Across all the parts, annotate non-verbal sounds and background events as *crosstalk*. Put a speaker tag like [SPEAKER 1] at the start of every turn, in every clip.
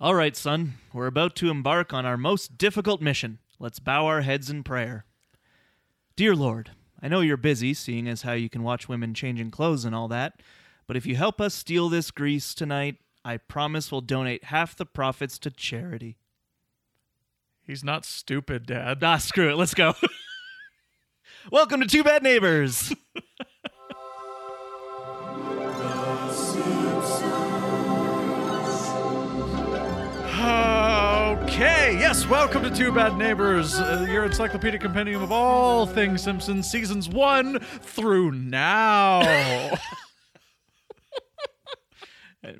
[SPEAKER 1] All right, son, we're about to embark on our most difficult mission. Let's bow our heads in prayer. Dear Lord, I know you're busy, seeing as how you can watch women changing clothes and all that, but if you help us steal this grease tonight, I promise we'll donate half the profits to charity.
[SPEAKER 2] He's not stupid, Dad.
[SPEAKER 1] Ah, screw it, let's go. *laughs* Welcome to Two Bad
[SPEAKER 2] *laughs*
[SPEAKER 1] Neighbors.
[SPEAKER 2] Okay, yes, welcome to Two Bad Neighbors, uh, your encyclopedic compendium of all things Simpsons, seasons one
[SPEAKER 1] *laughs*
[SPEAKER 2] through now.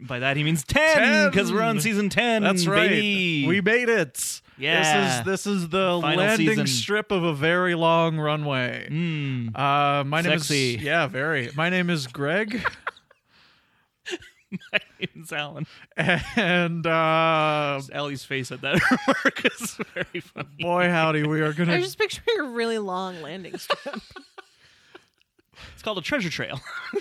[SPEAKER 1] By that he means 10, because we're on
[SPEAKER 2] Ten.
[SPEAKER 1] season 10.
[SPEAKER 2] That's right,
[SPEAKER 1] Hmm, baby.
[SPEAKER 2] we made it.
[SPEAKER 1] Yeah.
[SPEAKER 2] this is this is the
[SPEAKER 1] Final
[SPEAKER 2] landing
[SPEAKER 1] season.
[SPEAKER 2] strip of a very long runway.
[SPEAKER 1] Mm.
[SPEAKER 2] Uh, my
[SPEAKER 1] Sexy.
[SPEAKER 2] name is yeah, very. My name is Greg,
[SPEAKER 1] *laughs*
[SPEAKER 2] *laughs*
[SPEAKER 1] It's Alan.
[SPEAKER 2] and uh,
[SPEAKER 1] Ellie's face at that *laughs* remark is very funny.
[SPEAKER 2] boy howdy,
[SPEAKER 1] *laughs*
[SPEAKER 2] we are
[SPEAKER 3] I *laughs*
[SPEAKER 2] gonna
[SPEAKER 3] was just picturing a really long landing strip.
[SPEAKER 1] It's called a treasure trail. *laughs*
[SPEAKER 3] *laughs*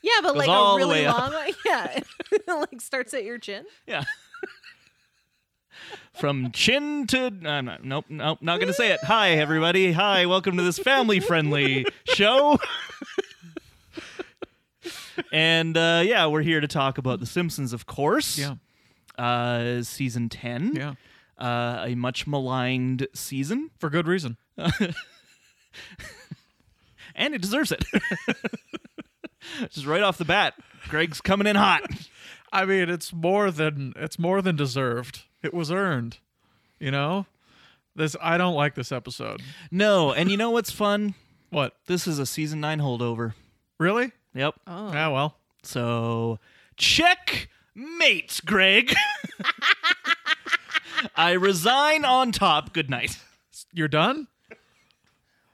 [SPEAKER 3] Yeah, but
[SPEAKER 1] Goes
[SPEAKER 3] like
[SPEAKER 1] all
[SPEAKER 3] a
[SPEAKER 1] the
[SPEAKER 3] really
[SPEAKER 1] way up.
[SPEAKER 3] long one. *laughs* Yeah. like starts at your chin.
[SPEAKER 1] yeah. From chin to I'm not nope nope not gonna say it. Hi everybody. Hi, welcome to this family friendly show. *laughs* and uh, yeah, we're here to talk about The Simpsons, of course.
[SPEAKER 2] yeah
[SPEAKER 1] Uh, season ten.
[SPEAKER 2] yeah
[SPEAKER 1] Uh, a much maligned season,
[SPEAKER 2] for good reason.
[SPEAKER 1] and it deserves it. *laughs* Just right off the bat, Greg's coming in hot.
[SPEAKER 2] I mean, it's more than it's more than deserved. It was earned. You know? This I don't like this episode.
[SPEAKER 1] No, and you know what's fun?
[SPEAKER 2] What?
[SPEAKER 1] This is a season nine holdover.
[SPEAKER 2] Really?
[SPEAKER 1] Yep.
[SPEAKER 3] Oh.
[SPEAKER 2] Ah well.
[SPEAKER 1] So check mate, *laughs* Greg. I resign on top. Good night.
[SPEAKER 2] You're done?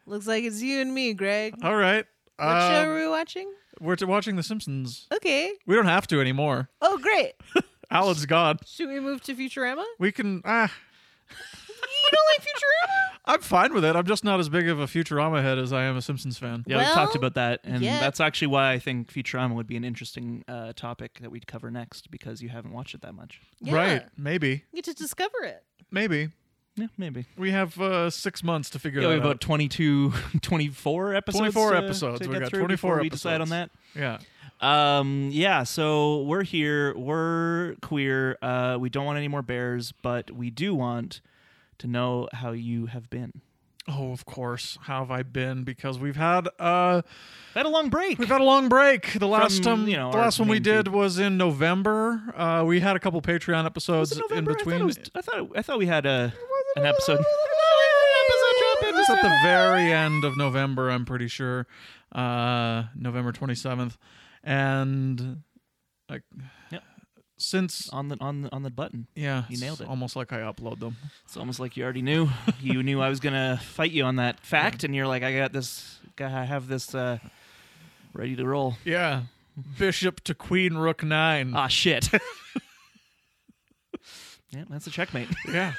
[SPEAKER 3] Looks like it's you and me, Greg.
[SPEAKER 2] All right.
[SPEAKER 3] What show
[SPEAKER 2] Uh,
[SPEAKER 3] are we watching?
[SPEAKER 2] we're t- watching The Simpsons.
[SPEAKER 3] Okay.
[SPEAKER 2] We don't have to anymore.
[SPEAKER 3] Oh, great.
[SPEAKER 2] Alan's gone.
[SPEAKER 3] Should we move to Futurama?
[SPEAKER 2] We can ah
[SPEAKER 3] You don't like Futurama?
[SPEAKER 2] I'm fine with it. I'm just not as big of a Futurama head as I am a Simpsons fan.
[SPEAKER 1] Yeah, we
[SPEAKER 3] Well,
[SPEAKER 1] talked about that, and
[SPEAKER 3] yeah.
[SPEAKER 1] that's actually why I think Futurama would be an interesting uh, topic that we'd cover next because you haven't watched it that much.
[SPEAKER 3] Yeah.
[SPEAKER 2] Right. Maybe.
[SPEAKER 3] You get to discover it.
[SPEAKER 2] Maybe.
[SPEAKER 1] Yeah, maybe.
[SPEAKER 2] We have uh, six months to figure
[SPEAKER 1] Yeah, we
[SPEAKER 2] that
[SPEAKER 1] have about *laughs*
[SPEAKER 2] out.
[SPEAKER 1] 22, 24 episodes.
[SPEAKER 2] 24
[SPEAKER 1] to-
[SPEAKER 2] episodes.
[SPEAKER 1] to
[SPEAKER 2] We
[SPEAKER 1] get
[SPEAKER 2] got
[SPEAKER 1] through
[SPEAKER 2] 24
[SPEAKER 1] before We decide on
[SPEAKER 2] episodes.
[SPEAKER 1] that.
[SPEAKER 2] Yeah.
[SPEAKER 1] Um, yeah, so we're here. We're queer. Uh, we don't want any more bears, but we do want to know how you have been.
[SPEAKER 2] Oh, of course. How have I been? Because we've had uh
[SPEAKER 1] Had a long break.
[SPEAKER 2] We've had a long break. The last
[SPEAKER 1] From,
[SPEAKER 2] um,
[SPEAKER 1] you know,
[SPEAKER 2] the
[SPEAKER 1] our
[SPEAKER 2] last one we
[SPEAKER 1] main
[SPEAKER 2] did
[SPEAKER 1] feed.
[SPEAKER 2] was in November. Uh, we had a couple Patreon episodes
[SPEAKER 1] Was it November?
[SPEAKER 2] in between.
[SPEAKER 1] I *laughs* thought, it was- I thought, I thought we had a an episode. Episode drop in
[SPEAKER 2] It was at the
[SPEAKER 1] December.
[SPEAKER 2] very end of November, I'm pretty sure, uh, November 27th, and like
[SPEAKER 1] Yep.
[SPEAKER 2] since
[SPEAKER 1] on the on the on the button.
[SPEAKER 2] yeah,
[SPEAKER 1] You nailed
[SPEAKER 2] it's
[SPEAKER 1] it.
[SPEAKER 2] Almost like I upload them.
[SPEAKER 1] It's almost like you already *laughs* knew. you knew I was gonna fight you on that fact, and you're like, I got this. I have this uh, ready to roll.
[SPEAKER 2] Yeah, Bishop to Queen Rook nine.
[SPEAKER 1] Ah, *laughs* shit. yeah, that's a checkmate. *laughs*
[SPEAKER 2] yeah.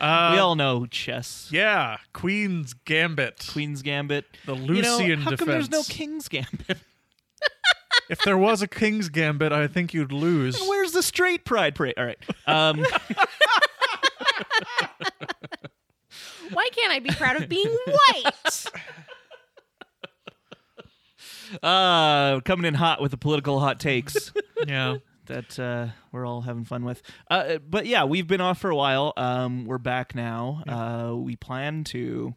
[SPEAKER 2] uh,
[SPEAKER 1] we all know chess.
[SPEAKER 2] yeah, Queen's Gambit.
[SPEAKER 1] Queen's Gambit.
[SPEAKER 2] the
[SPEAKER 1] You know,
[SPEAKER 2] Lucian
[SPEAKER 1] how
[SPEAKER 2] defense.
[SPEAKER 1] come there's no King's Gambit?
[SPEAKER 2] If there was a king's gambit, I think
[SPEAKER 1] *laughs*
[SPEAKER 2] you'd lose.
[SPEAKER 1] *laughs* Where's the straight pride parade? All right. *laughs* Um,
[SPEAKER 3] Why can't I be proud of being *laughs* white?
[SPEAKER 1] uh, coming in hot with the political hot takes
[SPEAKER 2] Yeah.
[SPEAKER 1] that uh, we're all having fun with. Uh, but yeah, we've been off for a while. Um, we're back now. Uh, we plan to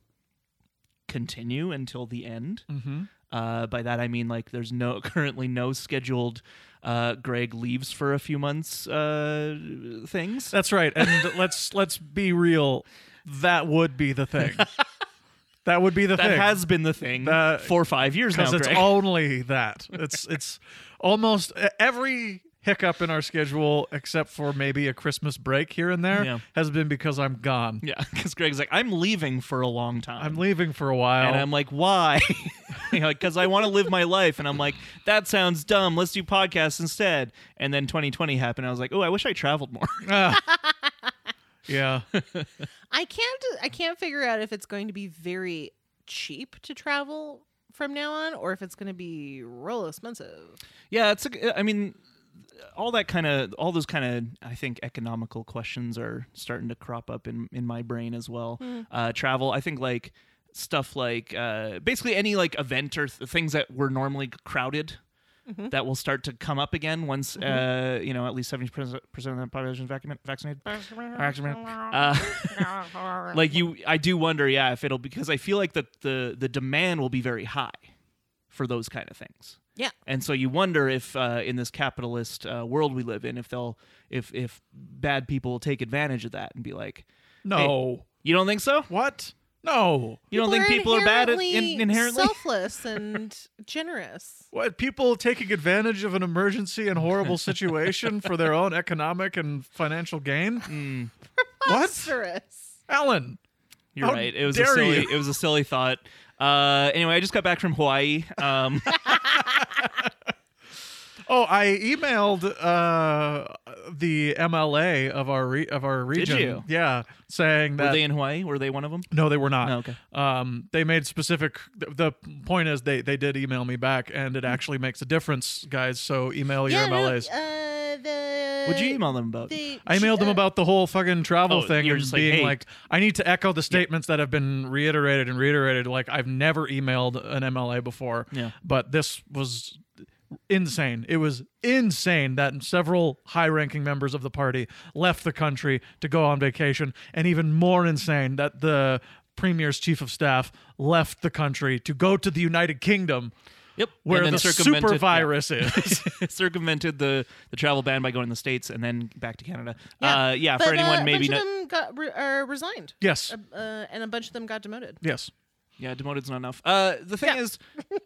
[SPEAKER 1] continue until the end.
[SPEAKER 2] Mm-hmm.
[SPEAKER 1] Uh, by that I mean like there's no *laughs* currently no scheduled uh, Greg leaves for a few months uh, things.
[SPEAKER 2] That's right. And *laughs* let's let's be real. That would be
[SPEAKER 1] *laughs*
[SPEAKER 2] the thing. that would be the
[SPEAKER 1] That
[SPEAKER 2] thing.
[SPEAKER 1] has been the thing
[SPEAKER 2] That-
[SPEAKER 1] for five years now.
[SPEAKER 2] because it's
[SPEAKER 1] Greg.
[SPEAKER 2] only that.
[SPEAKER 1] *laughs*
[SPEAKER 2] It's it's almost e- every hiccup in our schedule, except for maybe a Christmas break here and there,
[SPEAKER 1] Yeah.
[SPEAKER 2] has been because I'm gone.
[SPEAKER 1] yeah, *laughs* because Greg's like, I'm leaving for a long time.
[SPEAKER 2] I'm leaving for a while.
[SPEAKER 1] and I'm like, why? *laughs* Because I want to live my life. And I'm like, that sounds dumb. Let's do podcasts instead. And then 2020 happened. I was like, oh, I wish I traveled more. *laughs*
[SPEAKER 2] Ah. *laughs* yeah.
[SPEAKER 3] I can't I can't figure out if it's going to be very cheap to travel from now on or if it's going to be real expensive.
[SPEAKER 1] yeah, it's. A, I mean, all that kind of all those kind of I think economical questions are starting to crop up in in my brain as well. Uh, travel, I think like stuff like uh, basically any like event or th- things that were normally crowded. That will start to come up again once, uh, you know, at least seventy percent of the population is vacu- vaccinated. Uh, *laughs* like you, I do wonder, yeah, if it'll because I feel like the the the demand will be very high for those kind of things.
[SPEAKER 3] Yeah.
[SPEAKER 1] And so you wonder if, uh, in this capitalist uh, world we live in, if they'll, if if bad people will take advantage of that and be like,
[SPEAKER 2] No.
[SPEAKER 1] you don't think so?
[SPEAKER 2] What? No.
[SPEAKER 1] You don't think people are bad at, in, inherently? *laughs*
[SPEAKER 3] selfless and generous.
[SPEAKER 2] What people taking advantage of an emergency and
[SPEAKER 1] *laughs*
[SPEAKER 2] horrible situation for their own economic and financial gain?
[SPEAKER 1] Hmm.
[SPEAKER 3] *laughs*
[SPEAKER 2] What?
[SPEAKER 3] Preposterous.
[SPEAKER 2] Alan.
[SPEAKER 1] You're
[SPEAKER 2] How
[SPEAKER 1] right. It was a
[SPEAKER 2] dare
[SPEAKER 1] silly.
[SPEAKER 2] you.
[SPEAKER 1] It was a silly thought. Uh, anyway, I just got back from Hawaii. *laughs* Um,
[SPEAKER 2] Oh, I emailed uh, the MLA of our re- of our region.
[SPEAKER 1] you?
[SPEAKER 2] Yeah, saying that
[SPEAKER 1] were they in Hawaii? Were they one of them?
[SPEAKER 2] No, they were not.
[SPEAKER 1] Oh, okay.
[SPEAKER 2] Um, they made specific. th- The point is, they they did email me back, and
[SPEAKER 1] Hmm.
[SPEAKER 2] it actually makes a difference, guys. So
[SPEAKER 1] Oh,
[SPEAKER 2] email your
[SPEAKER 3] yeah, no,
[SPEAKER 2] MLAs.
[SPEAKER 3] uh, the,
[SPEAKER 1] Would you email them about?
[SPEAKER 3] the-
[SPEAKER 2] I emailed them
[SPEAKER 3] uh,
[SPEAKER 2] about the whole fucking travel
[SPEAKER 1] Oh,
[SPEAKER 2] thing
[SPEAKER 1] you're
[SPEAKER 2] and
[SPEAKER 1] just like,
[SPEAKER 2] being
[SPEAKER 1] hey.
[SPEAKER 2] like, I need to echo the statements that have been reiterated and reiterated. Like I've never emailed an MLA before,
[SPEAKER 1] Yeah.
[SPEAKER 2] but this was insane. It was insane that several high-ranking members of the party left the country to go on vacation, and even more insane that the premier's chief of staff left the country to go to the United Kingdom,
[SPEAKER 1] Yep.
[SPEAKER 2] where
[SPEAKER 1] and then
[SPEAKER 2] the
[SPEAKER 1] circumvented-
[SPEAKER 2] super virus is. *laughs*
[SPEAKER 1] yeah. *laughs* circumvented the the travel ban by going to the states and then back to Canada.
[SPEAKER 3] Yeah.
[SPEAKER 1] Uh, yeah.
[SPEAKER 3] but,
[SPEAKER 1] for anyone,
[SPEAKER 3] uh,
[SPEAKER 1] maybe
[SPEAKER 3] a bunch
[SPEAKER 1] not.
[SPEAKER 3] of them got re- uh, resigned.
[SPEAKER 2] yes,
[SPEAKER 3] Uh, uh, and a bunch of them got demoted.
[SPEAKER 1] Uh,
[SPEAKER 2] yes.
[SPEAKER 1] Yeah, demoted's not enough. Uh, the thing
[SPEAKER 3] Yeah.
[SPEAKER 1] is,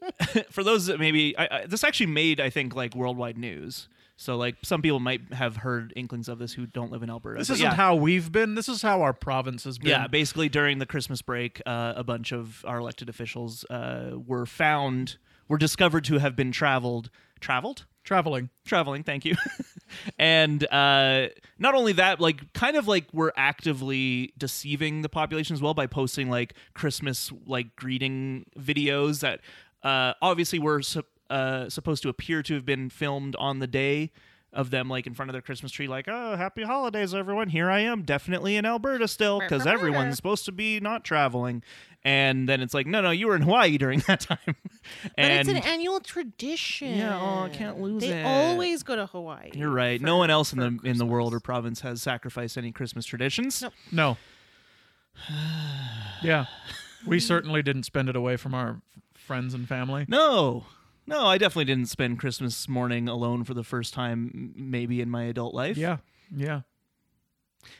[SPEAKER 1] *laughs* for those that maybe I, I, this actually made, I think, like worldwide news. So like some people might have heard inklings of this who don't live in Alberta.
[SPEAKER 2] This
[SPEAKER 1] But
[SPEAKER 2] isn't
[SPEAKER 1] yeah,
[SPEAKER 2] how we've been. This is how our province has been.
[SPEAKER 1] Yeah, basically during the Christmas break, uh, a bunch of our elected officials uh, were found, were discovered to have been traveled, traveled,
[SPEAKER 2] traveling.
[SPEAKER 1] traveling. Thank you. *laughs* and uh, not only that, like kind of like we're actively deceiving the population as well by posting like Christmas like greeting videos that uh, obviously were sup- uh, supposed to appear to have been filmed on the day of them like in front of their christmas tree like oh happy holidays everyone here i am definitely in alberta still because everyone's supposed to be not traveling and then it's like no no you were in hawaii during that *laughs* time
[SPEAKER 3] But
[SPEAKER 1] and
[SPEAKER 3] it's an annual tradition.
[SPEAKER 1] Yeah, oh, I can't lose
[SPEAKER 3] they
[SPEAKER 1] it.
[SPEAKER 3] always go to Hawaii.
[SPEAKER 1] You're right.
[SPEAKER 3] for-
[SPEAKER 1] no one else in
[SPEAKER 3] for
[SPEAKER 1] the in the
[SPEAKER 3] Christmas.
[SPEAKER 1] world or province has sacrificed any Christmas traditions.
[SPEAKER 3] Nope.
[SPEAKER 2] No. yeah. We certainly didn't spend it away from our friends and family.
[SPEAKER 1] No. No, I definitely didn't spend Christmas morning alone for the first time m- maybe in my adult life.
[SPEAKER 2] Yeah. Yeah.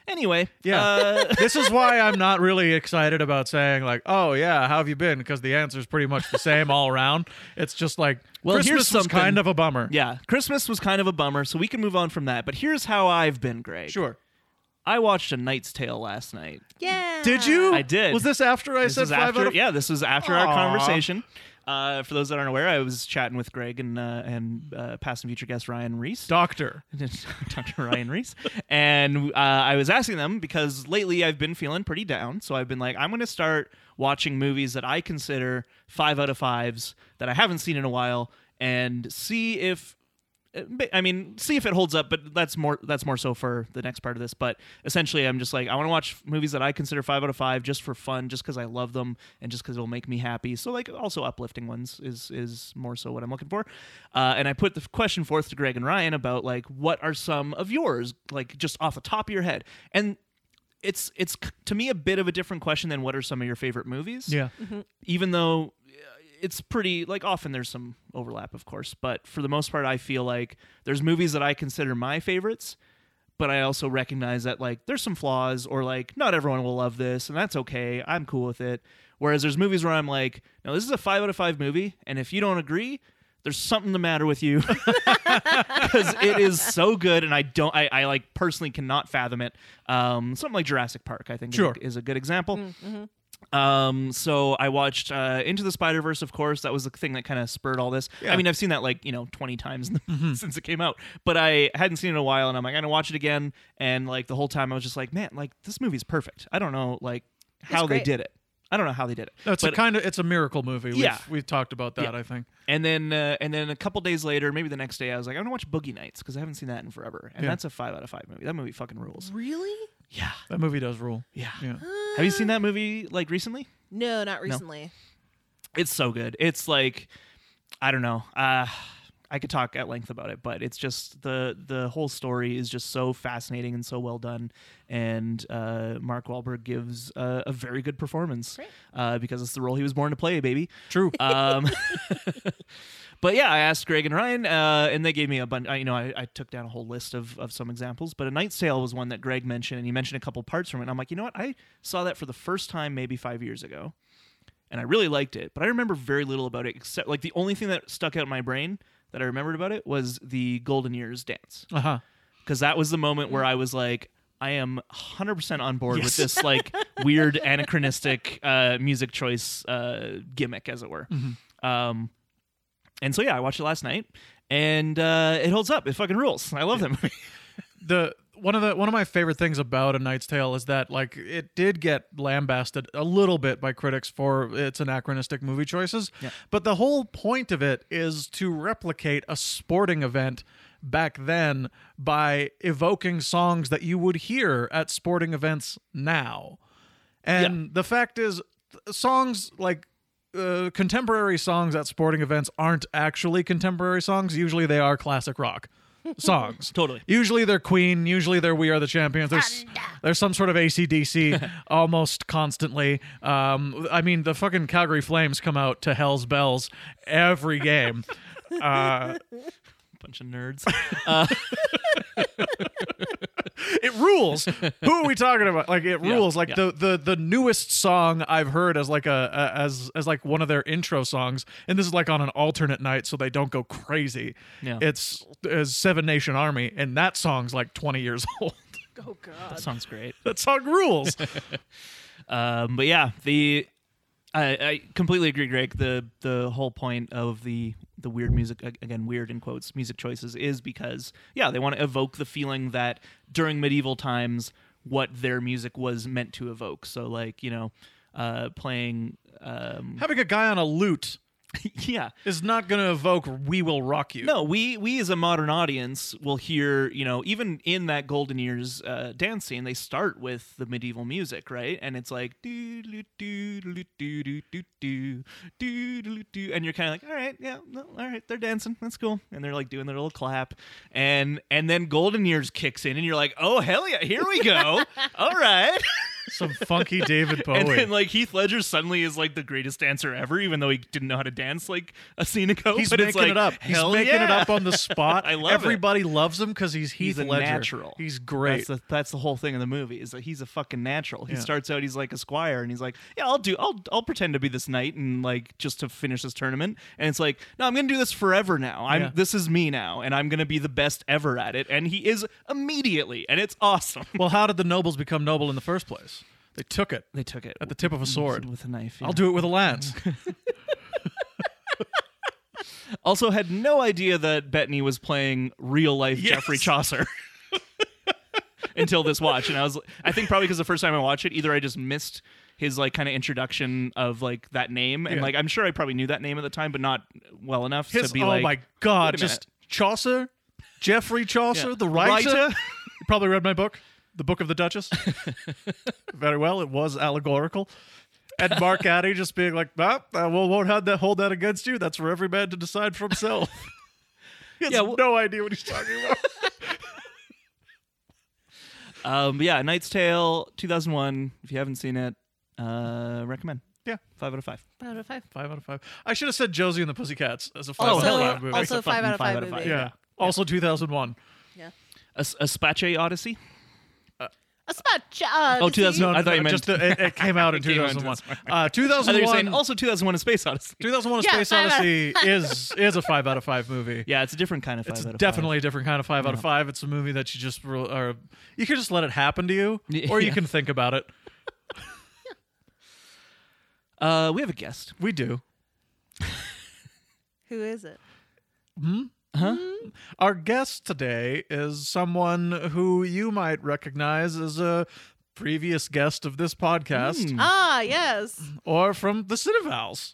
[SPEAKER 1] Anyway,
[SPEAKER 2] Yeah.
[SPEAKER 1] uh, *laughs*
[SPEAKER 2] this is why I'm not really excited about saying like, "Oh yeah, how have you been?" because the answer's pretty much the same all around. It's just like
[SPEAKER 1] Well, here's
[SPEAKER 2] Christmas was
[SPEAKER 1] something-
[SPEAKER 2] kind of a bummer.
[SPEAKER 1] yeah, Christmas was kind of a bummer, so we can move on from that. But here's how I've been, Greg.
[SPEAKER 2] Sure.
[SPEAKER 1] I watched A Knight's Tale last night.
[SPEAKER 3] Yeah.
[SPEAKER 2] Did you?
[SPEAKER 1] I did.
[SPEAKER 2] Was this after I
[SPEAKER 1] this
[SPEAKER 2] said
[SPEAKER 1] is
[SPEAKER 2] five
[SPEAKER 1] after,
[SPEAKER 2] out of
[SPEAKER 1] yeah, this was after our
[SPEAKER 2] Aw.
[SPEAKER 1] conversation. Uh, for those that aren't aware, I was chatting with Greg and uh, and uh, past and future guest Ryan Reese.
[SPEAKER 2] Doctor?
[SPEAKER 1] *laughs* Dr. Ryan Reese. And uh, I was asking them because lately I've been feeling pretty down. So I've been like, I'm going to start watching movies that I consider five out of fives that I haven't seen in a while and see if. I mean, see if it holds up, but that's more that's more so for the next part of this. But essentially, I'm just like I want to watch movies that I consider five out of five just for fun, just because I love them and just because it'll make me happy. So like also uplifting ones is is more so what I'm looking for. Uh, and I put the question forth to Greg and Ryan about like what are some of yours like just off the top of your head and. It's it's c- to me a bit of a different question than what are some of your favorite movies
[SPEAKER 2] Yeah.
[SPEAKER 1] even though uh, it's pretty like often there's some overlap of course but for the most part i feel like there's movies that i consider my favorites but i also recognize that like there's some flaws or like not everyone will love this and that's okay i'm cool with it whereas there's movies where i'm like no this is a five out of five movie and if you don't agree there's something the matter with you *laughs* because it is so good and i don't I, I like personally cannot fathom it um something like jurassic park i think is a-
[SPEAKER 2] Sure.
[SPEAKER 1] is, a, good example um, so I watched uh, Into the Spider Verse, of course. That was the thing that kind of spurred all this.
[SPEAKER 2] Yeah. Mm-hmm.
[SPEAKER 1] I mean, I've seen that like you know twenty times *laughs* since it came out, but I hadn't seen it in a while, and I'm like, I'm gonna watch it again. And like the whole time, I was just like, man, like this movie's perfect. I don't know like how they
[SPEAKER 3] great.
[SPEAKER 1] did it. I don't know how they did it.
[SPEAKER 2] No, it's
[SPEAKER 1] but,
[SPEAKER 2] a kind of it's a miracle movie. We've,
[SPEAKER 1] Yeah.
[SPEAKER 2] we've talked about that.
[SPEAKER 1] Yeah.
[SPEAKER 2] I think.
[SPEAKER 1] and then uh, and then a couple days later, maybe the next day, I was like, I'm gonna watch Boogie Nights because I haven't seen that in forever, and
[SPEAKER 2] Yeah.
[SPEAKER 1] that's a five out of five movie. That movie fucking rules.
[SPEAKER 3] Really? Uh,
[SPEAKER 1] Yeah,
[SPEAKER 2] That movie does rule.
[SPEAKER 1] yeah.
[SPEAKER 2] Yeah.
[SPEAKER 1] Have you seen that movie like recently?
[SPEAKER 3] No, not recently.
[SPEAKER 1] It's so good. It's like I don't know. Uh, I could talk at length about it, but it's just the the whole story is just so fascinating and so well done. And uh, Mark Wahlberg gives uh, a very good performance
[SPEAKER 3] Great.
[SPEAKER 1] uh, because it's the role he was born to play, baby.
[SPEAKER 2] True.
[SPEAKER 1] *laughs* Um, but yeah, I asked Greg and Ryan, uh, and they gave me a bunch. You know, I, I took down a whole list of, of some examples, but A Night's Tale was one that Greg mentioned, and he mentioned a couple parts from it. And I'm like, you know what? I saw that for the first time maybe five years ago, and I really liked it, but I remember very little about it, except like the only thing that stuck out in my brain that I remembered about it was the Golden Years dance,
[SPEAKER 2] Uh huh.
[SPEAKER 1] because that was the moment where I was like, I am 100% on board with this like weird anachronistic uh, music choice uh, gimmick, as it were. Um, and so yeah, I watched it last night, and uh, it holds up. It fucking rules. I love that movie.
[SPEAKER 2] the one of the one of my favorite things about A Knight's Tale is that like it did get lambasted a little bit by critics for its anachronistic movie choices, but the whole point of it is to replicate a sporting event back then by evoking songs that you would hear at sporting events now. And the fact is, th- songs like uh, contemporary songs at sporting events aren't actually contemporary songs. Usually, they are classic rock songs.
[SPEAKER 1] Totally.
[SPEAKER 2] Usually, they're Queen. Usually, they're We Are the Champions. There's there's some sort
[SPEAKER 1] *laughs*
[SPEAKER 2] of ACDC almost constantly. Um, I mean, the fucking Calgary Flames come out to Hell's Bells
[SPEAKER 1] *laughs*
[SPEAKER 2] every game. Uh,
[SPEAKER 1] *laughs* Bunch of nerds.
[SPEAKER 2] it rules. Who are we talking about? Like it
[SPEAKER 1] Yeah,
[SPEAKER 2] rules. Like
[SPEAKER 1] yeah.
[SPEAKER 2] the the the newest song I've heard as like a, a as as like one of their intro songs, and this is like on an alternate night, so they don't go crazy.
[SPEAKER 1] Yeah.
[SPEAKER 2] It's is Seven Nation Army, and that song's like twenty years *laughs* old.
[SPEAKER 3] Oh god.
[SPEAKER 1] Sounds great.
[SPEAKER 2] that
[SPEAKER 1] *laughs*
[SPEAKER 2] song rules.
[SPEAKER 1] Um, but yeah, the I, I completely agree, Greg. The the whole point of the the weird music ag- again, weird in quotes, music choices is because yeah, they want to evoke the feeling that during medieval times, what their music was meant to evoke. So like you know, uh, playing um, *laughs*
[SPEAKER 2] Having a guy on a lute
[SPEAKER 1] yeah,
[SPEAKER 2] is not going to evoke "We Will Rock You."
[SPEAKER 1] No, we we as a modern audience will hear, you know, even in that golden years uh, dance scene, they start with the medieval music, right? And it's like do do do do do do do do do, and you're kind of like, all right, yeah, no, all right, they're dancing, that's cool, and they're like doing their little clap, and and then golden years kicks in, and you're like, oh hell yeah, here we go,
[SPEAKER 2] *laughs*
[SPEAKER 1] all right,
[SPEAKER 2] Some funky David
[SPEAKER 1] *laughs*
[SPEAKER 2] Bowie.
[SPEAKER 1] and then like Heath Ledger suddenly is like the greatest dancer ever, even though he didn't know how to dance like a scene ago,
[SPEAKER 2] He's
[SPEAKER 1] but
[SPEAKER 2] making
[SPEAKER 1] it's like,
[SPEAKER 2] it up. He's
[SPEAKER 1] hell
[SPEAKER 2] making it
[SPEAKER 1] yeah.
[SPEAKER 2] up on the
[SPEAKER 1] *laughs*
[SPEAKER 2] spot.
[SPEAKER 1] I love it.
[SPEAKER 2] Everybody loves him because he's Heath
[SPEAKER 1] He's a
[SPEAKER 2] Ledger.
[SPEAKER 1] natural.
[SPEAKER 2] He's great.
[SPEAKER 1] That's the, that's the whole thing in the movie is that he's a fucking natural. He
[SPEAKER 2] Yeah.
[SPEAKER 1] starts out he's like a squire and he's like, yeah, I'll do, I'll, I'll pretend to be this knight and like just to finish this tournament. And it's like, no, I'm gonna do this forever now. I'm
[SPEAKER 2] Yeah.
[SPEAKER 1] this is me now, and I'm gonna be the best ever at it. And he is immediately, and it's awesome.
[SPEAKER 2] Well, how did the nobles become noble in the first place? They took it
[SPEAKER 1] They took it
[SPEAKER 2] at the tip of
[SPEAKER 1] *laughs*
[SPEAKER 2] a sword.
[SPEAKER 1] with a knife.
[SPEAKER 2] I'll do it with a lance.
[SPEAKER 1] Also, had no idea that Bettany was playing real life
[SPEAKER 2] Yes.
[SPEAKER 1] Jeffrey Chaucer. *laughs* Until this watch, and I was, I think probably because the first time I watched it, either I just missed his like kind of introduction of like that name, and
[SPEAKER 2] Yeah.
[SPEAKER 1] like I'm sure I probably knew that name at the time, but not well enough
[SPEAKER 2] His-
[SPEAKER 1] to be
[SPEAKER 2] oh
[SPEAKER 1] like,
[SPEAKER 2] my
[SPEAKER 1] "Wait
[SPEAKER 2] god,
[SPEAKER 1] a minute."
[SPEAKER 2] just Chaucer, Geoffrey Chaucer,
[SPEAKER 1] Yeah.
[SPEAKER 2] the writer.
[SPEAKER 1] Writer.
[SPEAKER 2] you probably read my book, The Book of
[SPEAKER 1] *laughs*
[SPEAKER 2] the Duchess. Very well, it was allegorical. And Mark Addy just being like, "Well, I will- won't have that hold that against you. That's for every man to decide for himself." *laughs* he has
[SPEAKER 1] Yeah, well-
[SPEAKER 2] no idea what he's
[SPEAKER 1] *laughs*
[SPEAKER 2] talking about.
[SPEAKER 1] um, but yeah, Knight's Tale, 2001. If you haven't seen it, uh, recommend
[SPEAKER 2] yeah,
[SPEAKER 1] five out of five.
[SPEAKER 3] Five out of five.
[SPEAKER 2] five out of five. I should have said Josie and the Pussycats as a five
[SPEAKER 1] Oh,
[SPEAKER 2] out
[SPEAKER 1] hell
[SPEAKER 2] of
[SPEAKER 1] yeah.
[SPEAKER 2] five movie.
[SPEAKER 3] Also
[SPEAKER 1] It's a
[SPEAKER 3] five
[SPEAKER 1] fucking
[SPEAKER 3] out of five,
[SPEAKER 1] five out of
[SPEAKER 3] movie.
[SPEAKER 1] five.
[SPEAKER 2] yeah. Also 2001.
[SPEAKER 3] Yeah.
[SPEAKER 1] As- Aspache Odyssey.
[SPEAKER 3] That's about ch- uh,
[SPEAKER 1] Oh,
[SPEAKER 3] see?
[SPEAKER 1] 2000 I thought you
[SPEAKER 2] just the, it, it came out in
[SPEAKER 1] *laughs* It came out in
[SPEAKER 2] 2001.
[SPEAKER 1] 2001.
[SPEAKER 2] Uh,
[SPEAKER 1] I thought you were Oh, saying
[SPEAKER 2] 2001.
[SPEAKER 1] also 2001: A Space Odyssey.
[SPEAKER 2] 2001: A
[SPEAKER 3] Yeah,
[SPEAKER 2] Space
[SPEAKER 3] five out of- *laughs*
[SPEAKER 2] Odyssey is is a five out of five movie.
[SPEAKER 1] Yeah, it's a different kind of five
[SPEAKER 2] It's
[SPEAKER 1] out of five.
[SPEAKER 2] definitely a different kind of five out of five. It's a movie that you just re- or you can just let it happen
[SPEAKER 1] *laughs*
[SPEAKER 2] to you,
[SPEAKER 1] Yeah.
[SPEAKER 2] or you can think about it.
[SPEAKER 1] Uh, we have a guest.
[SPEAKER 2] We do.
[SPEAKER 3] Who is it?
[SPEAKER 1] Uh-huh.
[SPEAKER 2] Our guest today is someone who you might recognize as a previous guest of this podcast
[SPEAKER 1] Hmm.
[SPEAKER 3] Ah, yes.
[SPEAKER 2] or from the Cinevals.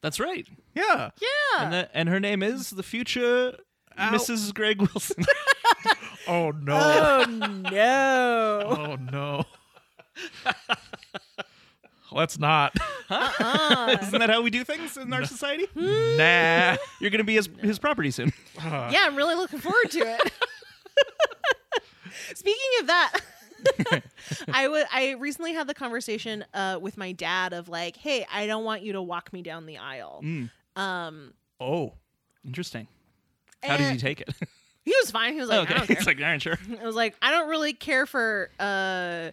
[SPEAKER 1] That's right.
[SPEAKER 2] Yeah.
[SPEAKER 3] Yeah.
[SPEAKER 1] And, that, and her name is the future
[SPEAKER 2] Ow.
[SPEAKER 1] Mrs. Greg Wilson.
[SPEAKER 2] Oh no.
[SPEAKER 3] oh *laughs* no.
[SPEAKER 2] oh no. *laughs* Let's not.
[SPEAKER 1] *laughs*
[SPEAKER 3] Uh-uh.
[SPEAKER 1] *laughs* Isn't that how we do things in our society?
[SPEAKER 3] Hmm.
[SPEAKER 2] nah.
[SPEAKER 1] You're going to be his, his property soon.
[SPEAKER 3] *laughs* Yeah, I'm really looking forward
[SPEAKER 1] *laughs*
[SPEAKER 3] to it. Speaking of that, *laughs* I wa- I recently had the conversation uh, with my dad of like, hey, I don't want you to walk me down the aisle.
[SPEAKER 1] Mm.
[SPEAKER 3] Um,
[SPEAKER 2] Oh.
[SPEAKER 1] Interesting. How did
[SPEAKER 3] and
[SPEAKER 1] he take
[SPEAKER 3] *laughs*
[SPEAKER 1] it?
[SPEAKER 3] He was fine. He was like, I
[SPEAKER 1] okay.
[SPEAKER 3] don't care.
[SPEAKER 1] It's like, all right,
[SPEAKER 3] *laughs*
[SPEAKER 1] sure.
[SPEAKER 3] I was like, I don't really care for uh,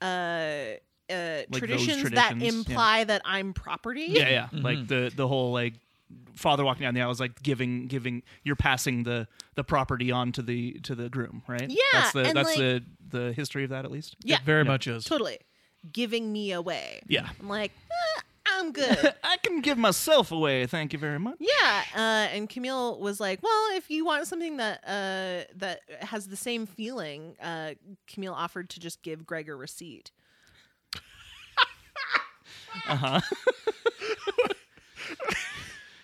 [SPEAKER 3] uh, uh,
[SPEAKER 1] those
[SPEAKER 3] traditions, that
[SPEAKER 1] traditions, yeah.
[SPEAKER 3] imply that I'm property.
[SPEAKER 1] Yeah, yeah. Like the the whole like father walking down the aisle is like giving giving you're passing the the property on to the to the groom, right?
[SPEAKER 3] Yeah,
[SPEAKER 1] That's the
[SPEAKER 3] and,
[SPEAKER 1] that's
[SPEAKER 3] like-
[SPEAKER 1] the the history of that at least.
[SPEAKER 3] Yeah,
[SPEAKER 2] It very much is.
[SPEAKER 3] totally. Giving me away.
[SPEAKER 1] Yeah.
[SPEAKER 3] I'm like, eh,
[SPEAKER 1] *laughs*
[SPEAKER 3] I'm good.
[SPEAKER 1] *laughs* I can give myself away, thank you very much.
[SPEAKER 3] yeah. Uh, and Camille was like, well, if you want something that uh, that has the same feeling, uh, Camille offered to just give Greg a receipt. Uh-huh.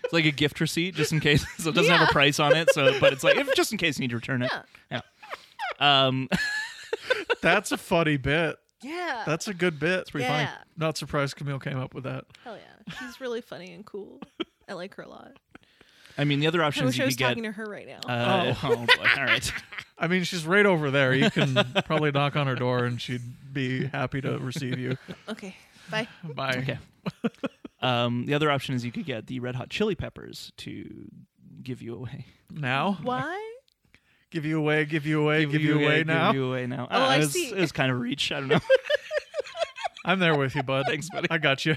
[SPEAKER 1] It's *laughs* like a gift receipt just in case. So it doesn't have
[SPEAKER 3] Yeah.
[SPEAKER 1] a price on it, so but it's like if just in case you need to return it. Yeah. Um *laughs*
[SPEAKER 2] That's a funny bit.
[SPEAKER 3] Yeah.
[SPEAKER 2] That's a good bit. It's
[SPEAKER 3] pretty funny. Yeah.
[SPEAKER 2] Not surprised Camille came up with that.
[SPEAKER 3] Hell yeah. She's really funny and cool. I like her a lot.
[SPEAKER 1] I mean the other
[SPEAKER 3] I
[SPEAKER 1] options
[SPEAKER 3] wish
[SPEAKER 1] you
[SPEAKER 3] I was
[SPEAKER 1] could get
[SPEAKER 3] talking to her right now.
[SPEAKER 1] uh, *laughs* oh. boy. All
[SPEAKER 3] *laughs*
[SPEAKER 1] right.
[SPEAKER 2] I mean, she's right over there. You can probably knock on her door and she'd be happy to receive you.
[SPEAKER 3] okay. Bye.
[SPEAKER 2] Bye.
[SPEAKER 1] Okay. Um, the other option is you could get the Red Hot Chili Peppers to give you
[SPEAKER 3] *laughs*
[SPEAKER 1] away.
[SPEAKER 2] Now?
[SPEAKER 3] Why?
[SPEAKER 2] Give you away, give you away, give, you away, now.
[SPEAKER 1] Give you away now.
[SPEAKER 3] Oh,
[SPEAKER 1] Uh,
[SPEAKER 3] I
[SPEAKER 1] it was,
[SPEAKER 3] see.
[SPEAKER 1] It was kind of reach. I don't know.
[SPEAKER 3] *laughs*
[SPEAKER 2] I'm there with you, bud. *laughs* Thanks, buddy. I got you.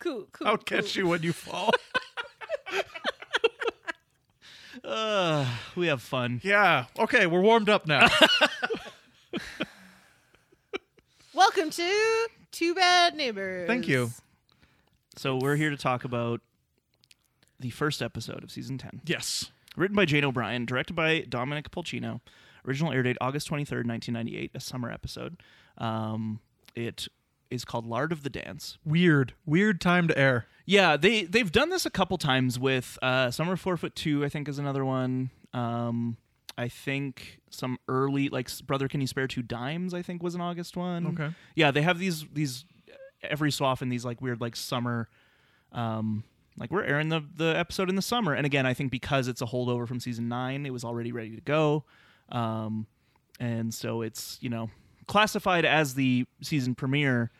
[SPEAKER 3] Cool, cool.
[SPEAKER 2] I'll catch you when *laughs* you fall.
[SPEAKER 1] uh, we have fun.
[SPEAKER 2] yeah. Okay, we're warmed up *laughs* now.
[SPEAKER 3] Welcome to Two Bad Neighbors.
[SPEAKER 2] Thank you.
[SPEAKER 1] So we're here to talk about the first episode of season ten,
[SPEAKER 2] yes.
[SPEAKER 1] written by Jane O'Brien, directed by Dominic Pulcino. Original air date August twenty third, nineteen ninety eight. A summer episode. Um, it is called Lard of the Dance.
[SPEAKER 2] Weird. Weird time to air.
[SPEAKER 1] Yeah, they they've done this a couple times with uh, Summer Four Foot Two. I think is another one. Um, I think some early like s- Brother Can You Spare Two Dimes. I think was an August one.
[SPEAKER 2] Okay.
[SPEAKER 1] Yeah, they have these these every so often these like weird like summer. Um, like we're airing the the episode in the summer, and again, I think because it's a holdover from season nine, it was already ready to go, um, and so it's you know classified as the season premiere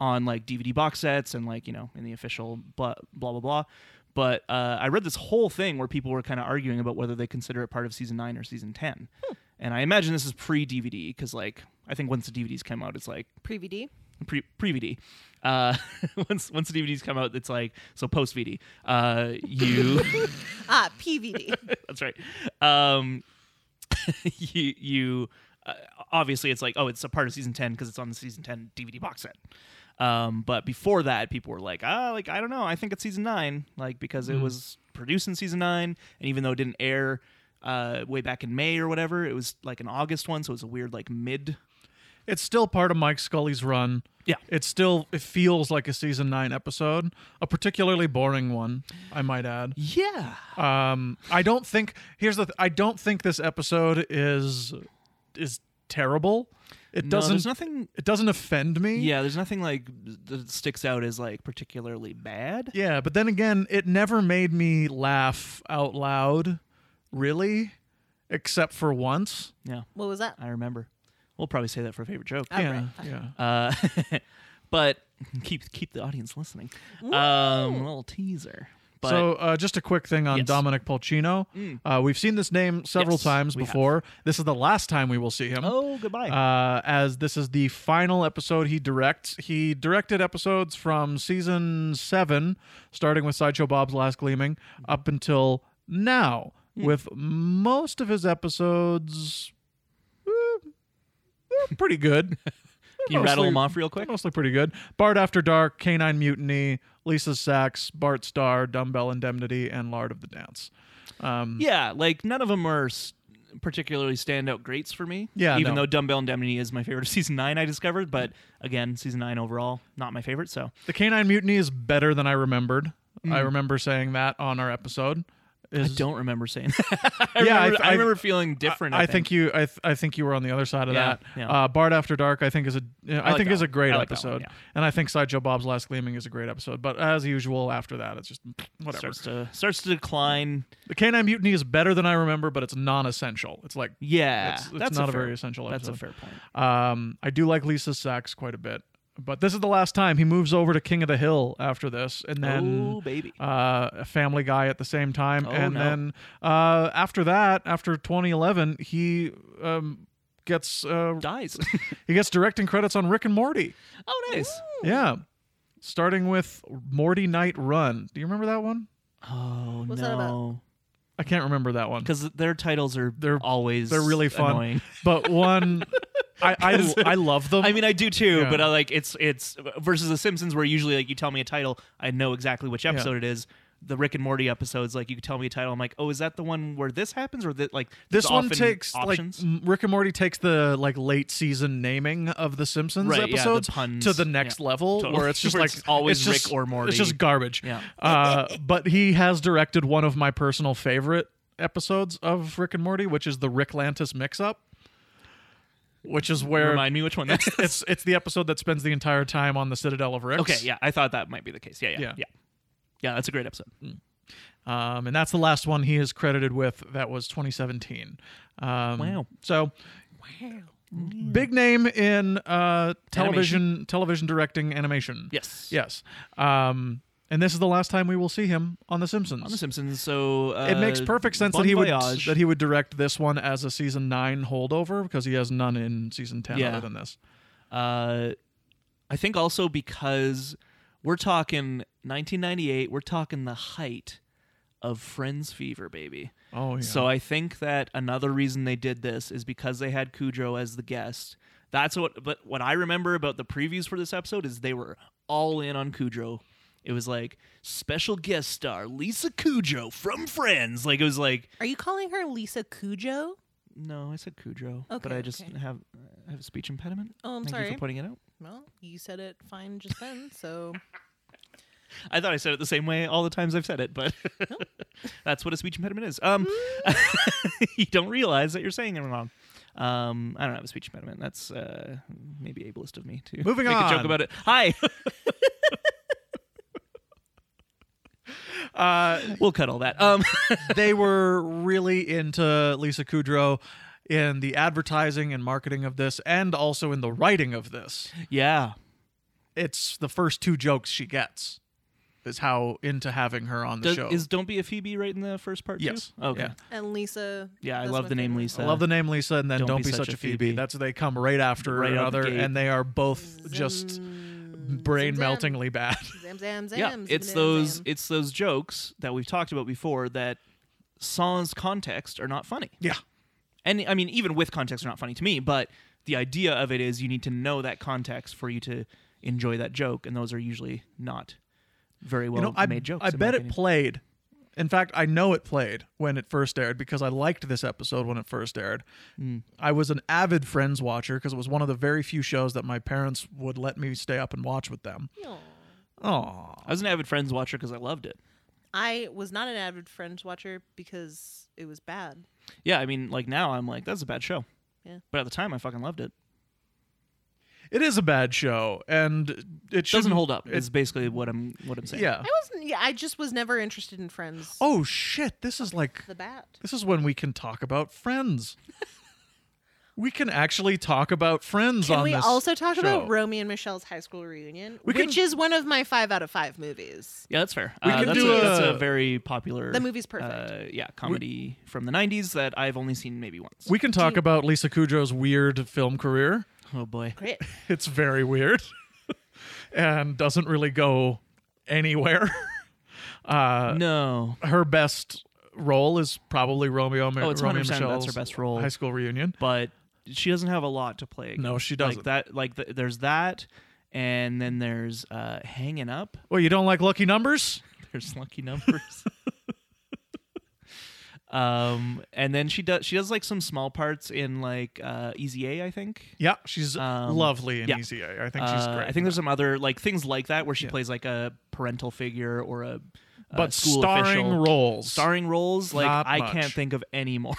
[SPEAKER 1] on like DVD box sets and like you know in the official blah blah blah blah. But uh, I read this whole thing where people were kind of arguing about whether they consider it part of season nine or season ten, and I imagine this is pre DVD because like I think once the DVDs come out, it's like
[SPEAKER 3] PreVD.
[SPEAKER 1] pre pre VD. Uh, *laughs* once once the DVDs come out, it's like so post VD. Uh, you
[SPEAKER 3] Ah, PVD.
[SPEAKER 1] that's right. Um, *laughs* you you uh, obviously it's like oh it's a part of season ten because it's on the season ten DVD box set. Um, but before that, people were like ah like I don't know I think it's season nine like because
[SPEAKER 2] Mm.
[SPEAKER 1] it was produced in season nine and even though it didn't air uh, way back in May or whatever, it was like an August one, so it was a weird like mid
[SPEAKER 2] It's still part of Mike Scully's run.
[SPEAKER 1] Yeah.
[SPEAKER 2] It still it feels like a season nine episode, a particularly boring one, I might add.
[SPEAKER 1] yeah
[SPEAKER 2] Um, I don't think here's the th- I don't think this episode is is terrible. It
[SPEAKER 1] no,
[SPEAKER 2] doesn't
[SPEAKER 1] there's nothing
[SPEAKER 2] it doesn't offend me.
[SPEAKER 1] Yeah, there's nothing like that sticks out as like particularly bad.
[SPEAKER 2] Yeah, but then again, it never made me laugh out loud, really, except for once.
[SPEAKER 1] Yeah,
[SPEAKER 3] What was that?
[SPEAKER 1] I remember. We'll probably say that for a favorite joke.
[SPEAKER 3] All
[SPEAKER 2] yeah,
[SPEAKER 3] right,
[SPEAKER 2] yeah.
[SPEAKER 1] Uh, *laughs* but keep keep the audience listening. Um, little teaser. But
[SPEAKER 2] so, uh, just a quick thing on
[SPEAKER 1] Yes. Mm.
[SPEAKER 2] Dominic Polcino. Uh, we've seen this name several
[SPEAKER 1] Yes,
[SPEAKER 2] times
[SPEAKER 1] we have.
[SPEAKER 2] before. This is the last time we will see him.
[SPEAKER 1] oh, goodbye.
[SPEAKER 2] Uh, as this is the final episode he directs. He directed episodes from season seven, starting with Sideshow Bob's Last Gleaming, up until now,
[SPEAKER 1] Hmm.
[SPEAKER 2] with most of his episodes eh, eh, pretty good.
[SPEAKER 1] *laughs* Can you rattle them off real quick?
[SPEAKER 2] Mostly pretty good. Bart After Dark, Canine Mutiny, Lisa's Sacks, Bart Star, Dumbbell Indemnity, and Lard of the Dance. Um,
[SPEAKER 1] Yeah, like none of them are s- particularly standout greats for me.
[SPEAKER 2] Yeah,
[SPEAKER 1] Even
[SPEAKER 2] no.
[SPEAKER 1] though Dumbbell Indemnity is my favorite *laughs* of season nine, I discovered. But again, season nine overall, not my favorite. So
[SPEAKER 2] The Canine Mutiny is better than I remembered. I remember saying that on our episode.
[SPEAKER 1] Hmm. I
[SPEAKER 2] Is-
[SPEAKER 1] don't remember saying *laughs* that. I
[SPEAKER 2] Yeah, I
[SPEAKER 1] remember,
[SPEAKER 2] th-
[SPEAKER 1] I,
[SPEAKER 2] I-
[SPEAKER 1] remember feeling different. I,
[SPEAKER 2] I think you. I, th- I think you were on the other side of
[SPEAKER 1] Yeah,
[SPEAKER 2] that.
[SPEAKER 1] yeah.
[SPEAKER 2] Uh, Bard After Dark, I think is a. I
[SPEAKER 1] like
[SPEAKER 2] think
[SPEAKER 1] that
[SPEAKER 2] is a
[SPEAKER 1] one.
[SPEAKER 2] great
[SPEAKER 1] I like that one,
[SPEAKER 2] episode,
[SPEAKER 1] yeah.
[SPEAKER 2] and I think Sideshow Bob's Last Gleaming is a great episode. But as usual, after that, it's just *sniffs* whatever.
[SPEAKER 1] starts to starts to decline.
[SPEAKER 2] The Canine Mutiny is better than I remember, but it's non-essential. It's like,
[SPEAKER 1] Yeah,
[SPEAKER 2] It's- it's
[SPEAKER 1] that's
[SPEAKER 2] not a
[SPEAKER 1] fair-
[SPEAKER 2] very essential
[SPEAKER 1] That's a
[SPEAKER 2] episode.
[SPEAKER 1] fair point.
[SPEAKER 2] um, I do like Lisa Sachs quite a bit, but this is the last time he moves over to King of the Hill after this, and then
[SPEAKER 1] oh baby,
[SPEAKER 2] uh, a Family Guy at the same time,
[SPEAKER 1] Oh,
[SPEAKER 2] and
[SPEAKER 1] no.
[SPEAKER 2] then uh, after that, after 2011, he um, gets uh,
[SPEAKER 1] dies.
[SPEAKER 2] he gets directing credits on Rick and Morty.
[SPEAKER 1] oh nice.
[SPEAKER 2] Yeah, starting with Morty Night Run. Do you remember that one?
[SPEAKER 1] Oh
[SPEAKER 3] What's that about?
[SPEAKER 1] no,
[SPEAKER 2] I can't remember that one,
[SPEAKER 1] because their titles are
[SPEAKER 2] They're-
[SPEAKER 1] always
[SPEAKER 2] they're really fun.
[SPEAKER 1] Annoying.
[SPEAKER 2] but one I I, I love
[SPEAKER 1] *laughs*
[SPEAKER 2] them.
[SPEAKER 1] I mean, I do too,
[SPEAKER 2] Yeah.
[SPEAKER 1] but I like it's it's versus The Simpsons, where usually like you tell me a title, I know exactly which episode it is. The Rick and Morty episodes, like you tell me a title, I'm like, oh, is that the one where this happens, or that like
[SPEAKER 2] this
[SPEAKER 1] there's
[SPEAKER 2] one
[SPEAKER 1] often
[SPEAKER 2] takes
[SPEAKER 1] options?
[SPEAKER 2] like m- Rick and Morty takes the like late season naming of the Simpsons
[SPEAKER 1] Right, yeah, the
[SPEAKER 2] episodes
[SPEAKER 1] puns.
[SPEAKER 2] to the next
[SPEAKER 1] Yeah.
[SPEAKER 2] level
[SPEAKER 1] Totally.
[SPEAKER 2] where it's
[SPEAKER 1] *laughs*
[SPEAKER 2] just
[SPEAKER 1] Where
[SPEAKER 2] like
[SPEAKER 1] it's always
[SPEAKER 2] it's
[SPEAKER 1] Rick
[SPEAKER 2] just-
[SPEAKER 1] or Morty.
[SPEAKER 2] It's just garbage.
[SPEAKER 1] Yeah.
[SPEAKER 2] Uh, but he has directed one of my personal favorite episodes of Rick and Morty, which is the Rick Lantis mix up, which is where
[SPEAKER 1] Remind me which one
[SPEAKER 2] *laughs*
[SPEAKER 1] that's.
[SPEAKER 2] it's it's the episode that spends the entire time on the Citadel of Ricks.
[SPEAKER 1] okay, yeah, I thought that might be the case. Yeah, yeah,
[SPEAKER 2] Yeah.
[SPEAKER 1] yeah, yeah. that's a great episode.
[SPEAKER 2] Um, and that's the last one he is credited with. That was 2017. Um,
[SPEAKER 1] Wow.
[SPEAKER 2] So, big name in uh, television, television directing animation.
[SPEAKER 1] Yes.
[SPEAKER 2] Yes. Um, and this is the last time we will see him on The Simpsons.
[SPEAKER 1] On The Simpsons, so uh,
[SPEAKER 2] it makes perfect sense
[SPEAKER 1] Bon
[SPEAKER 2] that he
[SPEAKER 1] Voyage.
[SPEAKER 2] would that he would direct this one as a season nine holdover because he has none in season ten
[SPEAKER 1] Yeah.
[SPEAKER 2] other than this.
[SPEAKER 1] Uh, I think also because we're talking 1998, we're talking the height of Friends fever, baby.
[SPEAKER 2] Oh yeah.
[SPEAKER 1] So I think that another reason they did this is because they had Cujo as the guest. That's what but what I remember about the previews for this episode is they were all in on Cujo. It was like special guest star Lisa Cujo from Friends. Like it was like
[SPEAKER 3] Are you calling her Lisa Cujo?
[SPEAKER 1] no, I said Cujo, but
[SPEAKER 3] Okay,
[SPEAKER 1] I just
[SPEAKER 3] okay.
[SPEAKER 1] have I have a speech impediment.
[SPEAKER 3] Oh, I'm
[SPEAKER 1] Thank you
[SPEAKER 3] sorry.
[SPEAKER 1] for pointing it out.
[SPEAKER 3] Well, you said it fine just then, so
[SPEAKER 1] I thought I said it the same way all the times I've said it, but *laughs* that's what a speech impediment is. Um, *laughs* you don't realize that you're saying it wrong. Um, I don't have a speech impediment. That's uh, maybe ableist of me to
[SPEAKER 2] Moving
[SPEAKER 1] make a
[SPEAKER 2] on.
[SPEAKER 1] joke about it. Hi, *laughs*
[SPEAKER 2] uh,
[SPEAKER 1] we'll cut all that. Um, *laughs*
[SPEAKER 2] they were really into Lisa Kudrow in the advertising and marketing of this and also in the writing of this.
[SPEAKER 1] yeah,
[SPEAKER 2] It's the first two jokes she gets is how into having her on the
[SPEAKER 1] Does-
[SPEAKER 2] show.
[SPEAKER 1] is don't be a Phoebe right in the first part? too?
[SPEAKER 2] yes.
[SPEAKER 1] Okay.
[SPEAKER 2] Yeah.
[SPEAKER 3] and Lisa.
[SPEAKER 1] Yeah, I
[SPEAKER 3] that's
[SPEAKER 1] love
[SPEAKER 3] my
[SPEAKER 1] the name
[SPEAKER 3] favorite.
[SPEAKER 1] Lisa.
[SPEAKER 2] I love the name Lisa and then Don't, be, Such a Phoebe.
[SPEAKER 1] Phoebe.
[SPEAKER 2] That's they come right after
[SPEAKER 1] Right out the
[SPEAKER 2] another
[SPEAKER 1] gate.
[SPEAKER 2] and they are both just
[SPEAKER 3] Oh, Zim,
[SPEAKER 2] brain
[SPEAKER 3] zim,
[SPEAKER 2] meltingly bad. *laughs*
[SPEAKER 3] Zam zam zam.
[SPEAKER 1] yeah.
[SPEAKER 3] zam,
[SPEAKER 1] It's
[SPEAKER 3] zam,
[SPEAKER 1] those
[SPEAKER 3] zam.
[SPEAKER 1] it's those jokes that we've talked about before that sans context are not funny.
[SPEAKER 2] yeah.
[SPEAKER 1] and I mean, even with context, are not funny to me. But the idea of it is you need to know that context for you to enjoy that joke, and those are usually not very well
[SPEAKER 2] you know, I,
[SPEAKER 1] made jokes.
[SPEAKER 2] I
[SPEAKER 1] in my
[SPEAKER 2] bet it
[SPEAKER 1] opinion.
[SPEAKER 2] played. In fact, I know it played when it first aired because I liked this episode when it first aired.
[SPEAKER 1] Hmm.
[SPEAKER 2] I was an avid Friends watcher because it was one of the very few shows that my parents would let me stay up and watch with them.
[SPEAKER 3] Aw.
[SPEAKER 2] Oh,
[SPEAKER 1] I was an avid Friends watcher because I loved it.
[SPEAKER 3] I was not an avid Friends watcher because it was bad.
[SPEAKER 1] Yeah, I mean, like now I'm like, that's a bad show.
[SPEAKER 3] Yeah.
[SPEAKER 1] But at the time, I fucking loved it.
[SPEAKER 2] it is a bad show, and it
[SPEAKER 1] Doesn't
[SPEAKER 2] shouldn't-
[SPEAKER 1] hold up. Is
[SPEAKER 2] It,
[SPEAKER 1] basically what I'm what I'm saying.
[SPEAKER 2] yeah.
[SPEAKER 3] I wasn't. Yeah, I just was never interested in Friends.
[SPEAKER 2] Oh shit! This is like
[SPEAKER 3] the bat.
[SPEAKER 2] this is when we can talk about
[SPEAKER 1] *laughs*
[SPEAKER 2] Friends. we can actually talk about Friends
[SPEAKER 3] Can
[SPEAKER 2] on
[SPEAKER 3] we
[SPEAKER 2] this
[SPEAKER 3] also talk
[SPEAKER 2] show.
[SPEAKER 3] about Romeo and Michelle's high school reunion,
[SPEAKER 2] We
[SPEAKER 3] which
[SPEAKER 2] can-
[SPEAKER 3] is one of my five out of five movies?
[SPEAKER 1] Yeah, that's fair.
[SPEAKER 2] We
[SPEAKER 1] uh,
[SPEAKER 2] could
[SPEAKER 1] that's,
[SPEAKER 2] do
[SPEAKER 1] a, that's
[SPEAKER 2] a-
[SPEAKER 1] a very popular.
[SPEAKER 3] The movie's perfect.
[SPEAKER 1] Uh, yeah, comedy from the '90s that I've only seen maybe once.
[SPEAKER 2] We can talk about Lisa Kudrow's weird film career.
[SPEAKER 1] oh boy.
[SPEAKER 3] Great.
[SPEAKER 2] It's very weird *laughs* and doesn't really go anywhere. *laughs* Uh,
[SPEAKER 1] no.
[SPEAKER 2] her best role is probably Romeo, Ma-
[SPEAKER 1] Oh, it's
[SPEAKER 2] Romeo
[SPEAKER 1] 100%. That's her
[SPEAKER 2] Michelle's
[SPEAKER 1] best role.
[SPEAKER 2] High school reunion.
[SPEAKER 1] but she doesn't have a lot to play.
[SPEAKER 2] No,
[SPEAKER 1] against.
[SPEAKER 2] she doesn't.
[SPEAKER 1] Like that, like th- there's that, and then there's uh, hanging up. *laughs*
[SPEAKER 2] Well, you don't like lucky numbers?
[SPEAKER 1] There's lucky numbers. *laughs* Um, and then she does she does like some small parts in like uh, Easy A, I think.
[SPEAKER 2] Yeah, she's
[SPEAKER 1] Um,
[SPEAKER 2] lovely in
[SPEAKER 1] yeah.
[SPEAKER 2] Easy A. I think she's
[SPEAKER 1] Uh,
[SPEAKER 2] great.
[SPEAKER 1] I think there's some other like things like that where she
[SPEAKER 2] Yeah.
[SPEAKER 1] plays like a parental figure or a, a
[SPEAKER 2] but
[SPEAKER 1] school
[SPEAKER 2] starring
[SPEAKER 1] official.
[SPEAKER 2] roles.
[SPEAKER 1] starring roles. Like
[SPEAKER 2] Not
[SPEAKER 1] I
[SPEAKER 2] much.
[SPEAKER 1] can't think of any more.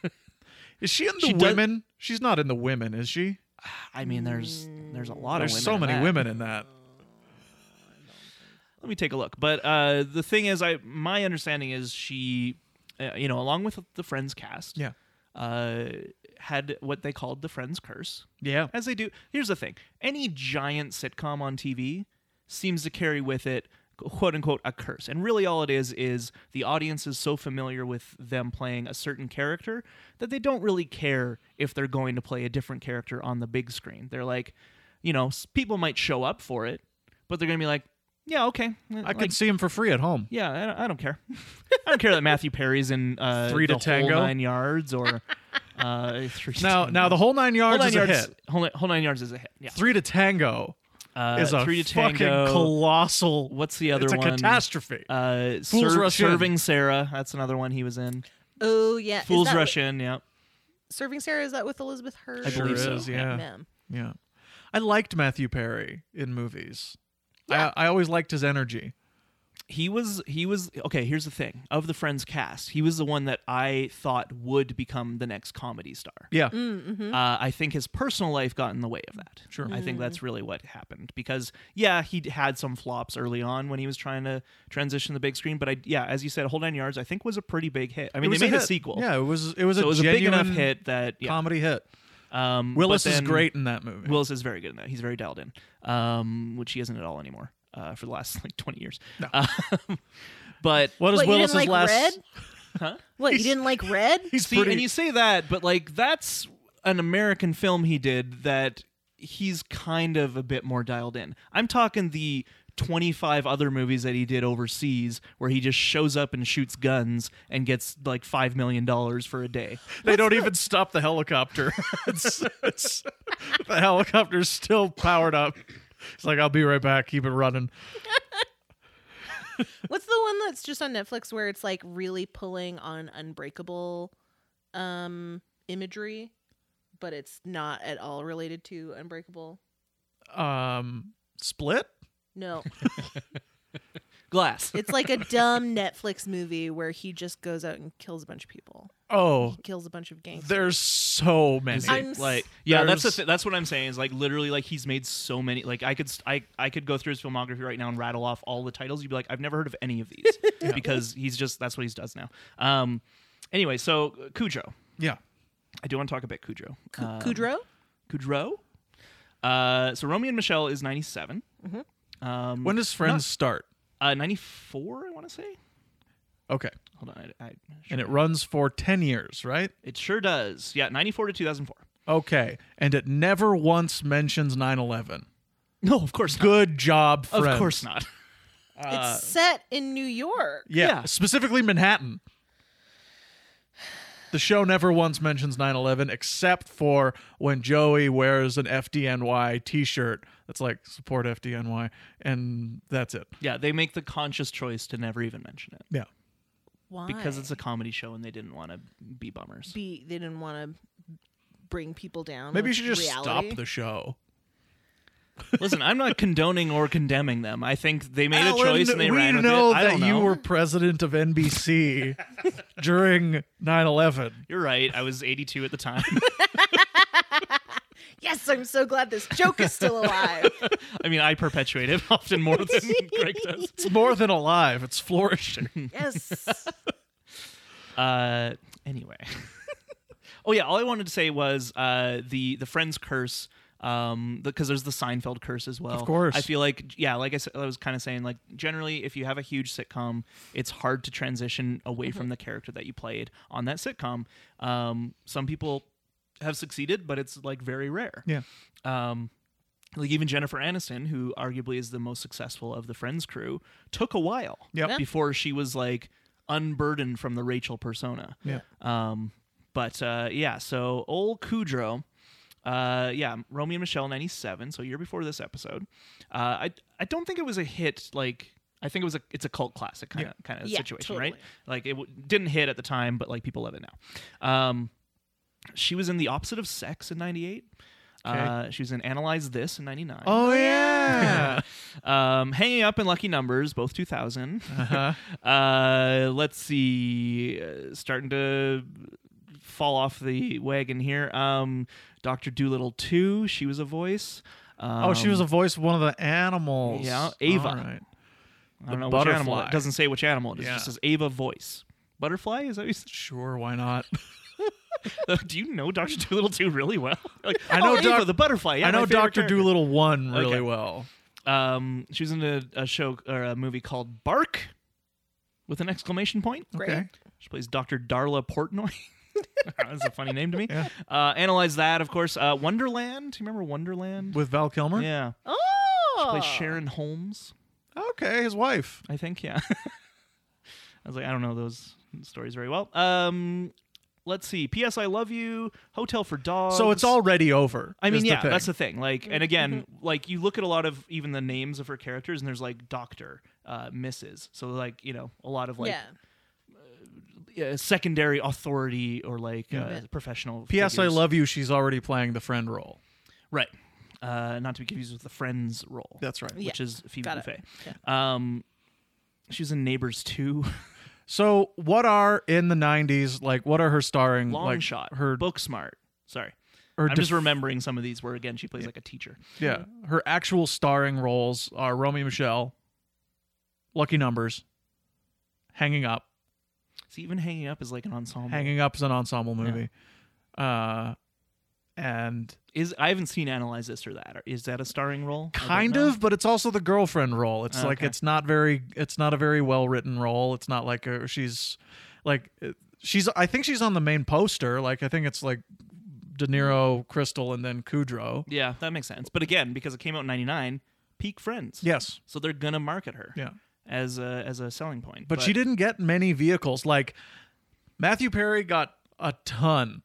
[SPEAKER 1] *laughs*
[SPEAKER 2] is she in the
[SPEAKER 1] She does-
[SPEAKER 2] women? She's not in the women, is she?
[SPEAKER 1] I mean, there's there's a lot
[SPEAKER 2] There's
[SPEAKER 1] of women
[SPEAKER 2] so
[SPEAKER 1] in
[SPEAKER 2] many
[SPEAKER 1] that.
[SPEAKER 2] women in that.
[SPEAKER 1] Let me take a look. But uh, the thing is, I my understanding is she, uh, you know, along with the Friends cast,
[SPEAKER 2] Yeah.
[SPEAKER 1] uh, had what they called the Friends curse.
[SPEAKER 2] Yeah.
[SPEAKER 1] as they do. Here's the thing: any giant sitcom on TV seems to carry with it "quote unquote" a curse, and really all it is is the audience is so familiar with them playing a certain character that they don't really care if they're going to play a different character on the big screen. They're like, you know, s- people might show up for it, but they're gonna be like, yeah, okay,
[SPEAKER 2] I can see him for free at
[SPEAKER 1] *laughs*
[SPEAKER 2] home.
[SPEAKER 1] yeah, I don't, I don't care. I don't care that Matthew Perry's in uh,
[SPEAKER 2] Three to
[SPEAKER 1] the
[SPEAKER 2] Tango?
[SPEAKER 1] whole nine yards or uh, three. to
[SPEAKER 2] Now,
[SPEAKER 1] Tango.
[SPEAKER 2] now the whole nine
[SPEAKER 1] whole
[SPEAKER 2] yards
[SPEAKER 1] nine
[SPEAKER 2] is
[SPEAKER 1] yards,
[SPEAKER 2] a hit.
[SPEAKER 1] Whole, whole nine yards is a hit. Yeah,
[SPEAKER 2] Three to tango
[SPEAKER 1] uh,
[SPEAKER 2] is a
[SPEAKER 1] three to
[SPEAKER 2] fucking
[SPEAKER 1] tango.
[SPEAKER 2] colossal.
[SPEAKER 1] What's the other
[SPEAKER 2] it's a
[SPEAKER 1] one?
[SPEAKER 2] catastrophe.
[SPEAKER 1] Uh,
[SPEAKER 2] Fools
[SPEAKER 1] Serv-
[SPEAKER 2] Rush In.
[SPEAKER 1] serving Sarah. That's another one he was in.
[SPEAKER 3] Oh yeah, Is
[SPEAKER 1] Fools
[SPEAKER 3] that
[SPEAKER 1] Rush
[SPEAKER 3] with-
[SPEAKER 1] In. Yeah,
[SPEAKER 3] Serving Sarah is that with Elizabeth Hurd?
[SPEAKER 1] I believe
[SPEAKER 2] sure
[SPEAKER 1] so.
[SPEAKER 2] is. Yeah.
[SPEAKER 3] Ma'am.
[SPEAKER 2] Yeah. I liked Matthew Perry in movies.
[SPEAKER 3] Yeah.
[SPEAKER 2] I, I always liked his energy.
[SPEAKER 1] he was. He was. Okay, here's the thing. Of the Friends cast, he was the one that I thought would become the next comedy star.
[SPEAKER 2] Yeah.
[SPEAKER 1] Uh, I think his personal life got in the way of that.
[SPEAKER 2] Sure.
[SPEAKER 1] I think that's really what happened because yeah, he d- had some flops early on when he was trying to transition the big screen. But I yeah, as you said, Hold On Yards I think was a pretty big hit. I mean,
[SPEAKER 2] It was
[SPEAKER 1] they made a,
[SPEAKER 2] hit.
[SPEAKER 1] sequel.
[SPEAKER 2] Yeah, it was it was
[SPEAKER 1] so
[SPEAKER 2] a
[SPEAKER 1] it was a big enough
[SPEAKER 2] genuine
[SPEAKER 1] hit that yeah.
[SPEAKER 2] comedy hit.
[SPEAKER 1] Um, but
[SPEAKER 2] Willis is
[SPEAKER 1] then
[SPEAKER 2] great in that movie.
[SPEAKER 1] Willis is very good in that. He's very dialed in, um, which he isn't at all anymore uh, for the last like twenty years. *laughs* Um, but
[SPEAKER 2] what is
[SPEAKER 3] What, you
[SPEAKER 2] Willis's
[SPEAKER 3] didn't like
[SPEAKER 2] last?
[SPEAKER 3] red? *laughs* What you
[SPEAKER 1] He's-
[SPEAKER 3] didn't like red?
[SPEAKER 2] He's
[SPEAKER 1] See,
[SPEAKER 2] pretty.
[SPEAKER 1] and you say that, but like that's an American film he did that he's kind of a bit more dialed in. I'm talking the 25 other movies that he did overseas where he just shows up and shoots guns and gets like 5 million dollars for a day.
[SPEAKER 2] they don't even stop the helicopter. *laughs* it's, it's, the helicopter's still powered up. It's like I'll be right back. Keep it running.
[SPEAKER 3] What's the one that's just on Netflix where it's like really pulling on unbreakable um imagery, but it's not at all related to unbreakable?
[SPEAKER 2] Um, split. *laughs*
[SPEAKER 3] No.
[SPEAKER 1] Glass.
[SPEAKER 3] It's like a dumb Netflix movie where he just goes out and kills a bunch of people.
[SPEAKER 2] Oh,
[SPEAKER 3] He kills a bunch of gangsters.
[SPEAKER 2] there's so many.
[SPEAKER 1] Is it,
[SPEAKER 3] I'm s-
[SPEAKER 1] like yeah, that's the
[SPEAKER 2] There's-
[SPEAKER 1] th- that's what I'm saying is like literally like he's made so many like I could st- I I could go through his filmography right now and rattle off all the titles you'd be like I've never heard of any of these because he's just that's what he does now. Um, anyway, so Cujo,
[SPEAKER 2] yeah.
[SPEAKER 1] I do want to talk about Cujo.
[SPEAKER 3] Cu-
[SPEAKER 2] um,
[SPEAKER 3] Kudrow?
[SPEAKER 1] Cujo. Uh, so Romeo and Michelle is 97. Um,
[SPEAKER 2] When does Friends start?
[SPEAKER 1] uh, 94? I want to say.
[SPEAKER 2] Okay,
[SPEAKER 1] Hold on, I, I,
[SPEAKER 2] and it runs for ten years, right?
[SPEAKER 1] it sure does. Yeah, 94 to 2004.
[SPEAKER 2] Okay, and it never once mentions 9/11.
[SPEAKER 1] No, of course not.
[SPEAKER 2] Good job,
[SPEAKER 1] Of
[SPEAKER 2] friends.
[SPEAKER 1] course not. *laughs*
[SPEAKER 2] uh,
[SPEAKER 3] it's set in New York.
[SPEAKER 2] Yeah,
[SPEAKER 1] Yeah.
[SPEAKER 2] specifically Manhattan. The show never once mentions 9/11 except for when Joey wears an FDNY t-shirt that's like support FDNY and that's it.
[SPEAKER 1] Yeah, they make the conscious choice to never even mention it.
[SPEAKER 2] Yeah.
[SPEAKER 3] Why?
[SPEAKER 1] because it's a comedy show and they didn't want to be bummers.
[SPEAKER 3] be they didn't want to bring people down.
[SPEAKER 2] Maybe you
[SPEAKER 3] with
[SPEAKER 2] should just
[SPEAKER 3] reality.
[SPEAKER 2] stop the show.
[SPEAKER 1] *laughs* Listen, I'm not condoning or condemning them. I think they made
[SPEAKER 2] Alan,
[SPEAKER 1] a choice and they
[SPEAKER 2] Oh, we
[SPEAKER 1] ran with
[SPEAKER 2] know
[SPEAKER 1] it. I
[SPEAKER 2] that
[SPEAKER 1] don't
[SPEAKER 2] you
[SPEAKER 1] know.
[SPEAKER 2] were president of
[SPEAKER 1] *laughs*
[SPEAKER 2] NBC during 9/11.
[SPEAKER 1] You're right. I was 82 at the time. *laughs*
[SPEAKER 3] Yes, I'm so glad this joke
[SPEAKER 2] *laughs*
[SPEAKER 3] is still alive.
[SPEAKER 1] I mean, I perpetuate it *laughs* often more than Greg does.
[SPEAKER 2] It's more than alive,
[SPEAKER 1] *laughs*
[SPEAKER 2] it's flourishing.
[SPEAKER 3] yes.
[SPEAKER 1] Uh, anyway. *laughs* oh yeah, all I wanted to say was uh, the the Friends curse. Um, because there's the Seinfeld curse as well.
[SPEAKER 2] Of course.
[SPEAKER 1] I feel like yeah, like I, s- I was kind of saying, like generally, if you have a huge sitcom, it's hard to transition away
[SPEAKER 2] Mm-hmm.
[SPEAKER 1] from the character that you played on that sitcom. Um, some people have succeeded, but it's like very rare.
[SPEAKER 2] yeah.
[SPEAKER 1] Um, like even Jennifer Aniston, who arguably is the most successful of the Friends crew, took a while
[SPEAKER 2] Yep. Yeah.
[SPEAKER 1] before she was like unburdened from the Rachel persona.
[SPEAKER 2] Yeah.
[SPEAKER 1] Um, but uh, yeah, so old Kudrow, uh, yeah, Romeo and Michelle '97, so a year before this episode. Uh, I I don't think it was a hit like I think it was a it's a cult classic kind of kind of
[SPEAKER 3] Yeah,
[SPEAKER 1] situation, right?
[SPEAKER 3] totally.
[SPEAKER 1] Like it w- didn't hit at the time, but like people love it now. Um, she was in the opposite of Sex in '98. Uh, she was in Analyze This in '99.
[SPEAKER 2] Oh yeah.
[SPEAKER 3] yeah.
[SPEAKER 1] *laughs* Um, hanging up in Lucky Numbers, both 2000.
[SPEAKER 2] uh-huh.
[SPEAKER 1] Uh, let's see, uh, starting to fall off the wagon here. Um, Doctor Doolittle 2, she was a voice. Um,
[SPEAKER 2] Oh, she was a voice of one of the animals.
[SPEAKER 1] yeah, Ava.
[SPEAKER 2] All right.
[SPEAKER 1] I don't
[SPEAKER 2] the
[SPEAKER 1] know which
[SPEAKER 2] butterfly.
[SPEAKER 1] animal. It doesn't say which animal. It is. It
[SPEAKER 2] Yeah.
[SPEAKER 1] just says Ava voice. Butterfly is that? what you said?
[SPEAKER 2] Sure, why not?
[SPEAKER 1] *laughs* Do you know Doctor Doolittle 2 really well? *laughs* Like,
[SPEAKER 2] I know
[SPEAKER 1] oh, Ava,
[SPEAKER 2] Doc-
[SPEAKER 1] the butterfly. yeah,
[SPEAKER 2] I
[SPEAKER 1] my
[SPEAKER 2] know
[SPEAKER 1] favorite
[SPEAKER 2] Doctor
[SPEAKER 1] character.
[SPEAKER 2] Doolittle one really
[SPEAKER 1] Okay.
[SPEAKER 2] well.
[SPEAKER 1] Um, she was in a, a show or a movie called Bark, with an exclamation point.
[SPEAKER 3] Great.
[SPEAKER 2] Okay.
[SPEAKER 1] She plays Dr. Darla Portnoy. *laughs* That's a funny name to me.
[SPEAKER 2] Yeah.
[SPEAKER 1] Uh, analyze that, of course. Uh, Wonderland. Do you remember Wonderland?
[SPEAKER 2] With Val Kilmer.
[SPEAKER 1] Yeah.
[SPEAKER 3] Oh,
[SPEAKER 1] Plays Sharon Holmes,
[SPEAKER 2] Okay, his wife.
[SPEAKER 1] I think. Yeah. *laughs* I was like, I don't know those stories very well. Um, let's see. P.S. I Love You, Hotel for Dogs.
[SPEAKER 2] So it's already over.
[SPEAKER 1] Oh, I mean,
[SPEAKER 2] is the
[SPEAKER 1] yeah,
[SPEAKER 2] thing.
[SPEAKER 1] that's the thing. Like, and again, like you look at a lot of even the names of her characters, and there's like Doctor, uh, Mrs. So like you know a lot of like
[SPEAKER 3] yeah.
[SPEAKER 1] uh, secondary authority or like uh,
[SPEAKER 3] Yeah.
[SPEAKER 1] professional.
[SPEAKER 2] P.S. I
[SPEAKER 1] figures.
[SPEAKER 2] love you. She's already playing the friend role.
[SPEAKER 1] Right. Uh, not to be confused with the Friends role,
[SPEAKER 2] That's right.
[SPEAKER 3] Yeah.
[SPEAKER 1] which is Phoebe
[SPEAKER 3] Got it.
[SPEAKER 1] Buffay. Um, she was in Neighbors too. *laughs*
[SPEAKER 2] So what are in the '90s like? What are her starring
[SPEAKER 1] Long
[SPEAKER 2] like
[SPEAKER 1] Shot.
[SPEAKER 2] Her
[SPEAKER 1] Book Smart. Sorry.
[SPEAKER 2] her
[SPEAKER 1] I'm
[SPEAKER 2] def-
[SPEAKER 1] just remembering some of these where again she plays like a teacher.
[SPEAKER 2] yeah her actual starring roles are Romy Michelle, Lucky Numbers, Hanging Up.
[SPEAKER 1] See, even hanging up is like an ensemble.
[SPEAKER 2] Hanging Up is an ensemble movie. Uh, and
[SPEAKER 1] Is I haven't seen Analyze This or That. Is that a starring role? I don't
[SPEAKER 2] kind
[SPEAKER 1] know. Ah,
[SPEAKER 2] of but it's also the girlfriend role it's like
[SPEAKER 1] Okay.
[SPEAKER 2] it's not very it's not a very well written role it's not like a, she's like it- she's i think she's on the main poster like i think it's like de niro crystal and then kudrow
[SPEAKER 1] Yeah, that makes sense. But again, because it came out in '99, peak Friends.
[SPEAKER 2] yes
[SPEAKER 1] So they're gonna market her.
[SPEAKER 2] yeah
[SPEAKER 1] As a as a selling point.
[SPEAKER 2] but, she didn't get many vehicles like matthew perry got a ton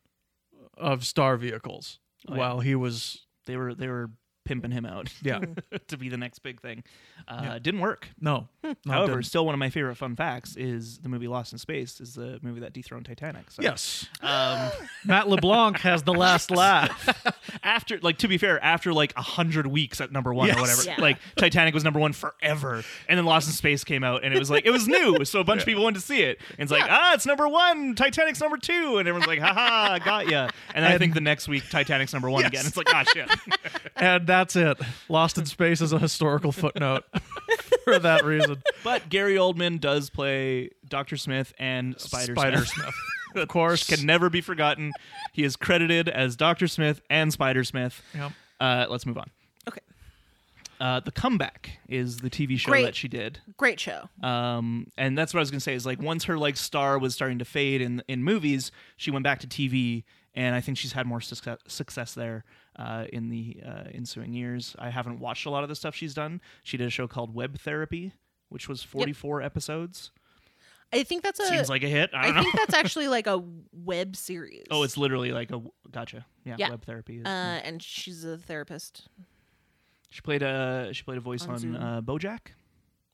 [SPEAKER 2] of star vehicles
[SPEAKER 1] Oh, yeah.
[SPEAKER 2] while he was
[SPEAKER 1] They were they were pimping him out.
[SPEAKER 2] yeah
[SPEAKER 1] *laughs* to be the next big thing. Uh, Didn't work.
[SPEAKER 2] no, no it
[SPEAKER 1] Hmm. However,
[SPEAKER 2] didn't.
[SPEAKER 1] still one of my favorite fun facts is the movie Lost in Space is the movie that dethroned Titanic. So,
[SPEAKER 2] yes
[SPEAKER 1] Um,
[SPEAKER 2] *laughs* matt leblanc has the
[SPEAKER 1] *laughs*
[SPEAKER 2] last laugh
[SPEAKER 1] Ah. after, like, to be fair, after like a hundred weeks at number one
[SPEAKER 2] Yes.
[SPEAKER 1] or whatever,
[SPEAKER 3] Yeah.
[SPEAKER 1] like Titanic was number one forever, and then Lost in Space came out, and it was like it was new, so a bunch of people went to see it, and it's like ah, it's number one, Titanic's number two, and everyone's like haha, got ya. And, I think the next week Titanic's number one again. It's like ah shit.
[SPEAKER 2] and that's it. Lost in Space is a historical footnote for that reason.
[SPEAKER 1] but Gary Oldman does play Doctor Smith and Spider, Smith.
[SPEAKER 2] Smith. of course.
[SPEAKER 1] can never be forgotten. He is credited as Doctor Smith and Spider Smith.
[SPEAKER 2] Yep.
[SPEAKER 1] Uh, let's move on.
[SPEAKER 3] Okay.
[SPEAKER 1] Uh, the comeback is the TV show
[SPEAKER 3] Great.
[SPEAKER 1] that she did,
[SPEAKER 3] Great show.
[SPEAKER 1] um, and that's what I was gonna say. Is like once her like star was starting to fade in in movies, she went back to TV, and I think she's had more success, success there uh, in the uh, ensuing years. I haven't watched a lot of the stuff she's done. She did a show called Web Therapy, which was forty four episodes.
[SPEAKER 3] I think that's a.
[SPEAKER 1] Seems like a hit. I
[SPEAKER 3] Uh, I
[SPEAKER 1] don't know. *laughs*
[SPEAKER 3] think that's actually like a web series.
[SPEAKER 1] oh, it's Mm. literally like a gotcha. Yeah,
[SPEAKER 3] Yeah.
[SPEAKER 1] Web Therapy. Is,
[SPEAKER 3] Uh, and she's a therapist.
[SPEAKER 1] She played a she played a voice
[SPEAKER 3] On
[SPEAKER 1] on,
[SPEAKER 3] Zoom.
[SPEAKER 1] uh, BoJack.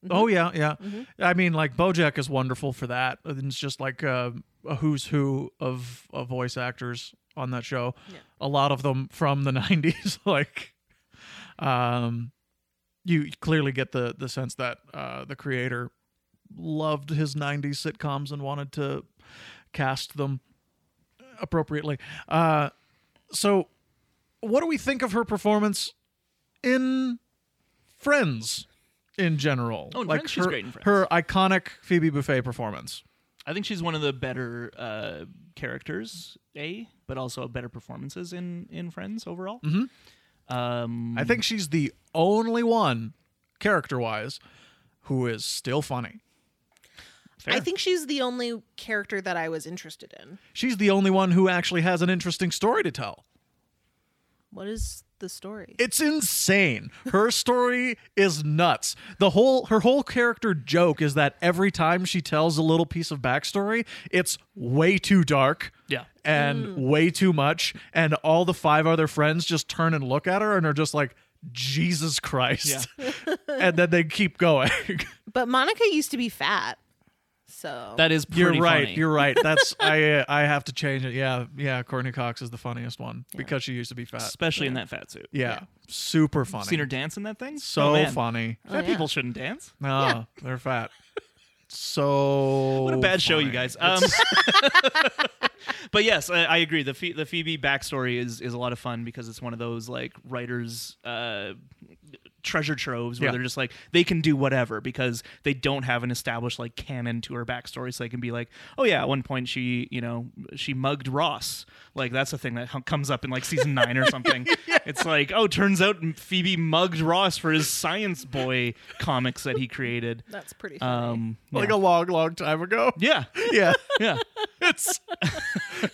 [SPEAKER 2] Oh yeah, yeah.
[SPEAKER 3] Mhm.
[SPEAKER 2] I mean, like BoJack is wonderful for that. And It's just like uh, a who's who of, of voice actors on that show.
[SPEAKER 3] Yeah.
[SPEAKER 2] A lot of them from the *laughs* '90s. like, um, you clearly get the the sense that uh, the creator loved his '90s sitcoms and wanted to cast them appropriately. Uh, so, what do we think of her performance in Friends in general?
[SPEAKER 1] Oh, in Friends, she's
[SPEAKER 2] her,
[SPEAKER 1] great in Friends.
[SPEAKER 2] her iconic Phoebe Buffay performance.
[SPEAKER 1] I think she's one of the better uh, characters, a but also better performances in in Friends overall. Um,
[SPEAKER 2] I think she's the only one, character wise, who is still funny.
[SPEAKER 1] fair.
[SPEAKER 3] I think she's the only character that I was interested in.
[SPEAKER 2] She's the only one who actually has an interesting story to tell.
[SPEAKER 3] What is the story?
[SPEAKER 2] It's insane. Her *laughs* story is nuts. The whole her whole character joke is that every time she tells a little piece of backstory, it's way too dark.
[SPEAKER 1] Yeah.
[SPEAKER 2] And way too much. And all the five other friends just turn and *laughs* look at her and are just like, Jesus Christ. and then they keep going. *laughs*
[SPEAKER 3] But Monica used to be fat. So
[SPEAKER 1] That is pretty
[SPEAKER 2] You're right.
[SPEAKER 1] funny.
[SPEAKER 2] You're right.
[SPEAKER 1] *laughs*
[SPEAKER 2] That's I. Uh, I have to change it. Yeah, yeah. Courtney Cox is the funniest one because she used to be fat.
[SPEAKER 1] Especially in that fat suit.
[SPEAKER 2] Yeah, super funny.
[SPEAKER 1] Seen her dance in that thing?
[SPEAKER 2] so
[SPEAKER 1] Oh, man.
[SPEAKER 2] funny.
[SPEAKER 3] Oh,
[SPEAKER 1] Fat
[SPEAKER 3] yeah.
[SPEAKER 1] people shouldn't dance.
[SPEAKER 2] No,
[SPEAKER 1] *laughs*
[SPEAKER 2] they're fat. So
[SPEAKER 1] What a bad show, you
[SPEAKER 2] funny.
[SPEAKER 1] guys. Um, *laughs* but yes, I, I agree. The Phe- the Phoebe backstory is is a lot of fun because it's one of those like writers. Uh, treasure troves where
[SPEAKER 2] Yeah.
[SPEAKER 1] they're just like they can do whatever because they don't have an established like canon to her backstory so they can be like oh yeah at one point she you know she mugged ross like that's a thing that hum- comes up in like season nine or something it's like oh turns out phoebe mugged ross for his science boy comics that he created
[SPEAKER 3] that's pretty funny.
[SPEAKER 1] um
[SPEAKER 2] like
[SPEAKER 1] yeah.
[SPEAKER 2] a long, long time ago.
[SPEAKER 1] yeah
[SPEAKER 2] yeah.
[SPEAKER 1] yeah
[SPEAKER 2] *laughs* it's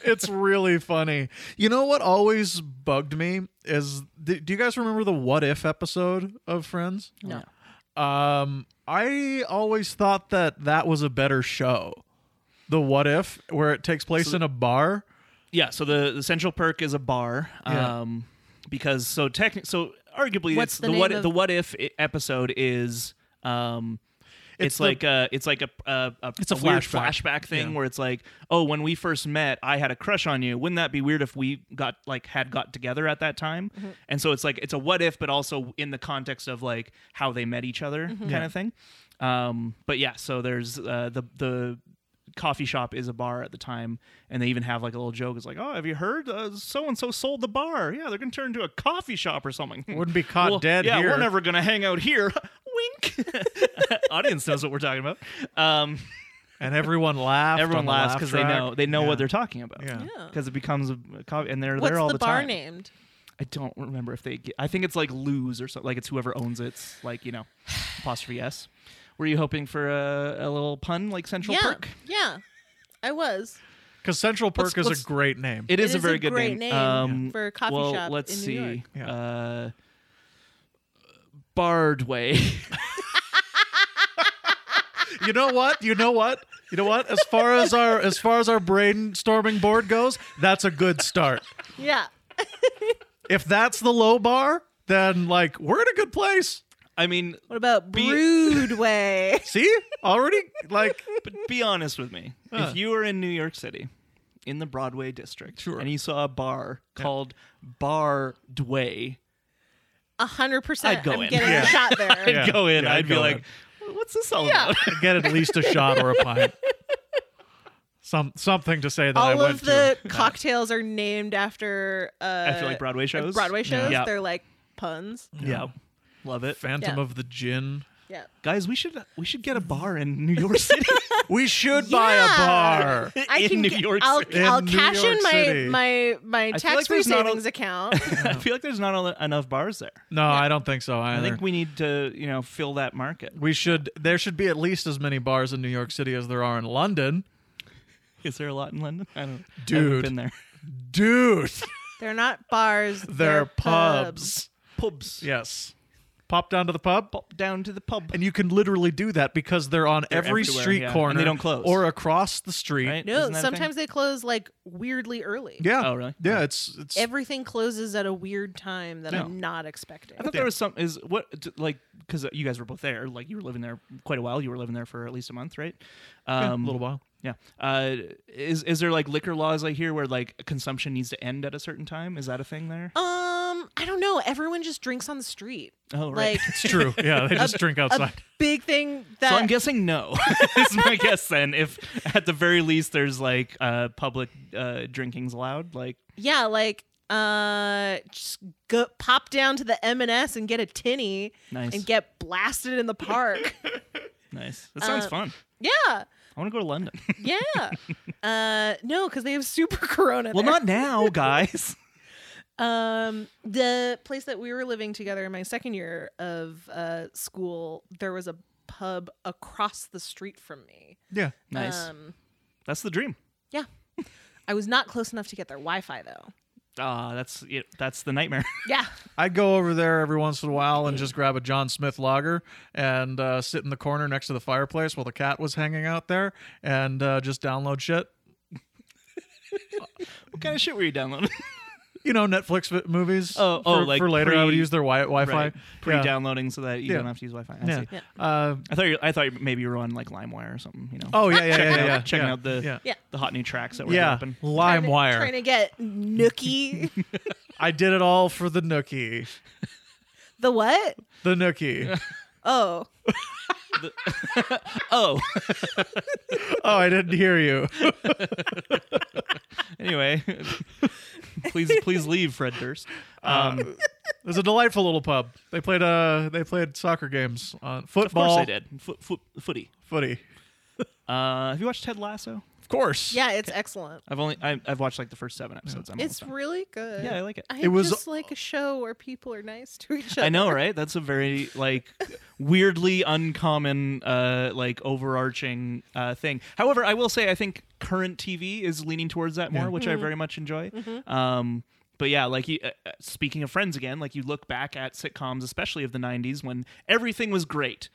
[SPEAKER 2] it's really funny. You know what always bugged me is do do you guys remember the what if episode of Friends?
[SPEAKER 3] no.
[SPEAKER 2] Um I always thought that that was a better show. The what if where it takes place in a bar.
[SPEAKER 1] Yeah, so the, the central perk is a bar.
[SPEAKER 2] Yeah.
[SPEAKER 1] Um because so technically so arguably
[SPEAKER 3] What's
[SPEAKER 1] it's
[SPEAKER 3] the
[SPEAKER 1] the, what
[SPEAKER 3] name of-
[SPEAKER 1] the what if i- episode is um it's,
[SPEAKER 2] It's the-
[SPEAKER 1] like a it's like a a, a
[SPEAKER 2] It's a
[SPEAKER 1] weird
[SPEAKER 2] flashback.
[SPEAKER 1] flashback thing
[SPEAKER 2] Yeah.
[SPEAKER 1] where it's like oh when we first met I had a crush on you wouldn't that be weird if we got like had got together at that time and so it's like it's a what if but also in the context of like how they met each other kind
[SPEAKER 2] Yeah.
[SPEAKER 1] of thing um but yeah so there's uh, the the coffee shop is a bar at the time, and they even have like a little joke. It's like, oh, have you heard? So and so sold the bar. Yeah, they're gonna turn into a coffee shop or *laughs* something.
[SPEAKER 2] Wouldn't be caught
[SPEAKER 1] Well,
[SPEAKER 2] dead
[SPEAKER 1] Yeah,
[SPEAKER 2] here.
[SPEAKER 1] we're never gonna hang out here. *laughs* Wink. Audience knows what we're talking about. Um,
[SPEAKER 2] and everyone laughed.
[SPEAKER 1] everyone
[SPEAKER 2] on the
[SPEAKER 1] laughs
[SPEAKER 2] laugh
[SPEAKER 1] because they
[SPEAKER 2] track.
[SPEAKER 1] know they know
[SPEAKER 2] Yeah.
[SPEAKER 1] what they're talking about.
[SPEAKER 2] Yeah.
[SPEAKER 3] Yeah.
[SPEAKER 1] Because it becomes a a coffee, and they're
[SPEAKER 3] What's
[SPEAKER 1] there all
[SPEAKER 3] the,
[SPEAKER 1] the,
[SPEAKER 3] bar
[SPEAKER 1] time.
[SPEAKER 3] named?
[SPEAKER 1] I don't remember if they. Get, I think it's like lose or something. Like it's whoever owns it's like you know, *sighs* apostrophe s. Were you hoping for a, a little pun like Central
[SPEAKER 3] yeah.
[SPEAKER 1] Perk?
[SPEAKER 3] Yeah. I was.
[SPEAKER 2] Cuz Central Perk
[SPEAKER 1] What's-
[SPEAKER 2] is
[SPEAKER 1] what's-
[SPEAKER 2] a great name.
[SPEAKER 1] It is,
[SPEAKER 3] It
[SPEAKER 1] a very good
[SPEAKER 3] great
[SPEAKER 1] name, Um,
[SPEAKER 3] for a coffee
[SPEAKER 1] well,
[SPEAKER 3] shop.
[SPEAKER 1] let's
[SPEAKER 3] in
[SPEAKER 1] see.
[SPEAKER 3] New York.
[SPEAKER 2] York.
[SPEAKER 1] Uh, Bardway. *laughs*
[SPEAKER 2] you know what? You know what? You know what? As far as our as far as our brainstorming board goes, that's a good start.
[SPEAKER 3] Yeah.
[SPEAKER 2] If that's the low bar, then like we're in a good place.
[SPEAKER 1] I mean,
[SPEAKER 3] What about
[SPEAKER 1] Be-
[SPEAKER 3] Broodway?
[SPEAKER 2] See? Already like
[SPEAKER 1] but be honest with me.
[SPEAKER 2] Huh.
[SPEAKER 1] If you were in New York City, in the Broadway district,
[SPEAKER 2] Sure.
[SPEAKER 1] and you saw a bar called Bardway,
[SPEAKER 3] A hundred percent.
[SPEAKER 1] I'd go
[SPEAKER 3] I'm
[SPEAKER 1] in.
[SPEAKER 3] getting
[SPEAKER 2] Yeah.
[SPEAKER 3] a
[SPEAKER 1] *laughs*
[SPEAKER 3] shot there.
[SPEAKER 2] Yeah.
[SPEAKER 1] go in.
[SPEAKER 2] Yeah,
[SPEAKER 1] I'd,
[SPEAKER 2] I'd
[SPEAKER 1] be
[SPEAKER 2] go
[SPEAKER 1] like, "What's this all
[SPEAKER 3] Yeah.
[SPEAKER 1] about?"
[SPEAKER 2] get at least a shot or a pint. Some something to say that I
[SPEAKER 3] All
[SPEAKER 2] went
[SPEAKER 3] of
[SPEAKER 2] *laughs*
[SPEAKER 3] the
[SPEAKER 2] to.
[SPEAKER 3] cocktails are named after uh,
[SPEAKER 1] After like Broadway shows.
[SPEAKER 3] Broadway shows.
[SPEAKER 1] Yeah.
[SPEAKER 3] They're like puns.
[SPEAKER 1] Yeah. Love it,
[SPEAKER 2] Phantom
[SPEAKER 3] Yeah.
[SPEAKER 2] of the Gin.
[SPEAKER 3] Yeah.
[SPEAKER 1] guys. We should we should get a bar in New York
[SPEAKER 3] *laughs*
[SPEAKER 1] City.
[SPEAKER 2] We should
[SPEAKER 3] Yeah.
[SPEAKER 2] buy a bar.
[SPEAKER 3] *laughs* I
[SPEAKER 1] In
[SPEAKER 3] can
[SPEAKER 1] New
[SPEAKER 3] get-
[SPEAKER 1] York
[SPEAKER 3] I'll,
[SPEAKER 1] City.
[SPEAKER 3] I'll
[SPEAKER 2] In New
[SPEAKER 3] cash
[SPEAKER 2] York
[SPEAKER 3] in my
[SPEAKER 2] City.
[SPEAKER 3] my my
[SPEAKER 1] I feel like
[SPEAKER 3] tax free
[SPEAKER 1] there's not a- *laughs*
[SPEAKER 3] savings account.
[SPEAKER 1] I feel like there's not a, enough bars there.
[SPEAKER 2] No, I don't think so either.
[SPEAKER 1] I think we need to, you know, fill that market.
[SPEAKER 2] we should there should be at least as many bars in New York City as there are in London.
[SPEAKER 1] Is there a lot in London? I don't. I haven't
[SPEAKER 2] Dude.
[SPEAKER 1] been there.
[SPEAKER 2] *laughs* Dude,
[SPEAKER 3] They're not bars.
[SPEAKER 2] they're, pubs.
[SPEAKER 1] Pubs.
[SPEAKER 2] Yes. Pop down to the pub.
[SPEAKER 1] Down to the pub.
[SPEAKER 2] And you can literally do that because they're on
[SPEAKER 1] They're
[SPEAKER 2] every
[SPEAKER 1] everywhere,
[SPEAKER 2] street
[SPEAKER 1] yeah.
[SPEAKER 2] corner
[SPEAKER 1] And they don't close.
[SPEAKER 2] or across the street.
[SPEAKER 1] right?
[SPEAKER 3] No,
[SPEAKER 1] Isn't that a thing?
[SPEAKER 3] sometimes they close like weirdly early.
[SPEAKER 2] Yeah.
[SPEAKER 1] Oh, really?
[SPEAKER 2] Yeah, it's it's
[SPEAKER 3] Everything closes at a weird time that
[SPEAKER 1] No.
[SPEAKER 3] I'm not expecting.
[SPEAKER 1] I thought there was some. Is what d- like because you guys were both there. Like you were living there quite a while. You were living there for at least a month, right?
[SPEAKER 2] yeah,
[SPEAKER 1] Um,
[SPEAKER 2] a little while.
[SPEAKER 1] Yeah. Uh, is is there like liquor laws I hear where like consumption needs to end at a certain time? Is that a thing there?
[SPEAKER 3] Um, I don't know. Everyone just drinks on the street.
[SPEAKER 1] Oh, right. *laughs*
[SPEAKER 3] Like uh,
[SPEAKER 2] It's *laughs* true. Yeah, they just drink
[SPEAKER 3] a
[SPEAKER 2] outside.
[SPEAKER 3] big thing that
[SPEAKER 1] so I'm guessing no. *laughs* is my guess then. If at the very least there's like uh, public uh, drinkings allowed, like
[SPEAKER 3] yeah, like uh just go pop down to the M&S and get a tinny
[SPEAKER 1] Nice.
[SPEAKER 3] and get blasted in
[SPEAKER 1] *laughs*
[SPEAKER 3] the park.
[SPEAKER 1] nice. That sounds
[SPEAKER 3] Uh,
[SPEAKER 1] fun.
[SPEAKER 3] yeah.
[SPEAKER 1] I want to go to
[SPEAKER 3] *laughs*
[SPEAKER 1] London.
[SPEAKER 3] Yeah.
[SPEAKER 1] *laughs*
[SPEAKER 3] uh no, cuz they have super *laughs* corona.
[SPEAKER 1] well,
[SPEAKER 3] there.
[SPEAKER 1] not
[SPEAKER 3] *laughs*
[SPEAKER 1] now, guys.
[SPEAKER 3] Um, the place that we were living together in my second year of uh, school, there was a pub across the street from me.
[SPEAKER 2] Yeah.
[SPEAKER 1] nice.
[SPEAKER 3] Um,
[SPEAKER 1] That's the dream.
[SPEAKER 3] yeah. I was not close enough to get their Wi-Fi though.
[SPEAKER 1] Ah, that's it. That's the nightmare.
[SPEAKER 3] Yeah.
[SPEAKER 2] I go over there every once in a while and just grab a John Smith lager and uh, sit in the corner next to the fireplace while the cat was hanging out there and uh, just download shit.
[SPEAKER 1] what kind of shit were you downloading?
[SPEAKER 2] you know, Netflix vi- movies.
[SPEAKER 1] Oh, oh,
[SPEAKER 2] for,
[SPEAKER 1] like
[SPEAKER 2] for later, I would
[SPEAKER 1] pre-
[SPEAKER 2] use their wi- Wi-Fi
[SPEAKER 1] Right.
[SPEAKER 2] Yeah.
[SPEAKER 1] pre-downloading so that you
[SPEAKER 2] Yeah.
[SPEAKER 1] don't have to use Wi-Fi. I
[SPEAKER 2] Yeah.
[SPEAKER 1] see.
[SPEAKER 2] Uh,
[SPEAKER 1] I thought you, I thought maybe you were on like LimeWire or something. You know.
[SPEAKER 2] oh yeah, yeah, yeah,
[SPEAKER 1] checking
[SPEAKER 2] yeah,
[SPEAKER 1] out,
[SPEAKER 2] yeah.
[SPEAKER 1] checking
[SPEAKER 2] yeah.
[SPEAKER 1] out the
[SPEAKER 2] yeah.
[SPEAKER 3] Yeah.
[SPEAKER 1] the hot new tracks that were
[SPEAKER 2] Yeah,
[SPEAKER 1] dropping.
[SPEAKER 2] LimeWire.
[SPEAKER 3] Trying to get
[SPEAKER 1] *laughs*
[SPEAKER 3] Nookie.
[SPEAKER 2] I did it all for the nookie.
[SPEAKER 3] the what?
[SPEAKER 1] *laughs*
[SPEAKER 2] The nookie.
[SPEAKER 3] Oh.
[SPEAKER 1] Oh, *laughs*
[SPEAKER 2] oh, I didn't hear you. *laughs*
[SPEAKER 1] anyway, please please leave, Fred Durst. Um, of
[SPEAKER 2] It was a delightful little pub. They played uh they played soccer games on football,
[SPEAKER 1] course I did. Foot, foot, footy.
[SPEAKER 2] footy.
[SPEAKER 1] Uh, have you watched Ted Lasso?
[SPEAKER 2] Of course.
[SPEAKER 3] Yeah, it's excellent.
[SPEAKER 1] I've only I, I've watched like the first seven episodes. I'm
[SPEAKER 3] It's
[SPEAKER 1] almost done.
[SPEAKER 3] really good.
[SPEAKER 1] yeah, I like it.
[SPEAKER 3] I
[SPEAKER 2] It was-
[SPEAKER 3] just like a show where people are nice to each other.
[SPEAKER 1] I know, right? That's a very like weirdly uncommon uh like overarching uh thing. However, I will say I think current TV is leaning towards that more,
[SPEAKER 2] Yeah. Mm-hmm.
[SPEAKER 1] which I very much enjoy. Um but yeah, like you, uh, uh, speaking of friends again, like you look back at sitcoms, especially of the 90s when everything was great.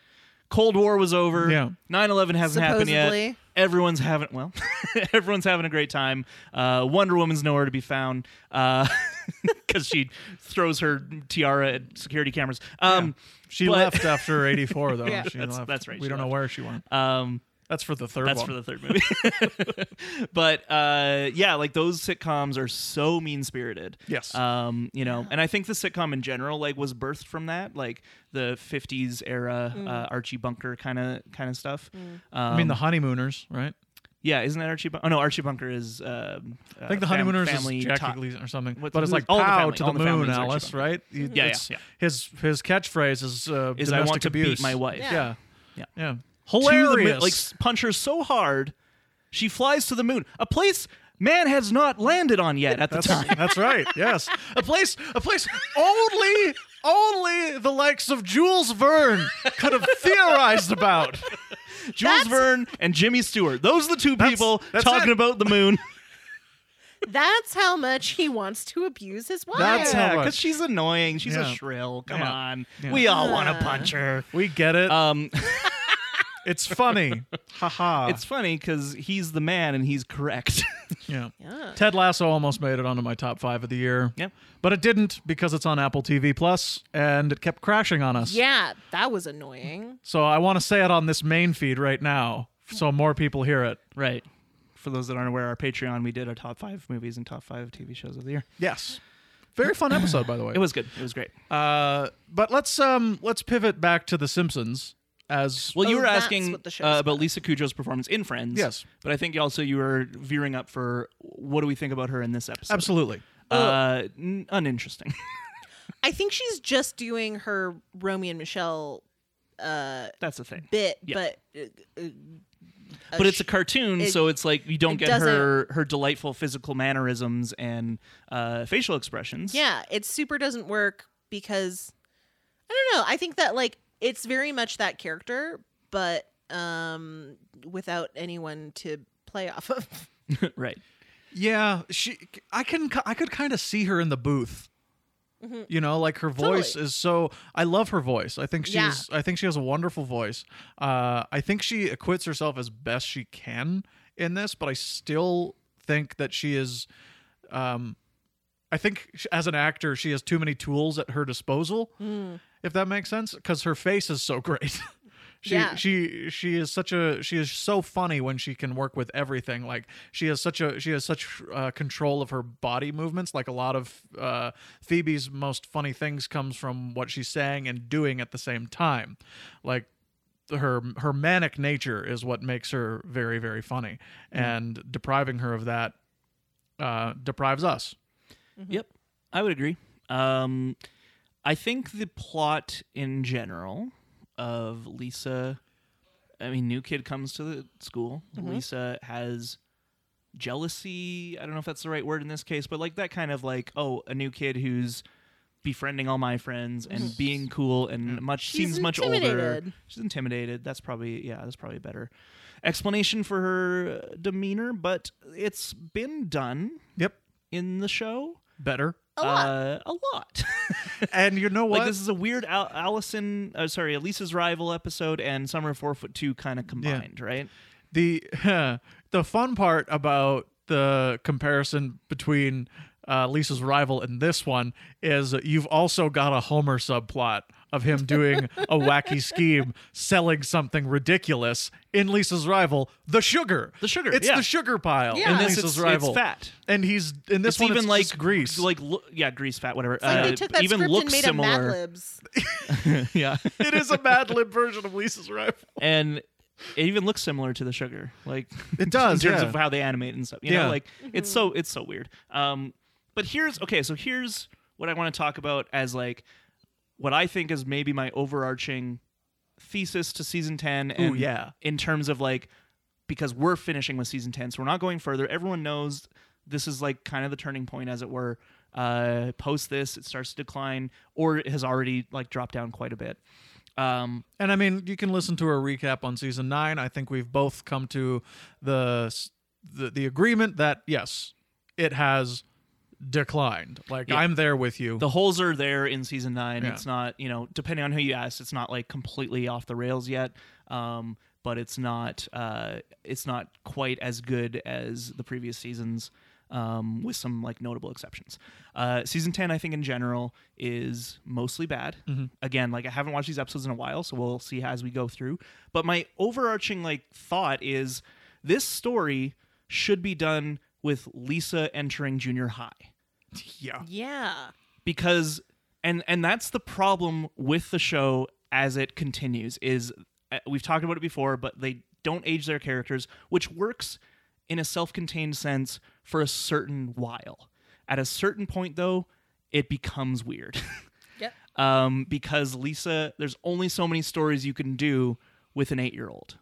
[SPEAKER 1] Cold War was over.
[SPEAKER 2] Yeah.
[SPEAKER 1] 9/11 hasn't happened yet.
[SPEAKER 3] Supposedly.
[SPEAKER 1] Everyone's having well, *laughs* everyone's having a great time. Uh, Wonder Woman's nowhere to be found *laughs* because she throws her tiara at security cameras. Um,
[SPEAKER 2] She
[SPEAKER 1] But- *laughs*
[SPEAKER 2] left after eighty four though.
[SPEAKER 3] Yeah.
[SPEAKER 2] She
[SPEAKER 1] That's-
[SPEAKER 2] left.
[SPEAKER 1] that's right,
[SPEAKER 2] We
[SPEAKER 1] she
[SPEAKER 2] don't know
[SPEAKER 1] left.
[SPEAKER 2] where she went.
[SPEAKER 1] um,
[SPEAKER 2] That's for the third
[SPEAKER 1] that's
[SPEAKER 2] one.
[SPEAKER 1] for the third movie. *laughs* but uh, yeah, like those sitcoms are so mean spirited.
[SPEAKER 2] Yes.
[SPEAKER 1] Um, you know, and I think the sitcom in general like was birthed from that, like the '50s era uh, Archie Bunker kind of kind of stuff. Um,
[SPEAKER 2] I mean the honeymooners, right?
[SPEAKER 1] yeah, isn't that Archie? Bun- oh no, Archie Bunker is. Um,
[SPEAKER 2] I think the
[SPEAKER 1] uh, fam-
[SPEAKER 2] honeymooners
[SPEAKER 1] family
[SPEAKER 2] is Jackie
[SPEAKER 1] Ti-
[SPEAKER 2] Gleason or something.
[SPEAKER 1] What's-
[SPEAKER 2] but it's
[SPEAKER 1] who's-
[SPEAKER 2] like
[SPEAKER 1] all the
[SPEAKER 2] pow
[SPEAKER 1] family-
[SPEAKER 2] to
[SPEAKER 1] all
[SPEAKER 2] the
[SPEAKER 1] the family
[SPEAKER 2] moon,
[SPEAKER 1] is actually
[SPEAKER 2] Alice,
[SPEAKER 1] Bunker.
[SPEAKER 2] right? You-
[SPEAKER 1] Yeah,
[SPEAKER 2] it's-
[SPEAKER 1] yeah,
[SPEAKER 2] His his catchphrase is uh,
[SPEAKER 1] Is I want
[SPEAKER 2] domestic
[SPEAKER 1] to beat
[SPEAKER 2] abuse.
[SPEAKER 1] my wife.
[SPEAKER 2] Yeah.
[SPEAKER 3] Yeah.
[SPEAKER 2] Yeah.
[SPEAKER 1] Yeah.
[SPEAKER 2] Hilarious.
[SPEAKER 1] To the moon, like punch her so hard, she flies to the moon, a place man has not landed on yet at the
[SPEAKER 2] That's, *laughs*
[SPEAKER 1] time.
[SPEAKER 2] that's
[SPEAKER 1] *laughs*
[SPEAKER 2] right. Yes, a place, a place only, only the likes of Jules Verne could have theorized about.
[SPEAKER 1] Jules Verne and Jimmy Stewart. Those are the two people
[SPEAKER 2] that's
[SPEAKER 1] talking
[SPEAKER 2] it.
[SPEAKER 1] about the moon.
[SPEAKER 3] That's how much he wants to abuse his
[SPEAKER 2] *laughs*
[SPEAKER 3] wife.
[SPEAKER 2] That's how
[SPEAKER 1] yeah,
[SPEAKER 2] much.
[SPEAKER 1] because she's annoying. She's
[SPEAKER 2] Yeah.
[SPEAKER 1] a shrill. Come
[SPEAKER 2] Yeah.
[SPEAKER 1] on,
[SPEAKER 2] Yeah.
[SPEAKER 1] we all want to punch her.
[SPEAKER 2] We get it.
[SPEAKER 1] Um, *laughs*
[SPEAKER 2] it's funny. Haha.
[SPEAKER 1] it's funny because he's the man and he's correct. *laughs*
[SPEAKER 2] yeah.
[SPEAKER 3] Yeah.
[SPEAKER 2] Ted Lasso almost made it onto my top five of the year.
[SPEAKER 1] Yep.
[SPEAKER 2] But it didn't because it's on Apple TV Plus and it kept crashing on us.
[SPEAKER 3] Yeah, that was annoying.
[SPEAKER 2] So I want to say it on this main feed right now so more people hear it.
[SPEAKER 1] right. For those that aren't aware, our Patreon, we did our top five movies and top five TV shows of the year.
[SPEAKER 2] Yes. Very fun episode, by the way.
[SPEAKER 1] It was good. It was great.
[SPEAKER 2] Uh, but let's um let's pivot back to The Simpsons as
[SPEAKER 1] Well, you
[SPEAKER 3] Oh,
[SPEAKER 1] were
[SPEAKER 3] that's
[SPEAKER 1] asking
[SPEAKER 3] what the show's
[SPEAKER 1] uh, about Lisa Kudrow's performance in Friends.
[SPEAKER 2] Yes.
[SPEAKER 1] but I think also you were veering up for what do we think about her in this episode?
[SPEAKER 2] absolutely.
[SPEAKER 1] uh, n- uninteresting. *laughs*
[SPEAKER 3] I think she's just doing her Romy and Michelle uh,
[SPEAKER 1] That's the thing.
[SPEAKER 3] bit,
[SPEAKER 1] Yeah.
[SPEAKER 3] but uh, uh,
[SPEAKER 1] But it's a cartoon,
[SPEAKER 3] it-
[SPEAKER 1] so it's like you don't
[SPEAKER 3] it
[SPEAKER 1] get her her delightful physical mannerisms and uh, facial expressions.
[SPEAKER 3] yeah, it super doesn't work because I don't know. I think that like it's very much that character, but um, without anyone to play off of.
[SPEAKER 1] *laughs* right.
[SPEAKER 2] Yeah, she. I can. I could kind of see her in the booth. You know, like her voice
[SPEAKER 3] Mm-hmm. Totally.
[SPEAKER 2] is so. I love her voice. I think she's.
[SPEAKER 3] Yeah.
[SPEAKER 2] I think she has a wonderful voice. Uh, I think she acquits herself as best she can in this, but I still think that she is. Um, I think sh- as an actor, she has too many tools at her disposal. If that makes sense, because her face is so *laughs* great. She,
[SPEAKER 3] Yeah.
[SPEAKER 2] she she is such a she is so funny when she can work with everything like she has such a she has such uh, control of her body movements like a lot of uh, phoebe's most funny things comes from what she's saying and doing at the same time like her her manic nature is what makes her very very funny and depriving her of that uh, deprives us
[SPEAKER 1] Yep. I would agree. Um, I think the plot in general of Lisa, I mean, new kid comes to the school.
[SPEAKER 3] Mm-hmm.
[SPEAKER 1] Lisa has jealousy. I don't know if that's the right word in this case, but like that kind of like, oh, a new kid who's befriending all my friends and being cool and much
[SPEAKER 3] Mm-hmm. She's
[SPEAKER 1] seems much older.
[SPEAKER 3] intimidated.
[SPEAKER 1] She's intimidated. That's probably yeah, that's probably a better explanation for her uh, demeanor, but it's been done
[SPEAKER 2] yep
[SPEAKER 1] in the show
[SPEAKER 2] better
[SPEAKER 3] A lot.
[SPEAKER 1] uh, a lot. *laughs*
[SPEAKER 2] and you know what
[SPEAKER 1] like this is a weird Al- Allison, uh, sorry, Elisa's rival episode and Summer Four Foot Two kind of combined, right?
[SPEAKER 2] *laughs* the the fun part about the comparison between uh, Lisa's rival in this one is you've also got a Homer subplot of him doing
[SPEAKER 1] *laughs*
[SPEAKER 2] a wacky scheme, selling something ridiculous in Lisa's rival, the sugar.
[SPEAKER 1] The sugar,
[SPEAKER 2] It's
[SPEAKER 1] yeah.
[SPEAKER 2] the sugar pile
[SPEAKER 3] Yeah.
[SPEAKER 2] in
[SPEAKER 3] And
[SPEAKER 1] this
[SPEAKER 2] Lisa's
[SPEAKER 1] it's,
[SPEAKER 2] rival.
[SPEAKER 1] it's fat.
[SPEAKER 2] And he's in this
[SPEAKER 1] It's
[SPEAKER 2] one
[SPEAKER 1] even
[SPEAKER 2] it's
[SPEAKER 1] like
[SPEAKER 2] just grease.
[SPEAKER 1] like lo- yeah, grease, fat, whatever.
[SPEAKER 3] It's like
[SPEAKER 1] uh,
[SPEAKER 3] they took that
[SPEAKER 1] even
[SPEAKER 3] script
[SPEAKER 1] looks
[SPEAKER 3] and made
[SPEAKER 1] similar.
[SPEAKER 3] a Mad Libs.
[SPEAKER 1] *laughs* yeah,
[SPEAKER 2] it is a Mad Lib version of Lisa's rival.
[SPEAKER 1] and it even looks similar to the sugar. Like *laughs*
[SPEAKER 2] It does,
[SPEAKER 1] in terms
[SPEAKER 2] yeah.
[SPEAKER 1] of how they animate and stuff. You
[SPEAKER 2] Yeah.
[SPEAKER 1] know, like it's so it's so weird. Um, but here's okay. So here's what I want to talk about as like what I think is maybe my overarching thesis to season ten. And
[SPEAKER 2] yeah.
[SPEAKER 1] in terms of like because we're finishing with season ten, so we're not going further. Everyone knows this is like kind of the turning point, as it were. Uh, post this, it starts to decline, or it has already like dropped down quite a bit. Um,
[SPEAKER 2] And I mean, you can listen to our recap on season nine. I think we've both come to the the, the agreement that yes, it has declined. Like
[SPEAKER 1] Yeah.
[SPEAKER 2] I'm there with you.
[SPEAKER 1] the holes are there in season nine.
[SPEAKER 2] Yeah.
[SPEAKER 1] It's not, you know, depending on who you ask, it's not like completely off the rails yet. Um, but it's not, uh, it's not quite as good as the previous seasons, um, with some like notable exceptions. Uh, season ten, I think in general, is mostly bad.
[SPEAKER 2] Mm-hmm.
[SPEAKER 1] Again, like I haven't watched these episodes in a while, so we'll see as we go through. But my overarching like thought is this story should be done with Lisa entering junior high Uh,
[SPEAKER 2] yeah.
[SPEAKER 3] Yeah.
[SPEAKER 1] because and and that's the problem with the show as it continues is uh, we've talked about it before but they don't age their characters which works in a self-contained sense for a certain while at a certain point though it becomes weird *laughs*
[SPEAKER 3] Yep.
[SPEAKER 1] um, because lisa there's only so many stories you can do with an eight-year-old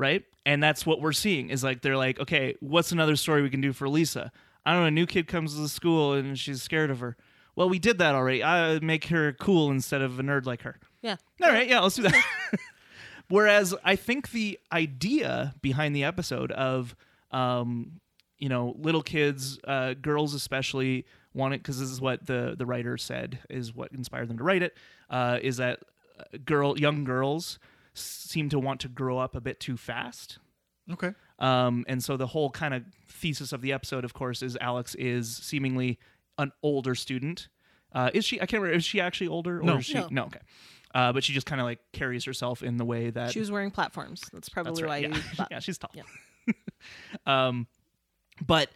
[SPEAKER 1] right? And that's what we're seeing is like they're like, okay, what's another story we can do for Lisa? I don't know. A new kid comes to the school and she's scared of her. Well, we did that already. I make her cool instead of a nerd like her.
[SPEAKER 3] Yeah.
[SPEAKER 1] All right, yeah, let's do that. *laughs* Whereas I think the idea behind the episode of, um, you know, little kids, uh, girls especially want it because this is what the the writer said is what inspired them to write it. Uh, is that uh, girl, young girls seem to want to grow up a bit too fast.
[SPEAKER 2] Okay.
[SPEAKER 1] Um, and so the whole kind of thesis of the episode, of course, is Alex is seemingly an older student. Uh, is she? I can't remember. Is she actually older? Or
[SPEAKER 2] No.
[SPEAKER 1] Is she,
[SPEAKER 3] No.
[SPEAKER 1] Okay. Uh, but she just kind of like carries herself in the way that
[SPEAKER 3] She was wearing platforms. That's probably
[SPEAKER 1] that's right.
[SPEAKER 3] why
[SPEAKER 1] Yeah. *laughs*
[SPEAKER 3] you thought.
[SPEAKER 1] yeah, she's tall.
[SPEAKER 3] Yeah.
[SPEAKER 1] *laughs* um, but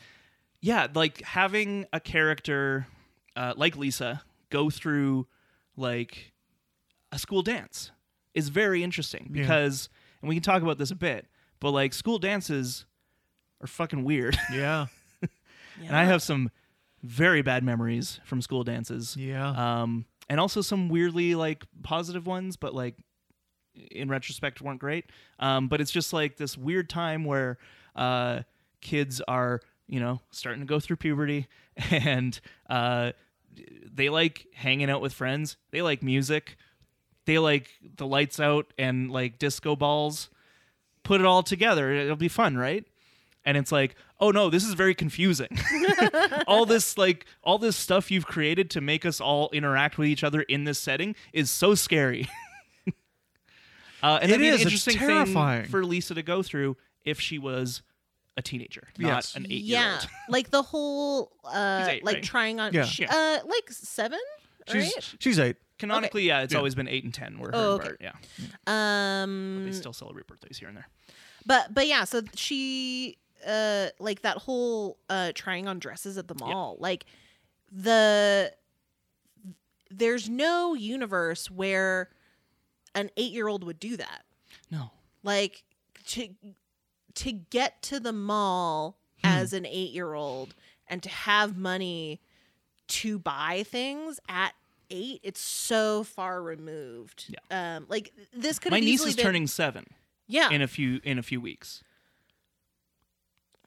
[SPEAKER 1] yeah, like having a character uh, like Lisa go through like a school dance is very interesting
[SPEAKER 2] Yeah.
[SPEAKER 1] because, and we can talk about this a bit, but like school dances are fucking weird, *laughs*
[SPEAKER 2] Yeah.
[SPEAKER 1] and
[SPEAKER 3] Uh-huh.
[SPEAKER 1] I have some very bad memories from school dances.
[SPEAKER 2] Yeah.
[SPEAKER 1] Um, and also some weirdly like positive ones, but like in retrospect weren't great. Um, but it's just like this weird time where uh, kids are, you know, starting to go through puberty *laughs* and uh, they like hanging out with friends. They like music. They like the lights out and like disco balls. Put it all together. It'll be fun, right? And it's like, oh no, this is very confusing. *laughs* all this like all this stuff you've created to make us all interact with each other in this setting is so scary. *laughs* uh, and
[SPEAKER 2] It
[SPEAKER 1] it'd be an
[SPEAKER 2] is, it's
[SPEAKER 1] interesting thing
[SPEAKER 2] terrifying.
[SPEAKER 1] for Lisa to go through if she was a teenager,
[SPEAKER 2] Yes.
[SPEAKER 1] not an
[SPEAKER 3] yeah.
[SPEAKER 1] eight-year-old.
[SPEAKER 3] Like the whole
[SPEAKER 1] *laughs*
[SPEAKER 3] uh
[SPEAKER 1] She's eight,
[SPEAKER 3] like
[SPEAKER 1] right?
[SPEAKER 3] trying on
[SPEAKER 2] Yeah.
[SPEAKER 3] sh-
[SPEAKER 1] Yeah.
[SPEAKER 3] uh like 7,
[SPEAKER 2] she's
[SPEAKER 3] right?
[SPEAKER 2] she's eight.
[SPEAKER 1] *laughs* Canonically, yeah, it's
[SPEAKER 2] Yeah.
[SPEAKER 1] always been eight and ten. Where her
[SPEAKER 3] Oh,
[SPEAKER 1] and
[SPEAKER 3] okay.
[SPEAKER 1] Bart, yeah,
[SPEAKER 3] Um
[SPEAKER 1] they still celebrate birthdays here and there.
[SPEAKER 3] but but yeah, so she uh like that whole uh trying on dresses at the mall. Like the there's no universe where an 8-year-old would do that.
[SPEAKER 1] No,
[SPEAKER 3] like to to get to the mall
[SPEAKER 1] Hmm.
[SPEAKER 3] as an 8-year-old and to have money to buy things at 8 it's so far removed um like this could
[SPEAKER 1] my
[SPEAKER 3] have
[SPEAKER 1] niece
[SPEAKER 3] easily
[SPEAKER 1] is
[SPEAKER 3] been-
[SPEAKER 1] turning seven
[SPEAKER 3] yeah
[SPEAKER 1] *laughs* in a few in a few weeks.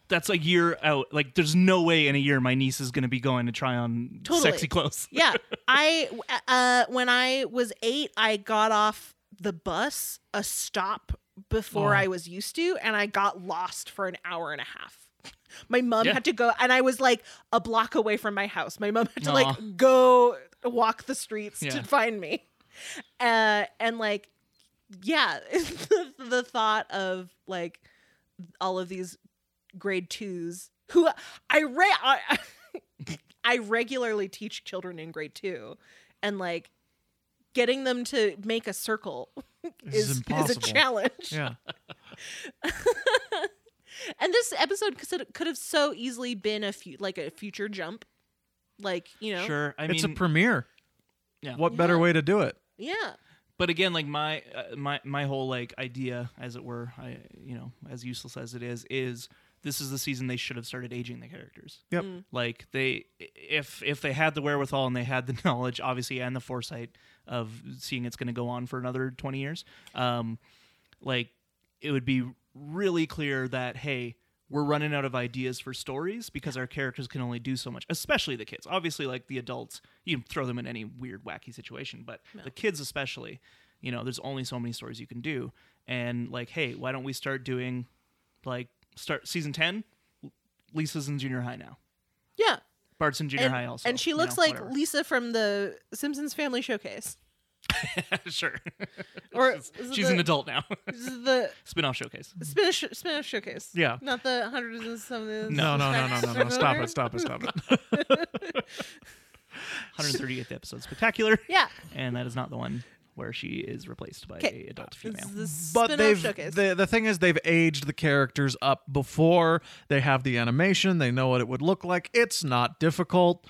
[SPEAKER 1] That's a year out. Like, there's no way in a year my niece is going to be going to try on
[SPEAKER 3] Totally.
[SPEAKER 1] sexy clothes.
[SPEAKER 3] yeah i uh when i was 8 i got off the bus a stop before
[SPEAKER 2] Oh.
[SPEAKER 3] i was used to and i got lost for an hour and a half *laughs* my mom
[SPEAKER 1] Yeah.
[SPEAKER 3] had to go and i was like a block away from my house my mom had to
[SPEAKER 1] Aw.
[SPEAKER 3] like go walk the streets
[SPEAKER 1] Yeah.
[SPEAKER 3] to find me uh and like yeah *laughs* the, the thought of like all of these grade twos who I *laughs* ran. I, I regularly teach children in grade two, and like getting them to make a circle
[SPEAKER 2] is
[SPEAKER 3] is, is, a
[SPEAKER 2] impossible.
[SPEAKER 3] challenge.
[SPEAKER 2] Yeah.
[SPEAKER 3] And this episode could could have so easily been a few like a future jump, like *laughs* you know,
[SPEAKER 1] Sure. I
[SPEAKER 2] it's a
[SPEAKER 1] mean,
[SPEAKER 2] premiere.
[SPEAKER 1] Yeah.
[SPEAKER 2] What better way to do it?
[SPEAKER 3] yeah,
[SPEAKER 1] but again like my uh, my my whole like idea as it were i you know as useless as it is is this is the season they should have started aging the characters
[SPEAKER 2] Yep.
[SPEAKER 3] Mm.
[SPEAKER 1] like they if if they had the wherewithal and they had the *laughs* knowledge obviously and the foresight of seeing it's going to go on for another 20 years um like it would be really clear that hey we're running out of ideas for stories because our characters can only do so much especially the kids obviously like the adults you can throw them in any weird wacky situation but the kids especially you know there's only so many stories you can do and like hey why don't we start doing like start season 10 lisa's in junior high now
[SPEAKER 3] yeah.
[SPEAKER 1] bart's in junior
[SPEAKER 3] and,
[SPEAKER 1] high also
[SPEAKER 3] and she
[SPEAKER 1] you
[SPEAKER 3] looks
[SPEAKER 1] know,
[SPEAKER 3] like
[SPEAKER 1] whatever.
[SPEAKER 3] Lisa from the Simpsons Family Showcase,
[SPEAKER 1] *laughs*
[SPEAKER 3] *laughs*
[SPEAKER 1] sure
[SPEAKER 3] or is it
[SPEAKER 1] she's
[SPEAKER 3] the,
[SPEAKER 1] an adult now *laughs*
[SPEAKER 3] is it the
[SPEAKER 1] spin-off
[SPEAKER 3] *laughs*
[SPEAKER 1] showcase
[SPEAKER 3] Spanish Spanish Showcase.
[SPEAKER 2] Yeah.
[SPEAKER 3] not the hundreds and something.
[SPEAKER 2] No, no, no, no, no, no. Stop it. Stop it. Stop it.
[SPEAKER 1] 138th episode spectacular
[SPEAKER 3] Yeah,
[SPEAKER 1] and that is not the one where she is replaced by
[SPEAKER 3] Okay.
[SPEAKER 1] a adult
[SPEAKER 3] it's
[SPEAKER 1] female
[SPEAKER 3] the
[SPEAKER 2] but
[SPEAKER 3] spin-off
[SPEAKER 2] they've
[SPEAKER 3] showcase.
[SPEAKER 2] the, the thing is they've aged the characters up before they have the animation they know what it would look like it's not difficult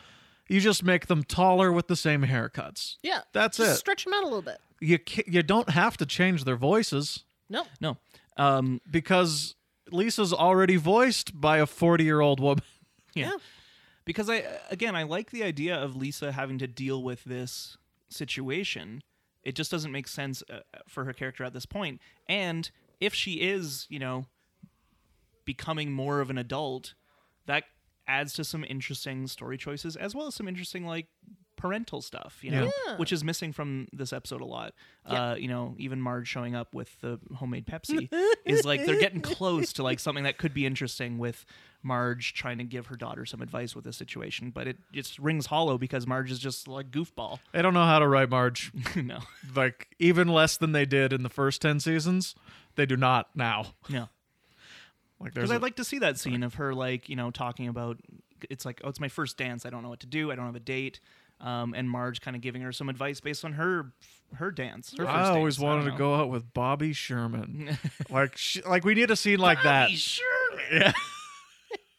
[SPEAKER 2] you just make them taller with the same haircuts
[SPEAKER 3] yeah,
[SPEAKER 2] that's
[SPEAKER 3] just
[SPEAKER 2] it.
[SPEAKER 3] Stretch them out a little bit.
[SPEAKER 2] you ca- you don't have to change their voices
[SPEAKER 3] No,
[SPEAKER 1] no um
[SPEAKER 2] because lisa's already voiced by a 40 year old woman *laughs*
[SPEAKER 1] yeah.
[SPEAKER 3] Yeah.
[SPEAKER 1] because i again i like the idea of lisa having to deal with this situation it just doesn't make sense uh, for her character at this point and if she is you know becoming more of an adult that adds to some interesting story choices as well as some interesting like parental stuff you know
[SPEAKER 2] Yeah.
[SPEAKER 1] which is missing from this episode a lot
[SPEAKER 3] Yeah.
[SPEAKER 1] uh you know even marge showing up with the homemade pepsi is like they're getting close to like something that could be interesting with marge trying to give her daughter some advice with this situation but it just rings hollow because marge is just like goofball *laughs*
[SPEAKER 2] they don't know how to write marge
[SPEAKER 1] no
[SPEAKER 2] like even less than they did in the first 10 seasons they do not now *laughs*
[SPEAKER 1] no
[SPEAKER 2] like there's
[SPEAKER 1] because
[SPEAKER 2] a-
[SPEAKER 1] i'd like to see that scene of her like you know talking about it's like oh it's my first dance i don't know what to do i don't have a date um, and marge kind of giving her some advice based on her her dance her
[SPEAKER 2] I
[SPEAKER 1] first
[SPEAKER 2] always
[SPEAKER 1] dance. I
[SPEAKER 2] wanted
[SPEAKER 1] don't
[SPEAKER 2] to
[SPEAKER 1] know.
[SPEAKER 2] go out with
[SPEAKER 1] *laughs*
[SPEAKER 2] Bobby Sherman. like, sh- like we need a scene like that. Yeah. *laughs*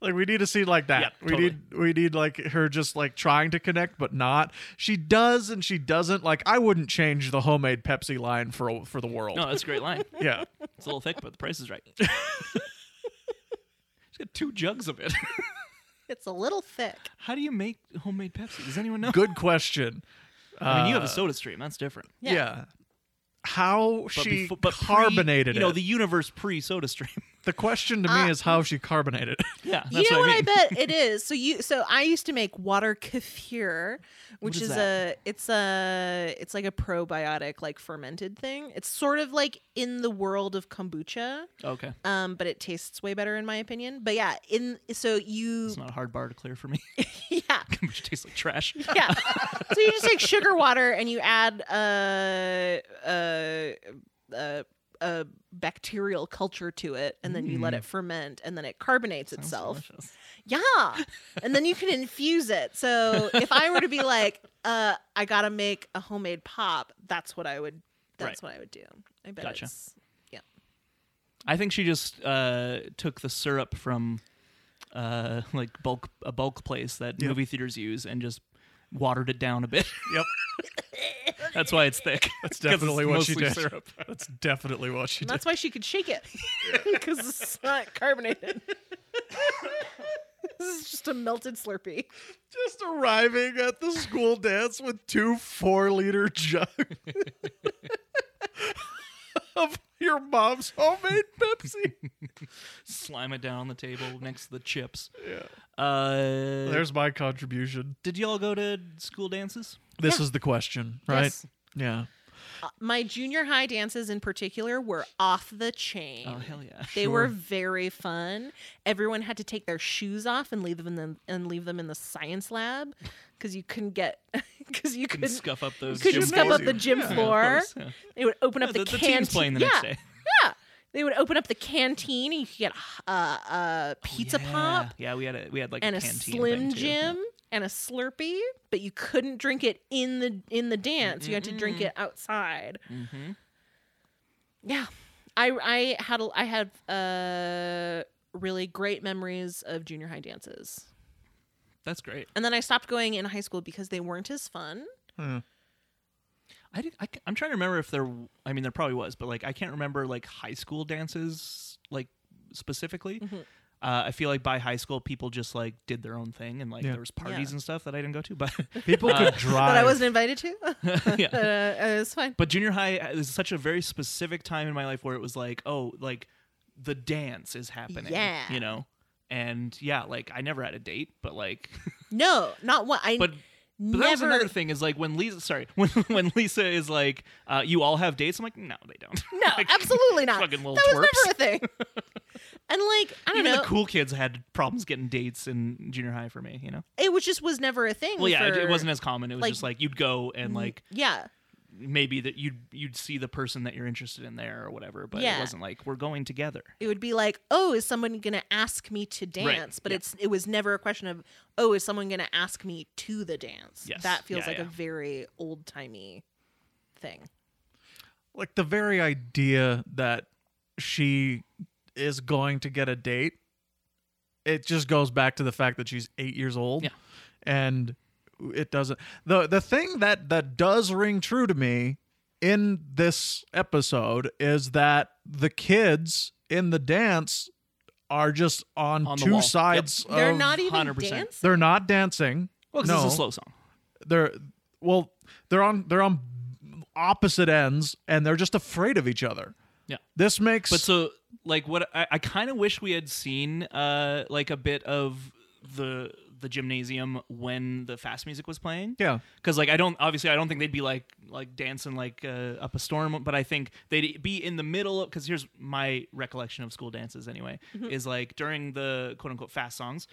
[SPEAKER 2] like we need a scene like that.
[SPEAKER 1] Yeah,
[SPEAKER 2] we
[SPEAKER 1] totally.
[SPEAKER 2] need we need like her just like trying to connect but not. She does and she doesn't. Like I wouldn't change the homemade Pepsi line for for the world.
[SPEAKER 1] no that's a great line
[SPEAKER 2] *laughs* Yeah.
[SPEAKER 1] It's a little thick, but the price *laughs* is right. She's got two jugs of it.
[SPEAKER 3] it's a little thick.
[SPEAKER 1] *laughs* How do you make homemade Pepsi? Does anyone know?
[SPEAKER 2] Good question.
[SPEAKER 1] I mean, you have
[SPEAKER 2] Uh,
[SPEAKER 1] a soda stream. That's different.
[SPEAKER 3] Yeah.
[SPEAKER 2] How
[SPEAKER 1] But
[SPEAKER 2] she
[SPEAKER 1] befo- but pre-
[SPEAKER 2] carbonated
[SPEAKER 1] you know,
[SPEAKER 2] it.
[SPEAKER 1] the
[SPEAKER 2] The,
[SPEAKER 1] universe pre soda stream.
[SPEAKER 2] question to
[SPEAKER 3] Uh,
[SPEAKER 2] me is how she carbonated it. *laughs*
[SPEAKER 1] yeah, that's
[SPEAKER 3] you know
[SPEAKER 1] what
[SPEAKER 3] what
[SPEAKER 1] I mean. *laughs*
[SPEAKER 3] bet it is. So you, so I used to make water kefir, which
[SPEAKER 1] is
[SPEAKER 3] is, a,
[SPEAKER 1] that?
[SPEAKER 3] it's a, it's like a probiotic, like fermented thing. It's sort of like in the world of kombucha,
[SPEAKER 1] okay,
[SPEAKER 3] um, but it tastes way better in my opinion. But yeah, in so you,
[SPEAKER 1] it's not a hard bar to clear for me.
[SPEAKER 3] *laughs*
[SPEAKER 1] *laughs*
[SPEAKER 3] yeah,
[SPEAKER 1] Which tastes like trash.
[SPEAKER 3] yeah. so you just take sugar water and you add a uh, uh, uh, bacterial culture to it, and then you let it ferment, and then it carbonates
[SPEAKER 1] Mm. Sounds
[SPEAKER 3] itself.
[SPEAKER 1] delicious.
[SPEAKER 3] Yeah. And then you can infuse it. So if I were to be like, uh, I gotta make a homemade pop, that's what I would that's what I would do. I bet
[SPEAKER 1] Gotcha.
[SPEAKER 3] it's
[SPEAKER 1] I think she just uh, took the syrup from uh, like bulk a bulk place that
[SPEAKER 2] Yep.
[SPEAKER 1] movie theaters use and just watered it down a bit. *laughs*
[SPEAKER 2] Yep.
[SPEAKER 1] that's why it's thick. *laughs*
[SPEAKER 2] That's
[SPEAKER 1] 'Cause it's
[SPEAKER 2] definitely what she
[SPEAKER 1] mostly
[SPEAKER 2] did.
[SPEAKER 1] syrup.
[SPEAKER 2] That's definitely what she
[SPEAKER 3] and
[SPEAKER 2] did.
[SPEAKER 3] that's why she could shake it. *laughs* Because it's not carbonated. *laughs* this is just a melted slurpee.
[SPEAKER 2] Just arriving at the school dance with two four liter jugs *laughs* of your mom's homemade Pepsi.
[SPEAKER 1] Slime it down on the table next to the chips.
[SPEAKER 2] Yeah.
[SPEAKER 1] Uh,
[SPEAKER 2] There's my contribution.
[SPEAKER 1] did y'all go to school dances?
[SPEAKER 2] This is the question, right?
[SPEAKER 3] Yes.
[SPEAKER 2] Yeah.
[SPEAKER 3] Uh, my junior high dances in particular were off the chain.
[SPEAKER 1] Oh hell yeah!
[SPEAKER 3] They were
[SPEAKER 2] Sure.
[SPEAKER 3] very fun. Everyone had to take their shoes off and leave them in the, and leave them in the science lab because you couldn't get *laughs* because
[SPEAKER 1] *laughs*
[SPEAKER 3] you
[SPEAKER 1] Couldn't
[SPEAKER 3] couldn't.
[SPEAKER 1] scuff up those.
[SPEAKER 3] could you
[SPEAKER 1] gym
[SPEAKER 3] scuff up
[SPEAKER 1] floors.
[SPEAKER 3] the gym
[SPEAKER 1] Yeah, of
[SPEAKER 3] floor?
[SPEAKER 1] course, yeah.
[SPEAKER 3] They would open up
[SPEAKER 1] Yeah,
[SPEAKER 3] the,
[SPEAKER 1] the, the
[SPEAKER 3] canteen.
[SPEAKER 1] team's playing the
[SPEAKER 3] yeah,
[SPEAKER 1] next day.
[SPEAKER 3] yeah. They would open up the canteen and you could get uh, uh, pizza
[SPEAKER 1] Oh, yeah.
[SPEAKER 3] pop
[SPEAKER 1] Yeah, we had a we had like
[SPEAKER 3] and
[SPEAKER 1] a
[SPEAKER 3] a
[SPEAKER 1] canteen
[SPEAKER 3] Slim
[SPEAKER 1] thing, too. Yeah.
[SPEAKER 3] Jim and a Slurpee, but you couldn't drink it in the in the dance. You had to drink it outside.
[SPEAKER 1] Mhm.
[SPEAKER 3] Yeah, I I had a, I had uh really great memories of junior high dances,
[SPEAKER 1] That's great.
[SPEAKER 3] and then I stopped going in high school because they weren't as fun.
[SPEAKER 2] Hmm.
[SPEAKER 1] I, did, I am trying to remember if there. I mean, there probably was, but like I can't remember like high school dances like specifically.
[SPEAKER 3] Mm-hmm.
[SPEAKER 1] Uh, I feel like by high school, people just like did their own thing, and like
[SPEAKER 2] Yeah.
[SPEAKER 1] there was parties
[SPEAKER 3] Yeah.
[SPEAKER 1] and stuff that I didn't go to.
[SPEAKER 3] *laughs*
[SPEAKER 1] But *laughs*
[SPEAKER 2] People could drive.
[SPEAKER 3] That I wasn't invited to. *laughs*
[SPEAKER 1] yeah,
[SPEAKER 3] uh, uh, it's fine.
[SPEAKER 1] But junior high uh, is such a very specific time in my life where it was like, oh, like the dance is happening.
[SPEAKER 3] Yeah.
[SPEAKER 1] You know? And yeah, like I never had a date, but like *laughs*
[SPEAKER 3] No, not what I.
[SPEAKER 1] but but that was
[SPEAKER 3] never.
[SPEAKER 1] another thing is like when Lisa sorry, *laughs* when when Lisa is like, uh, you all have dates, I'm like, no, they don't. *laughs*
[SPEAKER 3] No,
[SPEAKER 1] Like,
[SPEAKER 3] absolutely not.
[SPEAKER 1] Fucking little
[SPEAKER 3] that
[SPEAKER 1] twerps.
[SPEAKER 3] was never a thing. and like I don't
[SPEAKER 1] Even
[SPEAKER 3] know,
[SPEAKER 1] the cool kids had problems getting dates in junior high for me, you know?
[SPEAKER 3] it was just was never a thing.
[SPEAKER 1] Well yeah, it, it
[SPEAKER 3] for-
[SPEAKER 1] wasn't as common. It was
[SPEAKER 3] like- mm-hmm.
[SPEAKER 1] just like you'd go and like
[SPEAKER 3] Yeah,
[SPEAKER 1] maybe that you'd you'd see the person that you're interested in there or whatever, but
[SPEAKER 3] Yeah.
[SPEAKER 1] it wasn't like we're going together.
[SPEAKER 3] it would be like, oh, is someone gonna ask me to dance? But
[SPEAKER 1] yeah.
[SPEAKER 3] it's it was never a question of, oh, is someone gonna ask me to the dance?
[SPEAKER 1] Yes.
[SPEAKER 3] That feels
[SPEAKER 1] Yeah,
[SPEAKER 3] like a
[SPEAKER 1] yeah.
[SPEAKER 3] very old timey thing.
[SPEAKER 2] like the very idea that she is going to get a date it just goes back to the fact that she's eight years old
[SPEAKER 1] Yeah.
[SPEAKER 2] and it doesn't the the thing that that does ring true to me in this episode is that the kids in the dance are just on,
[SPEAKER 1] On the
[SPEAKER 2] two
[SPEAKER 1] wall.
[SPEAKER 2] sides of,
[SPEAKER 1] Oh,
[SPEAKER 3] They're not even
[SPEAKER 1] 100%.
[SPEAKER 3] dancing.
[SPEAKER 2] they're not dancing
[SPEAKER 1] Well, 'cause
[SPEAKER 2] no
[SPEAKER 1] it's a slow song.
[SPEAKER 2] they're well they're on they're on opposite ends and they're just afraid of each other
[SPEAKER 1] Yeah.
[SPEAKER 2] this makes
[SPEAKER 1] But so, like, what I, I kind of wish we had seen, uh, like a bit of the the gymnasium when the fast music was playing.
[SPEAKER 2] yeah
[SPEAKER 1] Because like I don't obviously I don't think they'd be like like dancing like uh, up a storm, but I think they'd e, be in the middle. Because here's my recollection of school dances anyway
[SPEAKER 3] Mm-hmm.
[SPEAKER 1] is like during the quote unquote fast songs.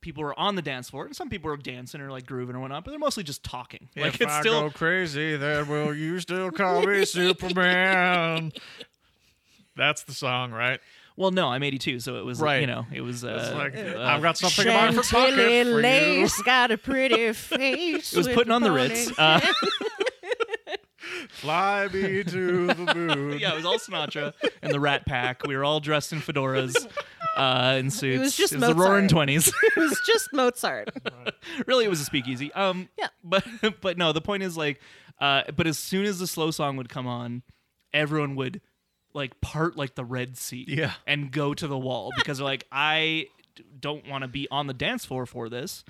[SPEAKER 1] People were on the dance floor, and some people were dancing or like grooving or whatnot, but they're mostly just talking. like it's still
[SPEAKER 2] crazy, then will you
[SPEAKER 1] *laughs*
[SPEAKER 2] still call me Superman? That's the song, right?
[SPEAKER 1] well, no, I'm 82, so it was
[SPEAKER 2] Right.
[SPEAKER 1] you know it was uh, uh,
[SPEAKER 2] got
[SPEAKER 3] Chantilly lace got a
[SPEAKER 1] *laughs*
[SPEAKER 3] pretty face.
[SPEAKER 1] it was
[SPEAKER 3] with
[SPEAKER 1] putting on the
[SPEAKER 3] bonnet.
[SPEAKER 1] Ritz. Uh, *laughs*
[SPEAKER 2] Fly me
[SPEAKER 1] *laughs*
[SPEAKER 2] to the moon.
[SPEAKER 1] yeah, it was all Sinatra and the Rat Pack. We were all dressed in fedoras uh, and suits.
[SPEAKER 3] was just
[SPEAKER 1] it was the roaring
[SPEAKER 3] Mozart.
[SPEAKER 1] twenties.
[SPEAKER 3] It was just
[SPEAKER 1] *laughs*
[SPEAKER 3] Mozart.
[SPEAKER 1] really, it was a speakeasy. Um,
[SPEAKER 3] Yeah.
[SPEAKER 1] but *laughs* but no, the point is like, uh, but as soon as the slow song would come on, everyone would like part like the Red Sea,
[SPEAKER 2] Yeah.
[SPEAKER 1] and go to the wall because they're like, I d- don't want to be on the dance floor for this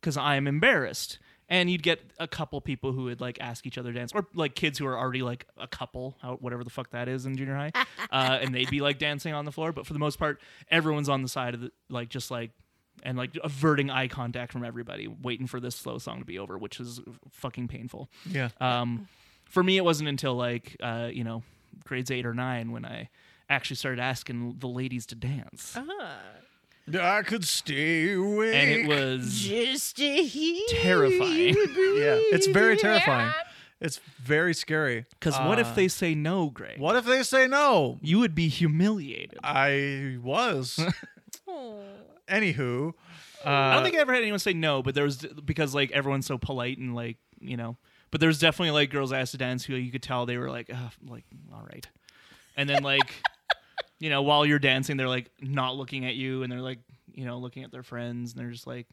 [SPEAKER 1] because I am embarrassed. And you'd get a couple people who would like ask each other to dance, or like kids who are already like a couple, how, whatever the fuck that is in junior high, uh, and they'd be like dancing on the floor. But for the most part, everyone's on the side of the like just like and like averting eye contact from everybody, waiting for this slow song to be over, which is fucking painful.
[SPEAKER 2] Yeah.
[SPEAKER 1] Um, for me, it wasn't until like uh, you know grades eight or nine when I actually started asking the ladies to dance,
[SPEAKER 3] Ah.
[SPEAKER 2] I could stay awake.
[SPEAKER 1] and it was
[SPEAKER 3] Just a heat.
[SPEAKER 1] terrifying. *laughs*
[SPEAKER 2] yeah, it's very terrifying. It's very scary.
[SPEAKER 1] Because what if they say no, Greg?
[SPEAKER 2] Uh, What if they say no?
[SPEAKER 1] You would be humiliated.
[SPEAKER 2] I was. Anywho, uh,
[SPEAKER 1] I don't think I ever had anyone say no, but there was because like everyone's so polite and like you know. But there was definitely like girls asked to dance who you could tell they were like, Ugh, like all right, and then like, *laughs* you know, while you're dancing, they're like not looking at you and they're like, you know, looking at their friends and they're just like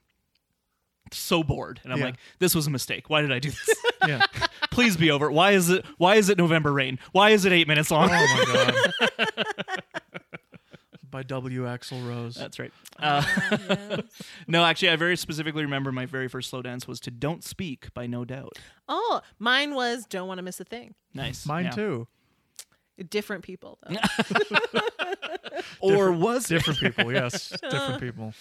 [SPEAKER 1] so bored. And I'm
[SPEAKER 2] Yeah.
[SPEAKER 1] like, this was a mistake. Why did I do this? *laughs*
[SPEAKER 2] yeah.
[SPEAKER 1] Please be over. Why is it? Why is it November rain? Why is it eight minutes long?
[SPEAKER 2] Oh my god. *laughs* By W. Axel
[SPEAKER 1] *laughs*
[SPEAKER 2] Rose.
[SPEAKER 1] That's right. Uh, *laughs* no, actually, I very specifically remember my very first slow dance was to "Don't Speak" by No Doubt.
[SPEAKER 3] *laughs* Oh, mine was don't want to miss a thing.
[SPEAKER 1] Nice.
[SPEAKER 2] Mine
[SPEAKER 1] Yeah.
[SPEAKER 2] too.
[SPEAKER 3] Different people
[SPEAKER 1] *laughs*
[SPEAKER 3] though.
[SPEAKER 1] Or was it?
[SPEAKER 2] Different people, yes.
[SPEAKER 1] *laughs*
[SPEAKER 2] Different people.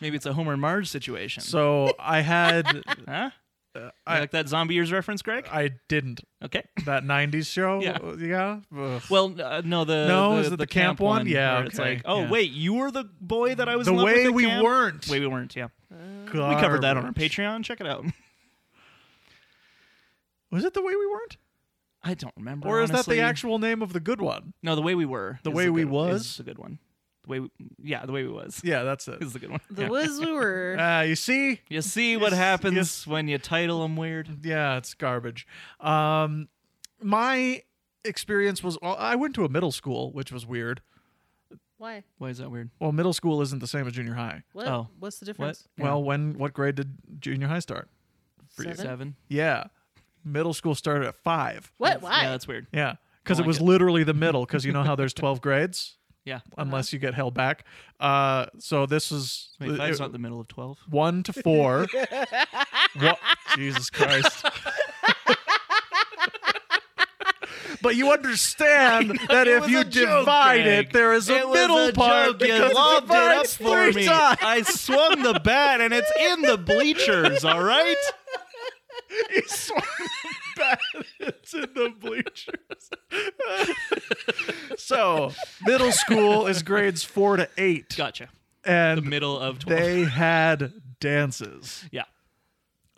[SPEAKER 1] Maybe it's a Homer and Marge situation.
[SPEAKER 2] So I had
[SPEAKER 1] huh? You
[SPEAKER 2] I- Uh,
[SPEAKER 1] like that zombie years reference, Greg?
[SPEAKER 2] I didn't.
[SPEAKER 1] Okay.
[SPEAKER 2] That nineties show.
[SPEAKER 1] Yeah.
[SPEAKER 2] uh, Yeah. Ugh.
[SPEAKER 1] Well, uh, no, the
[SPEAKER 2] No,
[SPEAKER 1] the,
[SPEAKER 2] is it the camp one? Yeah,
[SPEAKER 1] where It's
[SPEAKER 2] okay,
[SPEAKER 1] like, oh
[SPEAKER 2] yeah.
[SPEAKER 1] wait, you were the boy that I was.
[SPEAKER 2] the
[SPEAKER 1] in love
[SPEAKER 2] way
[SPEAKER 1] with at
[SPEAKER 2] we
[SPEAKER 1] camp?
[SPEAKER 2] weren't.
[SPEAKER 1] Way we weren't. Yeah, we covered that on our Patreon. Check it out.
[SPEAKER 2] Was it the way we weren't?
[SPEAKER 1] *laughs* I don't remember.
[SPEAKER 2] Or is that
[SPEAKER 1] honestly.
[SPEAKER 2] the actual name of the good one?
[SPEAKER 1] No, the way we were.
[SPEAKER 2] The
[SPEAKER 1] is
[SPEAKER 2] Way
[SPEAKER 1] a
[SPEAKER 2] We
[SPEAKER 1] good- is
[SPEAKER 2] Was?
[SPEAKER 1] the good one. The way, we, yeah, the way we was
[SPEAKER 2] Yeah, that's
[SPEAKER 1] *laughs*
[SPEAKER 2] it.
[SPEAKER 1] is the good one.
[SPEAKER 3] The
[SPEAKER 1] Yeah.
[SPEAKER 3] was we were.
[SPEAKER 2] Uh, you see?
[SPEAKER 1] You see what
[SPEAKER 2] Yes,
[SPEAKER 1] happens
[SPEAKER 2] yes.
[SPEAKER 1] when you title them weird.
[SPEAKER 2] Yeah, it's garbage. Um, my experience was well, I went to a middle school, which was weird.
[SPEAKER 3] Why?
[SPEAKER 1] Why is that weird?
[SPEAKER 2] Well, middle school isn't the same as junior high.
[SPEAKER 3] What?
[SPEAKER 1] Oh.
[SPEAKER 3] What's the difference?
[SPEAKER 2] Well, when what grade did junior high start?
[SPEAKER 1] for you.
[SPEAKER 3] Seven?
[SPEAKER 1] seven.
[SPEAKER 2] Yeah, middle school started at five.
[SPEAKER 3] What? Why?
[SPEAKER 1] Yeah, that's weird.
[SPEAKER 2] Yeah, because
[SPEAKER 1] Don't
[SPEAKER 2] it
[SPEAKER 1] like
[SPEAKER 2] was
[SPEAKER 1] *laughs* it.
[SPEAKER 2] literally the middle. Because you know how there's twelve grades *laughs*
[SPEAKER 1] Yeah,
[SPEAKER 2] unless you get held back. Uh, so this is
[SPEAKER 1] Wait, five's
[SPEAKER 2] Uh, it-
[SPEAKER 1] not the middle of twelve.
[SPEAKER 2] one
[SPEAKER 1] *laughs*
[SPEAKER 2] to four. Wha- Jesus Christ. But
[SPEAKER 1] *laughs*
[SPEAKER 2] you understand that
[SPEAKER 1] It
[SPEAKER 2] if
[SPEAKER 1] was
[SPEAKER 2] you
[SPEAKER 1] a joke,
[SPEAKER 2] divide
[SPEAKER 1] Greg.
[SPEAKER 2] it, there is a
[SPEAKER 1] It was
[SPEAKER 2] middle
[SPEAKER 1] a
[SPEAKER 2] part
[SPEAKER 1] joke. You
[SPEAKER 2] because it
[SPEAKER 1] lobbed it up
[SPEAKER 2] divides
[SPEAKER 1] for
[SPEAKER 2] three
[SPEAKER 1] me. *laughs*
[SPEAKER 2] times. *laughs*
[SPEAKER 1] I swung the bat and it's in the bleachers. All *laughs* right.
[SPEAKER 2] He swung back. It's in the bleachers. so middle school is grades four to eight,
[SPEAKER 1] Gotcha. The
[SPEAKER 2] and
[SPEAKER 1] middle of twelve.
[SPEAKER 2] they had dances.
[SPEAKER 1] yeah.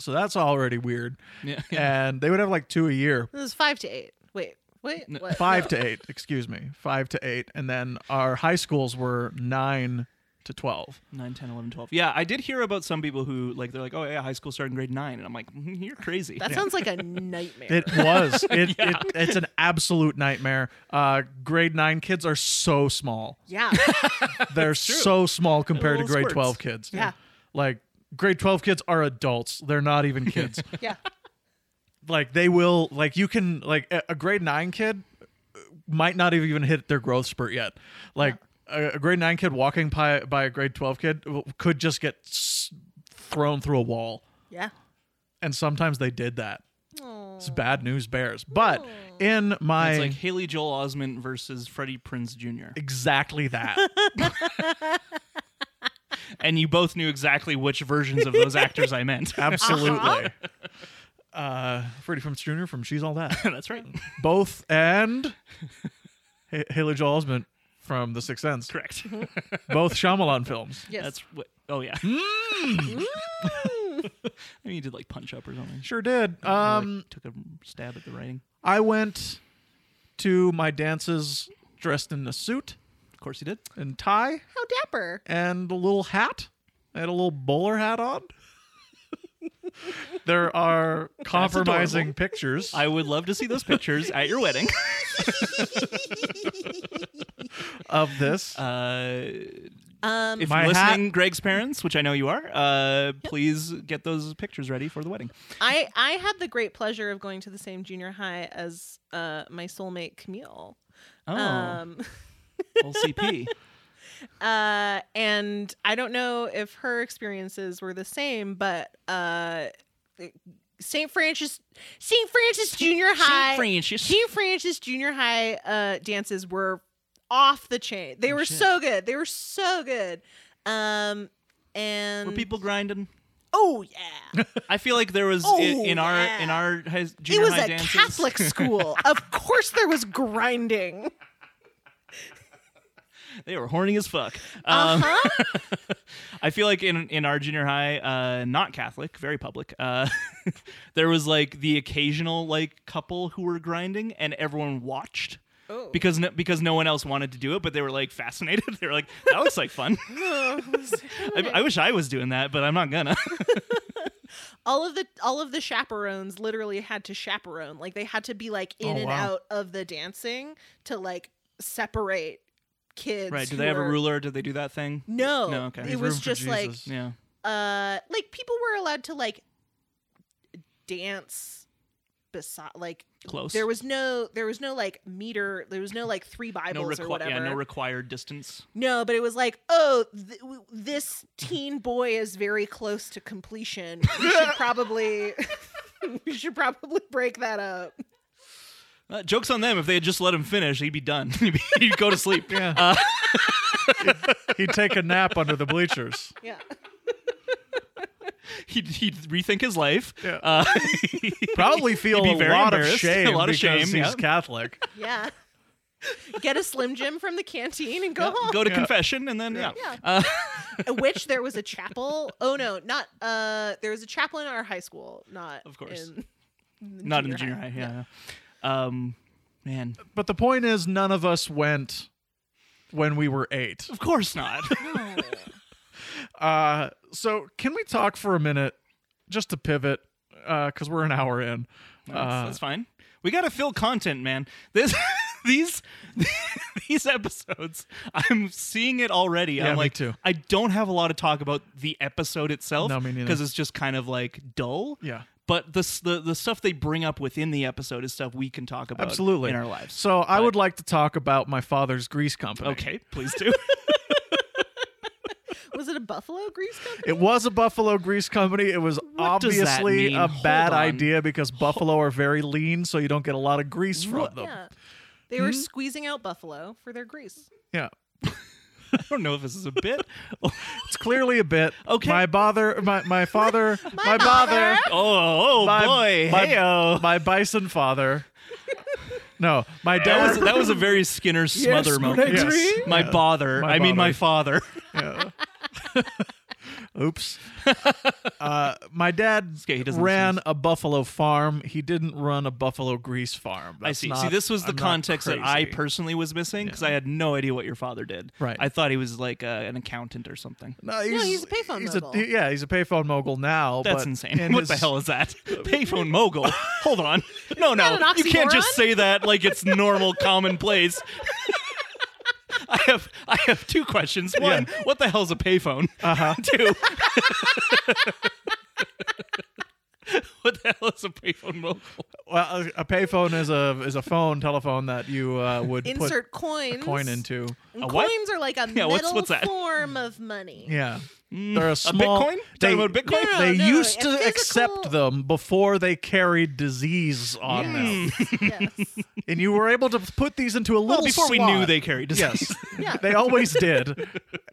[SPEAKER 2] So that's already weird.
[SPEAKER 1] Yeah.
[SPEAKER 2] And they would have like two a year.
[SPEAKER 3] This is five to eight. Wait. Wait. What?
[SPEAKER 2] five to eight excuse me five to eight and then our high schools were nine to 12
[SPEAKER 1] *laughs* Nine, ten, eleven, twelve. Yeah, I did hear about some people who like they're like, oh yeah, high school started in grade nine, and I'm like, "Mhm, you're crazy.
[SPEAKER 3] That sounds like a nightmare.
[SPEAKER 2] it
[SPEAKER 1] *laughs*
[SPEAKER 2] was it, it it's an absolute nightmare uh grade nine kids are
[SPEAKER 1] *laughs*
[SPEAKER 2] so small
[SPEAKER 3] yeah.
[SPEAKER 2] they're so small compared to
[SPEAKER 1] little
[SPEAKER 2] grade
[SPEAKER 1] squirts.
[SPEAKER 2] 12 kids
[SPEAKER 3] Yeah.
[SPEAKER 2] like grade 12 kids are adults they're not even
[SPEAKER 1] *laughs*
[SPEAKER 2] kids
[SPEAKER 3] Yeah.
[SPEAKER 2] like they will like you can like a a grade nine kid might not have even hit their growth spurt yet like a, a grade nine kid walking by by a grade 12 kid w- could just get s- thrown through a wall
[SPEAKER 3] Yeah.
[SPEAKER 2] and sometimes they did that
[SPEAKER 3] Aw.
[SPEAKER 2] it's bad news bears but in my
[SPEAKER 1] it's like Haley Joel Osment versus Freddie Prinz Jr.
[SPEAKER 2] exactly
[SPEAKER 1] *laughs*
[SPEAKER 2] that
[SPEAKER 1] Uh-huh. And you both knew exactly which versions of those actors I *laughs* meant.
[SPEAKER 2] absolutely uh freddie from jr from she's all that
[SPEAKER 1] That's right.
[SPEAKER 2] both and Ha- haley joel osment from the sixth sense
[SPEAKER 1] Correct.
[SPEAKER 2] both Shyamalan films
[SPEAKER 3] Yes.
[SPEAKER 1] That's what. Oh yeah. Mm. *laughs* I mean, you did like punch up or something.
[SPEAKER 2] sure did
[SPEAKER 1] Or, like,
[SPEAKER 2] um
[SPEAKER 1] took a stab at the writing.
[SPEAKER 2] I went to my dances dressed in a suit
[SPEAKER 1] Of course, you did.
[SPEAKER 2] and tie
[SPEAKER 3] How dapper.
[SPEAKER 2] and a little hat. I had a little bowler hat on. there
[SPEAKER 1] *laughs*
[SPEAKER 2] are compromising
[SPEAKER 1] adorable.
[SPEAKER 2] pictures.
[SPEAKER 1] I would love to see those pictures at your *laughs* wedding.
[SPEAKER 2] of this.
[SPEAKER 1] Uh,
[SPEAKER 3] Um.
[SPEAKER 1] if
[SPEAKER 2] My
[SPEAKER 1] you're
[SPEAKER 2] hat-
[SPEAKER 1] listening, Greg's parents, which I know you are, uh, please get those pictures ready for the wedding.
[SPEAKER 3] I I had the great pleasure of going to the same junior high as uh my soulmate Camille.
[SPEAKER 1] Oh,
[SPEAKER 3] Um. *laughs*
[SPEAKER 1] old CP.
[SPEAKER 3] Uh. And I don't know if her experiences were the same, but uh. St. Francis, St. Francis Junior High,
[SPEAKER 1] Francis.
[SPEAKER 3] St. Francis Junior High uh, dances were off the chain. They
[SPEAKER 1] Oh,
[SPEAKER 3] were
[SPEAKER 1] shit.
[SPEAKER 3] so good. They were so good. Um, and
[SPEAKER 1] Were people grinding?
[SPEAKER 3] Oh
[SPEAKER 1] *laughs*
[SPEAKER 3] yeah,
[SPEAKER 1] I feel like there was i-
[SPEAKER 3] Oh,
[SPEAKER 1] in, our in
[SPEAKER 3] yeah.
[SPEAKER 1] our high,
[SPEAKER 3] it
[SPEAKER 1] junior
[SPEAKER 3] was
[SPEAKER 1] high
[SPEAKER 3] a
[SPEAKER 1] dances. *laughs*
[SPEAKER 3] Catholic school. of course, there was grinding.
[SPEAKER 1] They were horny as fuck.
[SPEAKER 3] Uh
[SPEAKER 1] Um,
[SPEAKER 3] huh.
[SPEAKER 1] *laughs* I feel like in in our junior high, uh, not Catholic, very public. Uh, *laughs* there was like the occasional like couple who were grinding, and everyone watched.
[SPEAKER 3] Oh. *laughs*
[SPEAKER 1] Because no, because no one else wanted to do it, but they were like fascinated. *laughs* they were like, "That looks like fun." I, I wish I was doing that, but I'm not gonna.
[SPEAKER 3] all of the all of the chaperones literally had to chaperone. Like they had to be like in
[SPEAKER 2] Oh,
[SPEAKER 3] and
[SPEAKER 2] wow.
[SPEAKER 3] out of the dancing to like separate kids.
[SPEAKER 1] right? Do
[SPEAKER 3] who
[SPEAKER 1] they have a
[SPEAKER 3] were-
[SPEAKER 1] ruler? Did they do that thing?
[SPEAKER 3] No,
[SPEAKER 1] No, okay.
[SPEAKER 3] it
[SPEAKER 1] Leave
[SPEAKER 3] was
[SPEAKER 2] room for
[SPEAKER 3] just like
[SPEAKER 2] Jesus.
[SPEAKER 1] Yeah.
[SPEAKER 3] uh like people were allowed to like dance beside like
[SPEAKER 1] Close.
[SPEAKER 3] there was no there was no like meter there was no like three
[SPEAKER 1] no
[SPEAKER 3] bibles or
[SPEAKER 1] requi-
[SPEAKER 3] whatever
[SPEAKER 1] yeah, no
[SPEAKER 3] no,
[SPEAKER 1] required distance.
[SPEAKER 3] but it was like oh th- w-
[SPEAKER 1] *laughs*
[SPEAKER 3] this teen boy is very close to completion we should probably *laughs* we should probably break that up
[SPEAKER 1] Uh, jokes on them. If they had just let him finish, he'd be done. *laughs* he'd, be- he'd go to sleep.
[SPEAKER 2] *laughs* yeah. He'd take a nap under the bleachers.
[SPEAKER 1] *laughs*
[SPEAKER 3] yeah
[SPEAKER 1] He'd, he'd rethink his life.
[SPEAKER 2] Yeah.
[SPEAKER 1] Uh, *laughs*
[SPEAKER 2] Probably feel
[SPEAKER 1] He'd
[SPEAKER 2] a
[SPEAKER 1] be very
[SPEAKER 2] lot of
[SPEAKER 1] embarrassed, *laughs* a
[SPEAKER 2] shame
[SPEAKER 1] lot of
[SPEAKER 2] because
[SPEAKER 1] shame,
[SPEAKER 2] he's
[SPEAKER 1] yeah.
[SPEAKER 2] Catholic.
[SPEAKER 3] yeah get a slim jim from the canteen and go home
[SPEAKER 1] go to
[SPEAKER 2] Yeah.
[SPEAKER 1] confession and then yeah.
[SPEAKER 3] Yeah.
[SPEAKER 1] Uh,
[SPEAKER 3] At which there was a chapel. Oh no, not uh there was a chapel in our high school, not
[SPEAKER 1] Of course.
[SPEAKER 3] in- in the
[SPEAKER 1] not in the junior high. Yeah. yeah. Um,
[SPEAKER 4] Man,
[SPEAKER 2] But the point is, none of us went when we were eight.
[SPEAKER 1] of course not.
[SPEAKER 2] Uh, so can we talk for a minute, just to pivot, because we're an hour in.
[SPEAKER 1] *laughs*
[SPEAKER 2] Uh,
[SPEAKER 1] that's, that's fine. We gotta fill content, man. This *laughs* these these episodes, I'm seeing it already.
[SPEAKER 2] Yeah,
[SPEAKER 1] I'm
[SPEAKER 2] me
[SPEAKER 1] like,
[SPEAKER 2] too.
[SPEAKER 1] I don't have a lot of talk about the episode itself
[SPEAKER 2] No, me neither.
[SPEAKER 1] because it's just kind of like dull.
[SPEAKER 2] Yeah.
[SPEAKER 1] But the, s- the the stuff they bring up within the episode is stuff we can talk about
[SPEAKER 2] Absolutely.
[SPEAKER 1] in our lives.
[SPEAKER 2] So I would like to talk about my father's grease company.
[SPEAKER 1] okay, please do. *laughs*
[SPEAKER 3] Was it a Buffalo Grease Company?
[SPEAKER 2] It was a Buffalo grease company. It was
[SPEAKER 1] does that
[SPEAKER 2] obviously
[SPEAKER 1] mean?
[SPEAKER 2] a
[SPEAKER 1] Hold
[SPEAKER 2] bad
[SPEAKER 1] on.
[SPEAKER 2] idea because buffalo are very lean, so you don't get a lot of grease from them.
[SPEAKER 3] Yeah. They
[SPEAKER 1] Hmm?
[SPEAKER 3] were squeezing out Buffalo for their grease.
[SPEAKER 2] Yeah.
[SPEAKER 1] I don't know if this is a bit.
[SPEAKER 2] It's clearly a bit.
[SPEAKER 1] Okay.
[SPEAKER 2] My bother my, my
[SPEAKER 3] *laughs*
[SPEAKER 2] father my,
[SPEAKER 3] bother.
[SPEAKER 1] Oh, oh
[SPEAKER 2] my,
[SPEAKER 1] boy,
[SPEAKER 2] my,
[SPEAKER 1] heyo.
[SPEAKER 2] my bison father. No, my dad
[SPEAKER 1] That was that was a very Skinner smother moment.
[SPEAKER 2] Yes.
[SPEAKER 1] My bother.
[SPEAKER 2] My
[SPEAKER 1] I mean, my
[SPEAKER 2] bother.
[SPEAKER 1] father. *laughs*
[SPEAKER 2] Oops. Uh, my dad
[SPEAKER 1] okay, he doesn't
[SPEAKER 2] ran
[SPEAKER 1] listen.
[SPEAKER 2] a buffalo farm. He didn't run a buffalo grease farm.
[SPEAKER 1] I
[SPEAKER 2] *laughs* That's
[SPEAKER 1] see.
[SPEAKER 2] not-
[SPEAKER 1] see, this was the
[SPEAKER 2] I'm not
[SPEAKER 1] context that I
[SPEAKER 2] crazy.
[SPEAKER 1] personally was missing because I had no idea what your father did.
[SPEAKER 2] Right.
[SPEAKER 1] I thought he was like uh, an accountant or something.
[SPEAKER 2] No, he's,
[SPEAKER 3] he's a payphone
[SPEAKER 2] he's
[SPEAKER 3] mogul.
[SPEAKER 2] he- yeah, he's a payphone mogul now.
[SPEAKER 1] That's
[SPEAKER 2] but
[SPEAKER 1] insane. *laughs*
[SPEAKER 2] in
[SPEAKER 1] What
[SPEAKER 2] his-
[SPEAKER 1] the hell is
[SPEAKER 2] *laughs*
[SPEAKER 1] that? Payphone mogul. Hold on. No, no.
[SPEAKER 3] that an
[SPEAKER 1] You can't just
[SPEAKER 3] oxymoron?
[SPEAKER 1] say that like it's normal,
[SPEAKER 3] *laughs*
[SPEAKER 1] commonplace. *laughs* I have I have two questions. One, what the hell's a payphone? Uh-huh. Two. what the hell is a payphone mogul?
[SPEAKER 2] Well, a, a payphone is a is a phone telephone that you uh, would
[SPEAKER 3] Insert
[SPEAKER 2] put
[SPEAKER 3] coins.
[SPEAKER 2] a coin into.
[SPEAKER 3] And
[SPEAKER 1] A what?
[SPEAKER 3] coins are like a
[SPEAKER 1] Yeah,
[SPEAKER 3] metal
[SPEAKER 1] what's- what's that?
[SPEAKER 3] form of money.
[SPEAKER 2] Yeah, they're a small.
[SPEAKER 1] Mm, Bitcoin?
[SPEAKER 2] They,
[SPEAKER 1] Talking about Bitcoin?
[SPEAKER 3] No, no,
[SPEAKER 2] they
[SPEAKER 3] no,
[SPEAKER 2] used
[SPEAKER 3] a
[SPEAKER 2] to
[SPEAKER 3] physical-
[SPEAKER 2] accept them before they carried disease on them,
[SPEAKER 3] Yes.
[SPEAKER 2] and you were able to put these into a little.
[SPEAKER 1] Mm. Well, Oh, before we knew
[SPEAKER 2] slot.
[SPEAKER 1] they carried disease.
[SPEAKER 2] *laughs* Yes.
[SPEAKER 3] Yeah.
[SPEAKER 2] They always did.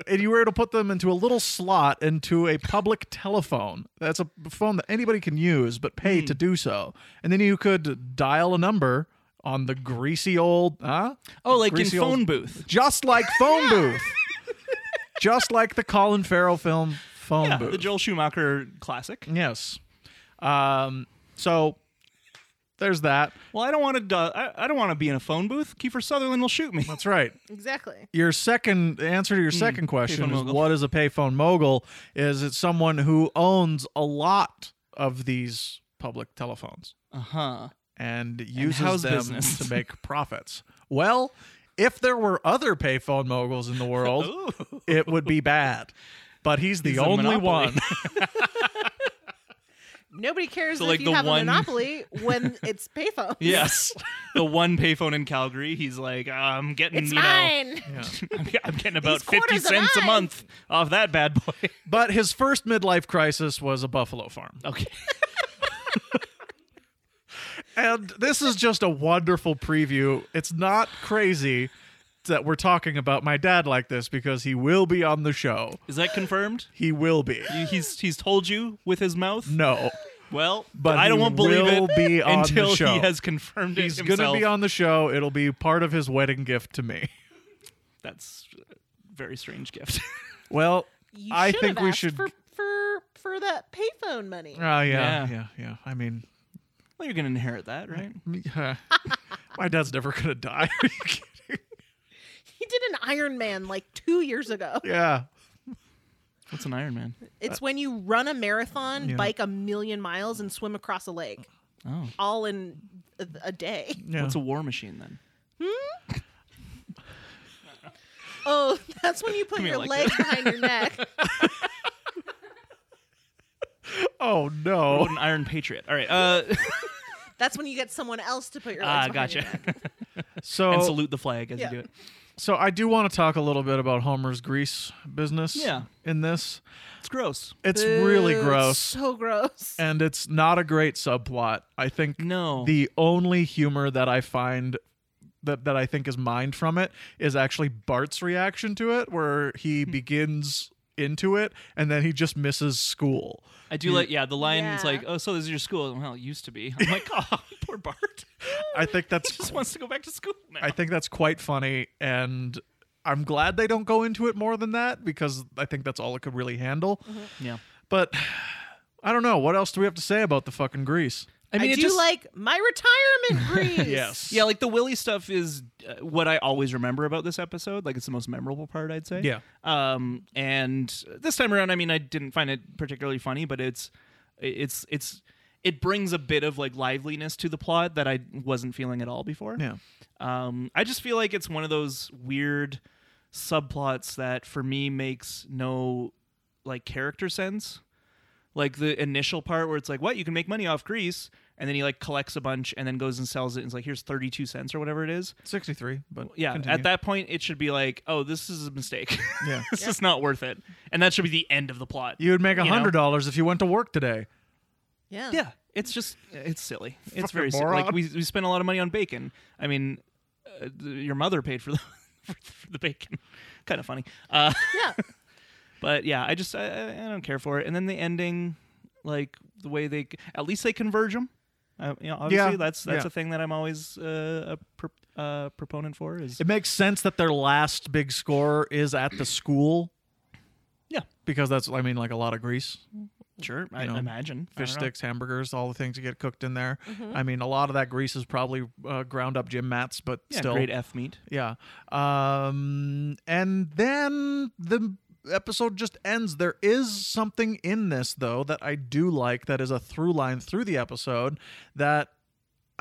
[SPEAKER 2] And you were able to put them into a little slot into a public telephone. That's a phone that anybody can use but pay
[SPEAKER 1] Hmm.
[SPEAKER 2] to do so. And then you could dial a number on the greasy old huh?
[SPEAKER 1] *laughs* Oh, like in
[SPEAKER 2] Greasy old-
[SPEAKER 1] phone booth.
[SPEAKER 2] Just like phone booth. Just like the Colin Farrell film phone
[SPEAKER 1] Yeah,
[SPEAKER 2] booth. Mm.
[SPEAKER 1] the Joel Schumacher classic.
[SPEAKER 2] yes. Um so there's that.
[SPEAKER 1] Well, I don't want to. do I, I don't want to be in a phone booth. Kiefer Sutherland will shoot me.
[SPEAKER 2] That's right.
[SPEAKER 3] Exactly.
[SPEAKER 2] your second the answer to your second question
[SPEAKER 1] Hmm, payphone
[SPEAKER 2] is
[SPEAKER 1] mogul.
[SPEAKER 2] what is a payphone mogul is it's someone who owns a lot of these public telephones
[SPEAKER 1] Uh huh.
[SPEAKER 2] and uses
[SPEAKER 1] how's
[SPEAKER 2] them
[SPEAKER 1] business? *laughs*
[SPEAKER 2] to make profits well if there were other payphone moguls in
[SPEAKER 1] *laughs*
[SPEAKER 2] the world it would be bad but he's the
[SPEAKER 1] He's a
[SPEAKER 2] only
[SPEAKER 1] monopoly. *laughs*
[SPEAKER 2] one
[SPEAKER 3] Nobody cares
[SPEAKER 1] So,
[SPEAKER 3] if
[SPEAKER 1] like,
[SPEAKER 3] you
[SPEAKER 1] the
[SPEAKER 3] have
[SPEAKER 1] one-
[SPEAKER 3] a monopoly when
[SPEAKER 1] *laughs*
[SPEAKER 3] it's payphone.
[SPEAKER 1] *laughs* Yes, the one payphone in Calgary. He's like, I'm getting,
[SPEAKER 3] It's
[SPEAKER 1] you know,
[SPEAKER 3] mine.
[SPEAKER 1] *laughs* I'm, I'm getting about
[SPEAKER 3] These
[SPEAKER 1] fifty
[SPEAKER 3] quarters are
[SPEAKER 1] cents a
[SPEAKER 3] mine.
[SPEAKER 1] month off that bad boy.
[SPEAKER 2] but his first midlife crisis was a buffalo farm
[SPEAKER 1] Okay,
[SPEAKER 2] And this is just a wonderful preview. It's not crazy that we're talking about my dad like this because he will be on the show.
[SPEAKER 1] is that confirmed?
[SPEAKER 2] He will be.
[SPEAKER 1] He's he's told you with his mouth.
[SPEAKER 2] No.
[SPEAKER 1] Well,
[SPEAKER 2] But
[SPEAKER 1] I don't
[SPEAKER 2] he
[SPEAKER 1] want to believe
[SPEAKER 2] will
[SPEAKER 1] it
[SPEAKER 2] be on the
[SPEAKER 1] until
[SPEAKER 2] show.
[SPEAKER 1] he has confirmed it
[SPEAKER 2] He's going
[SPEAKER 1] himself.
[SPEAKER 2] to be on the show. It'll be part of his wedding gift to me.
[SPEAKER 1] That's a very strange gift. *laughs*
[SPEAKER 2] Well,
[SPEAKER 3] You
[SPEAKER 2] I
[SPEAKER 3] should
[SPEAKER 2] think
[SPEAKER 3] have
[SPEAKER 2] we
[SPEAKER 3] asked
[SPEAKER 2] should.
[SPEAKER 3] for for for that payphone money.
[SPEAKER 2] Oh, yeah, yeah.
[SPEAKER 1] Yeah.
[SPEAKER 2] Yeah. I mean,
[SPEAKER 1] well, you're gonna inherit that, right?
[SPEAKER 2] yeah. *laughs* my dad's never going to die. *laughs* Are you kidding?
[SPEAKER 3] He did an Iron Man like two years ago.
[SPEAKER 2] Yeah.
[SPEAKER 1] What's an Iron Man?
[SPEAKER 3] It's when you run a marathon,
[SPEAKER 2] Yeah.
[SPEAKER 3] bike a million miles, and swim across a lake,
[SPEAKER 1] Oh,
[SPEAKER 3] all in a, a day.
[SPEAKER 2] yeah.
[SPEAKER 1] what's a war machine then?
[SPEAKER 3] Oh, that's when you put
[SPEAKER 1] Come here
[SPEAKER 3] your
[SPEAKER 1] like
[SPEAKER 3] legs behind your neck.
[SPEAKER 2] oh, no.
[SPEAKER 1] What an Iron Patriot. All right. *laughs* Uh,
[SPEAKER 3] That's when you get someone else to put your legs
[SPEAKER 1] ah,
[SPEAKER 3] behind
[SPEAKER 1] gotcha.
[SPEAKER 3] your
[SPEAKER 2] *laughs*
[SPEAKER 3] neck.
[SPEAKER 2] So,
[SPEAKER 1] and salute the flag as
[SPEAKER 3] Yeah.
[SPEAKER 1] you do it.
[SPEAKER 2] so I do want to talk a little bit about Homer's grease business
[SPEAKER 1] Yeah.
[SPEAKER 2] in this.
[SPEAKER 1] It's gross.
[SPEAKER 2] It's really
[SPEAKER 3] Ew,
[SPEAKER 2] gross.
[SPEAKER 3] So gross.
[SPEAKER 2] and it's not a great subplot. I think
[SPEAKER 1] No.
[SPEAKER 2] the only humor that I find that that I think is mined from it is actually Bart's reaction to it, where he
[SPEAKER 1] Hmm.
[SPEAKER 2] begins into it and then he just misses school.
[SPEAKER 1] I do like, yeah, the line is
[SPEAKER 3] Yeah.
[SPEAKER 1] like, oh, so this is your school. Well, it used to be. I'm like, *laughs* oh, poor Bart. *laughs*
[SPEAKER 2] I think that's
[SPEAKER 1] Just wants to go back to school now.
[SPEAKER 2] I think that's quite funny and I'm glad they don't go into it more than that because I think that's all it
[SPEAKER 1] Mm-hmm.
[SPEAKER 2] could really handle.
[SPEAKER 1] yeah.
[SPEAKER 2] *sighs* But I don't know. What else do we have to say about the fucking grease?
[SPEAKER 3] I,
[SPEAKER 1] mean, it
[SPEAKER 3] do
[SPEAKER 1] just-
[SPEAKER 3] like my retirement greens.
[SPEAKER 2] Yes.
[SPEAKER 1] Yeah, like the Willy stuff is uh, what I always remember about this episode. Like it's the most memorable part, I'd say.
[SPEAKER 2] Yeah.
[SPEAKER 1] Um, and this time around, I mean, I didn't find it particularly funny, but it's, it's, it's, it brings a bit of like liveliness to the plot that I wasn't feeling at all before.
[SPEAKER 2] Yeah.
[SPEAKER 1] Um, I just feel like it's one of those weird subplots that for me makes no like character sense. Like the initial part where it's like, what, you can make money off Greece. And then he like collects a bunch and then goes and sells it and it's like, here's 32 cents or whatever it is.
[SPEAKER 2] 63, but
[SPEAKER 1] Yeah.
[SPEAKER 2] continue.
[SPEAKER 1] At that point, it should be like, oh, this is a mistake. *laughs*
[SPEAKER 2] Yeah.
[SPEAKER 1] this is not worth it. And that should be the end of the plot.
[SPEAKER 2] you would
[SPEAKER 1] *laughs*
[SPEAKER 2] make
[SPEAKER 1] You know?
[SPEAKER 2] $100 if you went to work today.
[SPEAKER 3] Yeah.
[SPEAKER 1] Yeah, it's just it's silly. It's
[SPEAKER 2] Fucking
[SPEAKER 1] very silly. like
[SPEAKER 2] moron.
[SPEAKER 1] we we spent a lot of money on bacon. I mean, uh, th- your mother paid for the *laughs* for, the bacon. *laughs* kind of funny. Uh, *laughs*
[SPEAKER 3] Yeah.
[SPEAKER 1] but yeah, I just I- I, I don't care for it. And then the ending, like the way they at least they converge them. Uh, you know, obviously
[SPEAKER 2] Yeah,
[SPEAKER 1] that's that's
[SPEAKER 2] yeah.
[SPEAKER 1] a thing that I'm always uh, a pro- uh, proponent for. Is
[SPEAKER 2] It makes sense that their last big score is at the school
[SPEAKER 1] yeah,
[SPEAKER 2] because that's, I mean, like a lot of grease,
[SPEAKER 1] sure. I
[SPEAKER 2] know,
[SPEAKER 1] imagine I
[SPEAKER 2] fish
[SPEAKER 1] don't know. Mm-hmm.
[SPEAKER 2] sticks, hamburgers, all the things that get cooked in there. I mean, a lot of that grease is probably uh, ground up gym mats, but
[SPEAKER 1] Yeah,
[SPEAKER 2] still.
[SPEAKER 1] great F meat.
[SPEAKER 2] Yeah. Um, and then the episode just ends. There is something in this, though, that I do like that is a through line through the episode that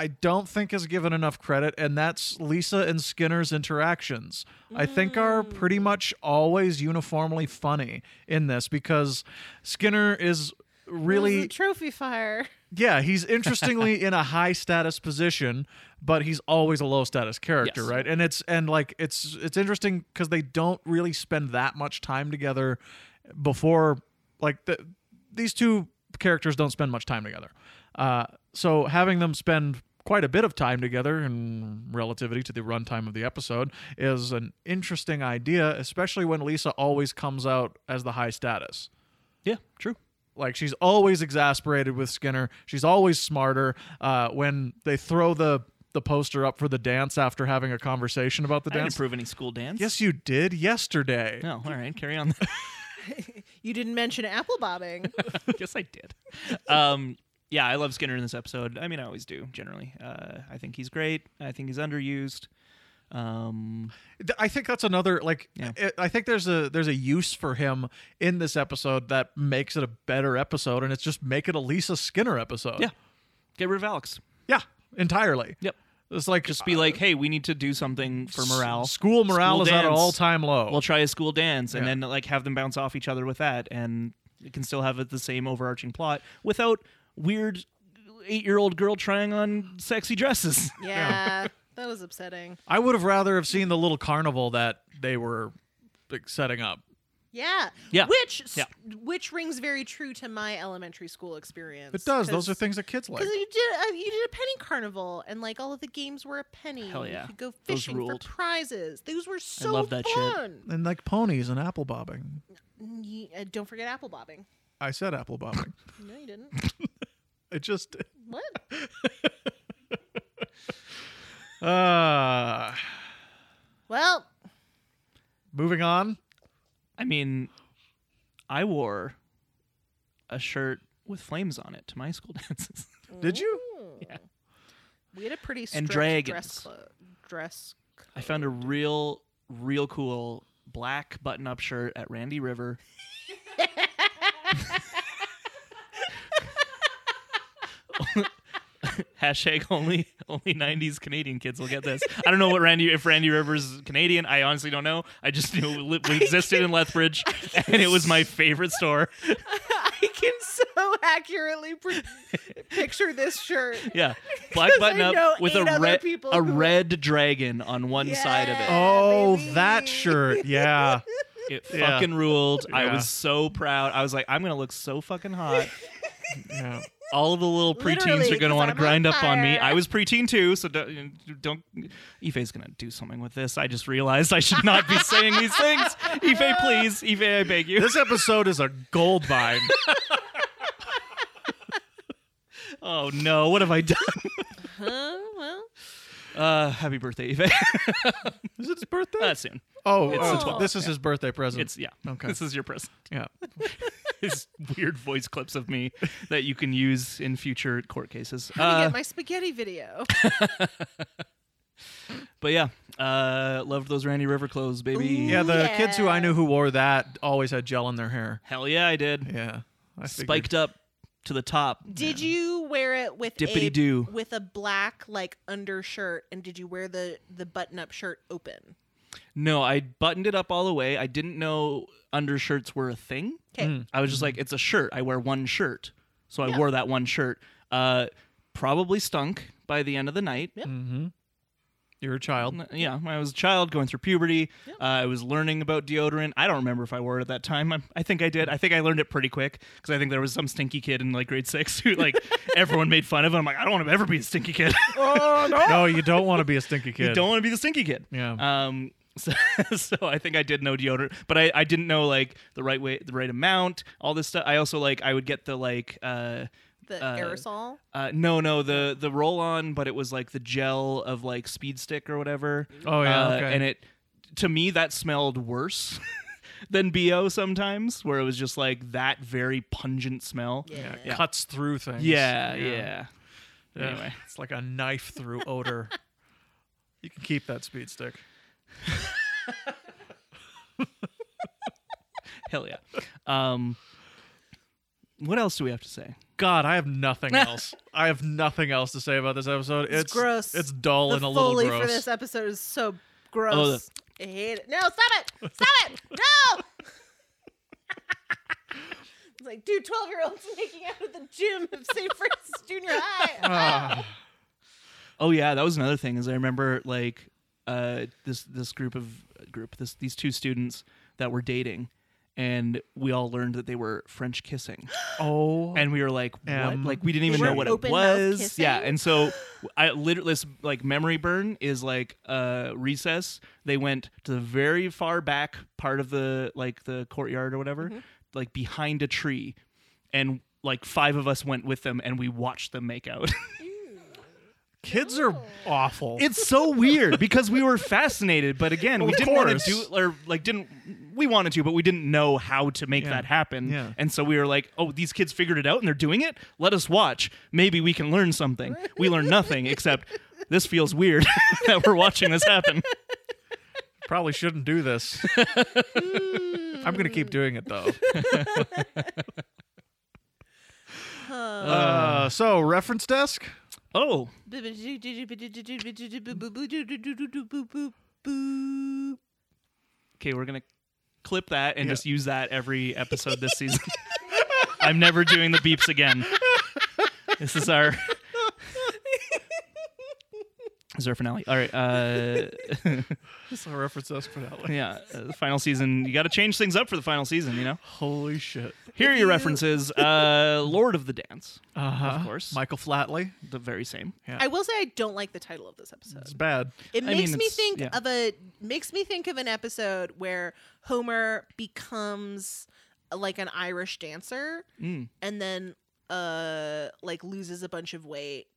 [SPEAKER 2] I don't think is given enough credit, and that's Lisa and Skinner's interactions. I think are pretty much always uniformly funny in this because Skinner is
[SPEAKER 3] This is a
[SPEAKER 2] really
[SPEAKER 3] trophy fire.
[SPEAKER 2] yeah, he's interestingly in a high status position, but he's always a low status character,
[SPEAKER 1] Yes.
[SPEAKER 2] right? And it's and like it's it's interesting because they don't really spend that much time together before like the, these two characters don't spend much time together. Uh, so having them spend quite a bit of time together in relativity to the runtime of the episode is an interesting idea, especially when Lisa always comes out as the high status
[SPEAKER 1] Yeah, true.
[SPEAKER 2] like she's always exasperated with Skinner. She's always smarter. Uh, when they throw the the poster up for the dance after having a conversation about the
[SPEAKER 1] I didn't
[SPEAKER 2] dance.
[SPEAKER 1] improve any school dance.
[SPEAKER 2] Yes, you did yesterday.
[SPEAKER 1] No. All right. Carry on. *laughs*
[SPEAKER 3] You didn't mention apple bobbing.
[SPEAKER 1] yes, I did. Um, yeah, I love Skinner in this episode. I mean, I always do. Generally, uh, I think he's great. I think he's underused. Um,
[SPEAKER 2] Th- I think that's another like
[SPEAKER 1] Yeah.
[SPEAKER 2] I- I think there's a there's a use for him in this episode that makes it a better episode, and it's just make it a Lisa Skinner episode.
[SPEAKER 1] yeah, get rid of Alex.
[SPEAKER 2] yeah, entirely.
[SPEAKER 1] Yep. Uh,
[SPEAKER 2] It's like uh,
[SPEAKER 1] Just be like, hey, we need to do something for morale.
[SPEAKER 2] School morale is at an
[SPEAKER 1] dance.
[SPEAKER 2] all time low.
[SPEAKER 1] We'll try a school dance, and
[SPEAKER 2] Yeah.
[SPEAKER 1] then like have them bounce off each other with that, and you can still have it the same overarching plot without weird eight-year-old girl trying on sexy dresses. *laughs*
[SPEAKER 3] Yeah. That was upsetting.
[SPEAKER 2] I would have rather have seen the little carnival that they were like, setting up.
[SPEAKER 3] Yeah.
[SPEAKER 1] Yeah.
[SPEAKER 3] Which s-
[SPEAKER 1] Yeah.
[SPEAKER 3] which rings very true to my elementary school experience.
[SPEAKER 2] It does. Those are things that kids like.
[SPEAKER 3] Because you did uh, you did a penny carnival and like all of the games were a penny.
[SPEAKER 1] Hell yeah.
[SPEAKER 3] You could go
[SPEAKER 1] Those
[SPEAKER 3] fishing for
[SPEAKER 1] ruled.
[SPEAKER 3] prizes. Those were so
[SPEAKER 1] love that shit.
[SPEAKER 3] fun.
[SPEAKER 2] And like ponies and apple bobbing.
[SPEAKER 3] Ye- uh, don't forget apple bobbing.
[SPEAKER 2] I said apple bobbing.
[SPEAKER 3] No, you didn't.
[SPEAKER 2] it
[SPEAKER 3] *laughs*
[SPEAKER 2] just
[SPEAKER 3] What?
[SPEAKER 2] uh
[SPEAKER 3] Well,
[SPEAKER 2] moving on.
[SPEAKER 1] I mean, I wore a shirt with flames on it to my school *laughs* dances.
[SPEAKER 2] Did you?
[SPEAKER 3] mm. we had a pretty
[SPEAKER 1] And
[SPEAKER 3] strict
[SPEAKER 1] dragons.
[SPEAKER 3] dress clo- dress. *laughs*
[SPEAKER 1] I found a real, real cool black button up shirt at Randy River. *laughs* Hashtag only only '90s Canadian kids will get this. I don't know what Randy if Randy Rivers Canadian. I honestly don't know. I just knew it li- we existed in Lethbridge, and it was my favorite store.
[SPEAKER 3] I can so accurately pre- picture this
[SPEAKER 1] *laughs*
[SPEAKER 3] shirt. *laughs*
[SPEAKER 1] Yeah, black
[SPEAKER 3] 'Cause I
[SPEAKER 1] button
[SPEAKER 3] know
[SPEAKER 1] up with a
[SPEAKER 3] eight other
[SPEAKER 1] red
[SPEAKER 3] people
[SPEAKER 1] a
[SPEAKER 3] who-
[SPEAKER 1] red dragon on one side of it.
[SPEAKER 3] Yeah,
[SPEAKER 2] Oh,
[SPEAKER 3] baby.
[SPEAKER 2] that shirt. Yeah.
[SPEAKER 1] It
[SPEAKER 2] Yeah.
[SPEAKER 1] fucking ruled. I
[SPEAKER 2] Yeah.
[SPEAKER 1] was so proud. I was like, I'm gonna look so fucking hot.
[SPEAKER 3] *laughs*
[SPEAKER 2] yeah.
[SPEAKER 1] All the little preteens
[SPEAKER 3] Literally,
[SPEAKER 1] are gonna
[SPEAKER 3] 'cause
[SPEAKER 1] want to
[SPEAKER 3] I'm on
[SPEAKER 1] grind up on me.
[SPEAKER 3] fire.
[SPEAKER 1] I was preteen too, so don't. don't Ife's gonna do something with this. I just realized I should not be
[SPEAKER 3] *laughs*
[SPEAKER 1] saying these things. Ife, please. Ife, I beg you.
[SPEAKER 2] This episode is a gold mine.
[SPEAKER 1] Oh no, what have I done?
[SPEAKER 3] *laughs* Huh? Well,
[SPEAKER 1] Uh, happy birthday,
[SPEAKER 3] *laughs*
[SPEAKER 1] Ife.
[SPEAKER 2] is it his birthday?
[SPEAKER 1] uh, soon.
[SPEAKER 2] oh,
[SPEAKER 1] it's
[SPEAKER 2] oh,
[SPEAKER 3] the 12th,
[SPEAKER 2] this is his birthday present.
[SPEAKER 1] It's yeah.
[SPEAKER 2] Okay.
[SPEAKER 1] This is your present.
[SPEAKER 2] yeah.
[SPEAKER 1] is *laughs* weird voice clips of me that you can use in future court
[SPEAKER 3] *laughs*
[SPEAKER 1] cases.
[SPEAKER 3] How to
[SPEAKER 1] Uh,
[SPEAKER 3] get my spaghetti video.
[SPEAKER 1] but yeah, uh, loved those Randy River clothes, baby.
[SPEAKER 2] Yeah, the kids who I
[SPEAKER 3] Yeah.
[SPEAKER 2] knew who wore that always had gel in their hair.
[SPEAKER 1] Hell yeah, I did.
[SPEAKER 2] Yeah. I figured.
[SPEAKER 1] Spiked up to the top.
[SPEAKER 3] Did you wear it with a
[SPEAKER 1] Dippity-doo.
[SPEAKER 3] with a black like undershirt and did you wear the the button up shirt open?
[SPEAKER 1] No, I buttoned it up all the way. I didn't know undershirts were a thing.
[SPEAKER 3] Okay.
[SPEAKER 2] Hmm. Mm.
[SPEAKER 1] I was just
[SPEAKER 3] Mm-hmm.
[SPEAKER 1] like, it's a shirt. I wear one shirt. So I wore that one shirt. Uh, probably stunk by the end of the night.
[SPEAKER 3] Yeah.
[SPEAKER 2] Mm-hmm. You're a child.
[SPEAKER 1] N- Yeah, I was a child going through puberty. Uh, I was learning about deodorant. I don't remember if I wore it at that time. I, I think I did. I think I learned it pretty quick because I think there was some stinky kid in like grade six who like everyone made fun of. And I'm like, I don't want to ever be a stinky kid. *laughs*
[SPEAKER 2] No, you don't want to be a stinky kid.
[SPEAKER 1] you don't want to be the stinky kid.
[SPEAKER 2] Yeah.
[SPEAKER 1] Um. *laughs* So, so I think I did know deodorant, but I, I didn't know like the right way, the right amount, all this stuff. I also like I would get the like uh
[SPEAKER 3] The
[SPEAKER 1] Uh,
[SPEAKER 3] aerosol.
[SPEAKER 1] uh no no the the roll on, but it was like the gel of like Speed Stick or whatever.
[SPEAKER 2] Oh, yeah,
[SPEAKER 1] Uh,
[SPEAKER 2] okay.
[SPEAKER 1] And it to me that smelled worse. *laughs* Than bo sometimes, where it was just like that very pungent smell.
[SPEAKER 2] Yeah, it
[SPEAKER 1] Yeah.
[SPEAKER 2] Cuts through things.
[SPEAKER 1] yeah, yeah.
[SPEAKER 2] Yeah.
[SPEAKER 1] Anyway.
[SPEAKER 2] It's like a knife through odor. you can keep that speed stick.
[SPEAKER 1] *laughs* hell yeah. Um, what else do we have to say?
[SPEAKER 2] God, I have nothing else. I have nothing else to say about this episode. It's,
[SPEAKER 3] gross.
[SPEAKER 2] It's dull
[SPEAKER 3] the
[SPEAKER 2] and a little
[SPEAKER 3] foley
[SPEAKER 2] gross. Oh,
[SPEAKER 3] for this episode is so gross. I hate it. No, stop
[SPEAKER 2] *laughs*
[SPEAKER 3] it! Stop it! No! *laughs* it's like, dude, twelve year olds making out at the gym of St. Francis Junior High.
[SPEAKER 2] *laughs* Ah,
[SPEAKER 1] Oh yeah, that was another thing. Is I remember like uh, this this group of uh, group this these two students that were dating, and we all learned that they were French kissing,
[SPEAKER 2] oh,
[SPEAKER 1] and we were like, what?
[SPEAKER 2] Um,
[SPEAKER 1] like we didn't even
[SPEAKER 3] They
[SPEAKER 1] know
[SPEAKER 3] were
[SPEAKER 1] what it
[SPEAKER 3] open mouth
[SPEAKER 1] was.
[SPEAKER 3] kissing?
[SPEAKER 1] Yeah, and so I literally this, like memory burn is like uh, recess. They went to the very far back part of the like the courtyard or whatever, like behind a tree, and like five of us went with them, and we watched them make out. *laughs*
[SPEAKER 2] kids are awful.
[SPEAKER 1] It's so weird because we were fascinated, but again, we
[SPEAKER 2] Of
[SPEAKER 1] didn't want
[SPEAKER 2] course.
[SPEAKER 1] to do or like didn't we wanted to, but we didn't know how to make
[SPEAKER 2] Yeah.
[SPEAKER 1] that happen.
[SPEAKER 2] Yeah.
[SPEAKER 1] And so we were like, "Oh, these kids figured it out and they're doing it. Let us watch. Maybe we can learn something." We learn nothing except this feels weird *laughs* that we're watching this
[SPEAKER 2] *laughs*
[SPEAKER 1] happen.
[SPEAKER 2] Probably shouldn't do this. I'm gonna keep doing it though. uh, so reference desk.
[SPEAKER 1] Oh, okay, we're going to clip that and
[SPEAKER 2] Yeah.
[SPEAKER 1] just use that every episode this season. *laughs* I'm never doing the beeps again. This is our *laughs* Is there a finale? All right. Uh, *laughs*
[SPEAKER 2] This is our reference desk finale.
[SPEAKER 1] yeah. Uh, final season. You got to change things up for the final season, you know?
[SPEAKER 2] Holy shit!
[SPEAKER 1] Here are your references uh, Lord of the Dance,
[SPEAKER 2] Uh huh.
[SPEAKER 1] Of course.
[SPEAKER 2] Michael Flatley.
[SPEAKER 1] the very same.
[SPEAKER 3] I will say I don't like the title of this episode.
[SPEAKER 2] It's bad.
[SPEAKER 3] It
[SPEAKER 1] I
[SPEAKER 3] makes
[SPEAKER 1] mean,
[SPEAKER 3] me
[SPEAKER 1] it's-
[SPEAKER 3] think
[SPEAKER 1] yeah.
[SPEAKER 3] of a makes me think of an episode where Homer becomes like an Irish dancer
[SPEAKER 1] Mm.
[SPEAKER 3] and then uh like loses a bunch of weight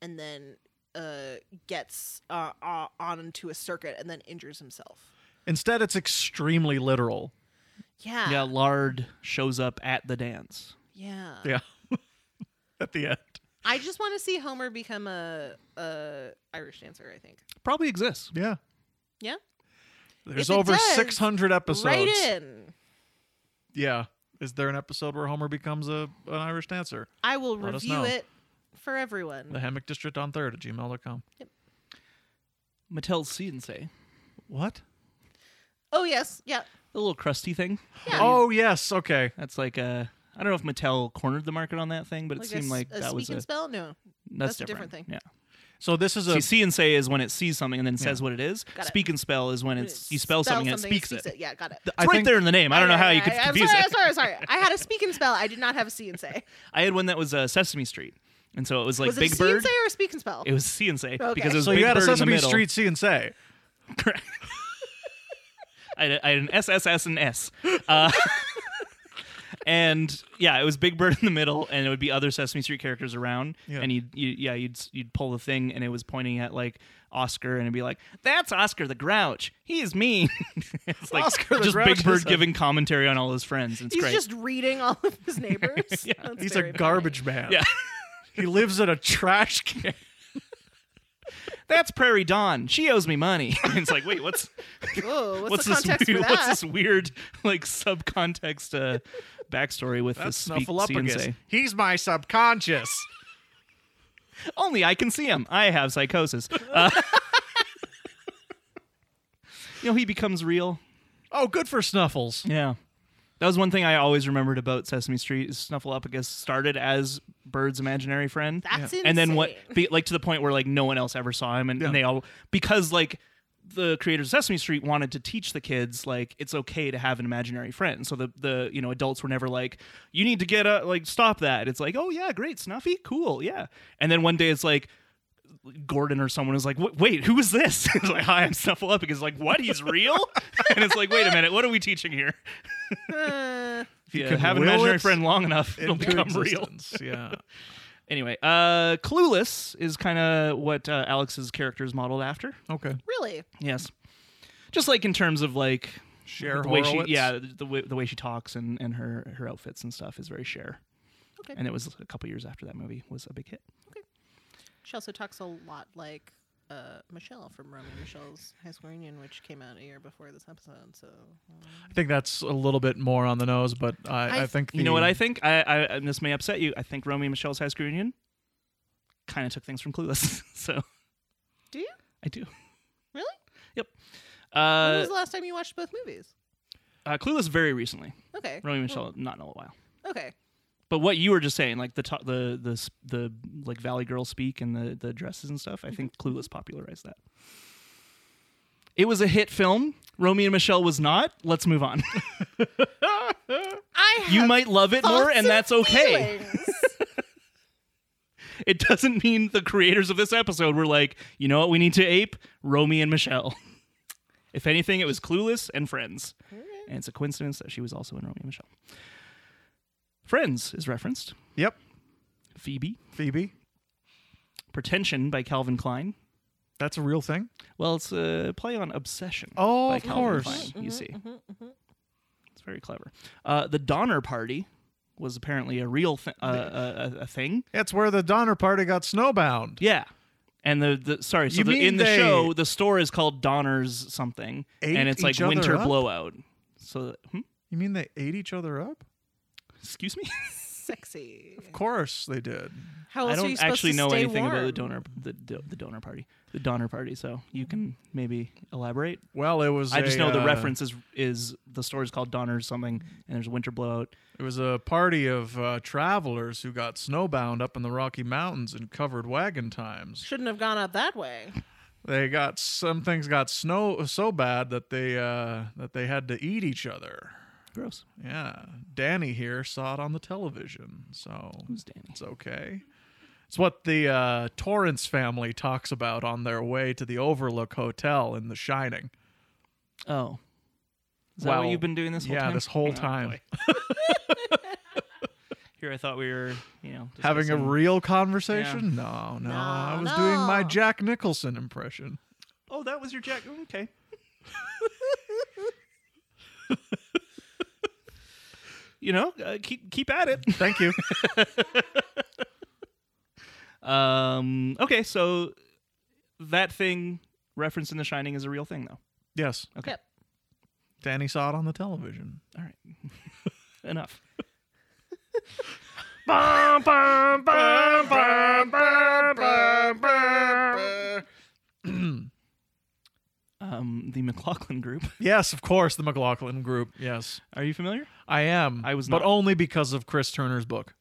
[SPEAKER 3] and then uh gets uh, uh onto a circuit and then injures himself.
[SPEAKER 2] Instead, it's extremely literal.
[SPEAKER 3] Yeah.
[SPEAKER 1] Yeah. Lard shows up at the dance.
[SPEAKER 3] yeah.
[SPEAKER 2] Yeah. *laughs* At the end.
[SPEAKER 3] I just want to see Homer become a a Irish dancer, I think.
[SPEAKER 1] Probably exists.
[SPEAKER 2] Yeah.
[SPEAKER 3] Yeah.
[SPEAKER 2] There's
[SPEAKER 3] If it
[SPEAKER 2] over
[SPEAKER 3] does,
[SPEAKER 2] 600 episodes.
[SPEAKER 3] Right in.
[SPEAKER 2] Yeah. Is there an episode where Homer becomes a an Irish dancer?
[SPEAKER 3] I will
[SPEAKER 2] Let us
[SPEAKER 3] review
[SPEAKER 2] know.
[SPEAKER 3] it for everyone.
[SPEAKER 2] The hammock district on third at gmail.com.
[SPEAKER 1] Mattel's Sensei.
[SPEAKER 2] What?
[SPEAKER 3] Oh yes, yeah.
[SPEAKER 1] The little crusty thing.
[SPEAKER 2] Oh, yes. Okay.
[SPEAKER 1] That's like a. I don't know if Mattel cornered the market on that thing, but it
[SPEAKER 3] Like a,
[SPEAKER 1] seemed
[SPEAKER 3] s-
[SPEAKER 1] like
[SPEAKER 3] a
[SPEAKER 1] that
[SPEAKER 3] speak
[SPEAKER 1] was a.
[SPEAKER 3] and spell. No,
[SPEAKER 1] That's,
[SPEAKER 3] that's a different thing.
[SPEAKER 1] Yeah.
[SPEAKER 2] So this is
[SPEAKER 1] See,
[SPEAKER 2] a.
[SPEAKER 1] see and say is when it sees something and then says what it is.
[SPEAKER 3] Got it.
[SPEAKER 1] Speak and spell is when it's you spell, something, and it speaks, it.
[SPEAKER 3] Yeah, got it.
[SPEAKER 2] I
[SPEAKER 1] It's right
[SPEAKER 2] think-
[SPEAKER 1] there in the name. I don't know how you could
[SPEAKER 3] I-
[SPEAKER 1] confuse
[SPEAKER 3] I'm sorry,
[SPEAKER 1] it.
[SPEAKER 3] I'm sorry, sorry. I had a speak and spell. I did not have a see and say.
[SPEAKER 1] I had one that was uh, Sesame Street, and so it was *laughs* like
[SPEAKER 3] was
[SPEAKER 1] Big
[SPEAKER 3] it a see and
[SPEAKER 1] Bird.
[SPEAKER 3] say or a speak and spell?
[SPEAKER 1] It was C and say because it was
[SPEAKER 2] So
[SPEAKER 1] Big
[SPEAKER 2] you had a
[SPEAKER 1] Bird in the
[SPEAKER 2] Sesame
[SPEAKER 1] middle.
[SPEAKER 2] Street see and say.
[SPEAKER 1] Correct. I, had, I had an SSS and S. Uh, *laughs* And yeah, it was Big Bird in the middle, and it would be other Sesame Street characters around.
[SPEAKER 2] Yeah.
[SPEAKER 1] And you'd, you, yeah, you'd s- you'd pull the thing, and it was pointing at like Oscar, and it'd be like, "That's Oscar the Grouch. He is mean." *laughs* it's like
[SPEAKER 2] Oscar the
[SPEAKER 1] just
[SPEAKER 2] Grouch
[SPEAKER 1] Big Bird
[SPEAKER 2] is a-
[SPEAKER 1] giving commentary on all his friends. It's
[SPEAKER 3] He's
[SPEAKER 1] great.
[SPEAKER 3] just reading all of
[SPEAKER 1] *laughs*
[SPEAKER 3] his neighbors. That's
[SPEAKER 2] He's
[SPEAKER 3] very
[SPEAKER 2] a
[SPEAKER 3] funny.
[SPEAKER 2] garbage man.
[SPEAKER 1] Yeah.
[SPEAKER 2] *laughs* he lives in a trash can.
[SPEAKER 1] That's Prairie Dawn. She owes me money. *laughs* it's like, wait,
[SPEAKER 2] *laughs*
[SPEAKER 1] what's
[SPEAKER 3] Whoa, what's,
[SPEAKER 1] what's,
[SPEAKER 3] the context
[SPEAKER 1] this? Weird, *laughs*
[SPEAKER 3] for that?
[SPEAKER 1] what's this weird like subcontext uh, backstory with
[SPEAKER 2] That's
[SPEAKER 1] this? Speak, see and
[SPEAKER 2] Snuffleupagus.
[SPEAKER 1] say?
[SPEAKER 2] He's my subconscious.
[SPEAKER 1] Only I can see him. I have psychosis. Uh, *laughs* you know, he becomes real.
[SPEAKER 2] Oh, good for Snuffles.
[SPEAKER 1] Yeah. That was one thing I always remembered about Sesame Street is Snuffleupagus started as Bird's imaginary friend.
[SPEAKER 3] That's
[SPEAKER 1] And then what
[SPEAKER 3] insane.
[SPEAKER 1] be, like to the point where like no one else ever saw him and, and they all because like the creators of Sesame Street wanted to teach the kids like it's okay to have an imaginary friend. So the the you know adults were never like you need to get a like stop that. It's like, "Oh yeah, great, Snuffy. Cool. Yeah." And then one day it's like Gordon or someone was like, "Wait, "Wait, who is this?" *laughs* it's like, "Hi, I'm Snuffleupagus." Like, "What? He's real?" *laughs* and it's like, "Wait a minute, what are we teaching here?"
[SPEAKER 3] Uh,
[SPEAKER 1] If you
[SPEAKER 2] can
[SPEAKER 1] have an
[SPEAKER 2] will
[SPEAKER 1] imaginary
[SPEAKER 2] it
[SPEAKER 1] friend long
[SPEAKER 2] *laughs*
[SPEAKER 1] enough, it'll
[SPEAKER 2] Into
[SPEAKER 1] become real.
[SPEAKER 2] existence.
[SPEAKER 1] *laughs*
[SPEAKER 2] Yeah.
[SPEAKER 1] Anyway, uh, Clueless is kind of what uh, Alex's character is modeled after.
[SPEAKER 2] Okay.
[SPEAKER 3] *laughs* really?
[SPEAKER 1] Yes, just like in terms of like
[SPEAKER 2] Share
[SPEAKER 1] the way she, yeah, the way, the way she talks and, and her her outfits and stuff is very Cher.
[SPEAKER 3] Okay.
[SPEAKER 1] And it was a couple years after that movie was a big hit.
[SPEAKER 3] She also talks a lot like uh, Michelle from Romy and Michelle's High School Reunion, which came out a year before this episode. So um,
[SPEAKER 2] I think that's a little bit more on the nose, but I, I,
[SPEAKER 3] I-
[SPEAKER 2] think
[SPEAKER 1] You know
[SPEAKER 2] the-
[SPEAKER 1] what I think? I, I and this may upset you. I think Romeo and Michelle's High School Reunion kind of took things from Clueless. *laughs* so
[SPEAKER 3] do you?
[SPEAKER 1] I do.
[SPEAKER 3] Really? when
[SPEAKER 1] Uh,
[SPEAKER 3] was the last time you watched both movies?
[SPEAKER 1] uh, Clueless very recently.
[SPEAKER 3] Okay.
[SPEAKER 1] Romeo and Michelle not in a little while.
[SPEAKER 3] Okay.
[SPEAKER 1] But what you were just saying, like the to- the the s- the like Valley Girl speak and the the dresses and stuff, I think Clueless popularized that. It was a hit film. Romeo and Michelle was not. Let's move on.
[SPEAKER 3] I have
[SPEAKER 1] You might love it more,
[SPEAKER 3] thoughts
[SPEAKER 1] and that's okay.
[SPEAKER 3] feelings.
[SPEAKER 1] It doesn't mean the creators of this episode were like, you know what, we need to ape Romeo and Michelle. *laughs* If anything, it was Clueless and Friends, and it's a coincidence that she was also in Romeo and Michelle. Friends is referenced.
[SPEAKER 2] Yep.
[SPEAKER 1] Phoebe,
[SPEAKER 2] Phoebe.
[SPEAKER 1] Pretension by Calvin Klein.
[SPEAKER 2] That's a real thing.
[SPEAKER 1] Well, it's a play on obsession.
[SPEAKER 2] Oh,
[SPEAKER 1] by
[SPEAKER 2] of
[SPEAKER 1] Calvin
[SPEAKER 2] course.
[SPEAKER 1] Klein,
[SPEAKER 3] Mm-hmm,
[SPEAKER 1] you see, it's very clever. Uh, the Donner Party was apparently a real thi- uh, a, a, a thing.
[SPEAKER 2] It's where the Donner Party got snowbound.
[SPEAKER 1] Yeah, and the, the sorry, so
[SPEAKER 2] You
[SPEAKER 1] the,
[SPEAKER 2] mean
[SPEAKER 1] in the
[SPEAKER 2] they
[SPEAKER 1] show, the store is called Donner's something,
[SPEAKER 2] Ate
[SPEAKER 1] and it's like
[SPEAKER 2] each other
[SPEAKER 1] Winter
[SPEAKER 2] up?
[SPEAKER 1] Blowout. So, hmm?
[SPEAKER 2] You mean they ate each other up?
[SPEAKER 1] excuse me,
[SPEAKER 3] Sexy.
[SPEAKER 2] Of course they did.
[SPEAKER 3] How
[SPEAKER 1] I
[SPEAKER 3] else are you
[SPEAKER 1] don't
[SPEAKER 3] supposed
[SPEAKER 1] actually
[SPEAKER 3] to
[SPEAKER 1] know
[SPEAKER 3] stay
[SPEAKER 1] anything about the
[SPEAKER 3] warm?
[SPEAKER 1] donor the, the, the donor party, the Donner Party. So you can
[SPEAKER 3] Mm-hmm.
[SPEAKER 1] maybe elaborate.
[SPEAKER 2] Well, it was.
[SPEAKER 1] I just
[SPEAKER 2] a,
[SPEAKER 1] know the
[SPEAKER 2] uh,
[SPEAKER 1] reference is is the store is called Donner's something, and there's Winter Blowout.
[SPEAKER 2] It was a party of uh, travelers who got snowbound up in the Rocky Mountains in covered wagon times.
[SPEAKER 3] Shouldn't have gone up that
[SPEAKER 1] *laughs*
[SPEAKER 3] way.
[SPEAKER 2] They got some things got snow so bad that they uh, that they had to eat each other.
[SPEAKER 1] Gross.
[SPEAKER 2] Yeah, Danny here saw it on the television, so
[SPEAKER 1] Who's Danny?
[SPEAKER 2] it's okay. It's what the uh, Torrance family talks about on their way to the Overlook Hotel in The Shining.
[SPEAKER 1] Oh. Is that
[SPEAKER 2] Well,
[SPEAKER 1] what you've been doing this whole
[SPEAKER 2] yeah,
[SPEAKER 1] time?
[SPEAKER 2] this whole
[SPEAKER 1] Oh,
[SPEAKER 2] time,
[SPEAKER 1] boy. Here I thought we were, you know,
[SPEAKER 2] having a
[SPEAKER 1] discussing-
[SPEAKER 2] real conversation. No, no, I
[SPEAKER 3] No,
[SPEAKER 2] was doing my
[SPEAKER 3] no.
[SPEAKER 2] Jack Nicholson impression.
[SPEAKER 1] Oh, that was your jack. Okay. *laughs* you know, uh, keep keep at it.
[SPEAKER 2] Thank you.
[SPEAKER 1] *laughs* Um okay, so that thing referenced in The Shining is a real thing though.
[SPEAKER 2] yes,
[SPEAKER 1] Okay.
[SPEAKER 3] Yep.
[SPEAKER 2] Danny saw it on the television.
[SPEAKER 1] All right. Enough. Um, the McLaughlin Group. *laughs*
[SPEAKER 2] Yes, of course, the McLaughlin Group. Yes,
[SPEAKER 1] Are you familiar?
[SPEAKER 2] I am.
[SPEAKER 1] I was
[SPEAKER 2] but
[SPEAKER 1] not.
[SPEAKER 2] only because of Chris Turner's book.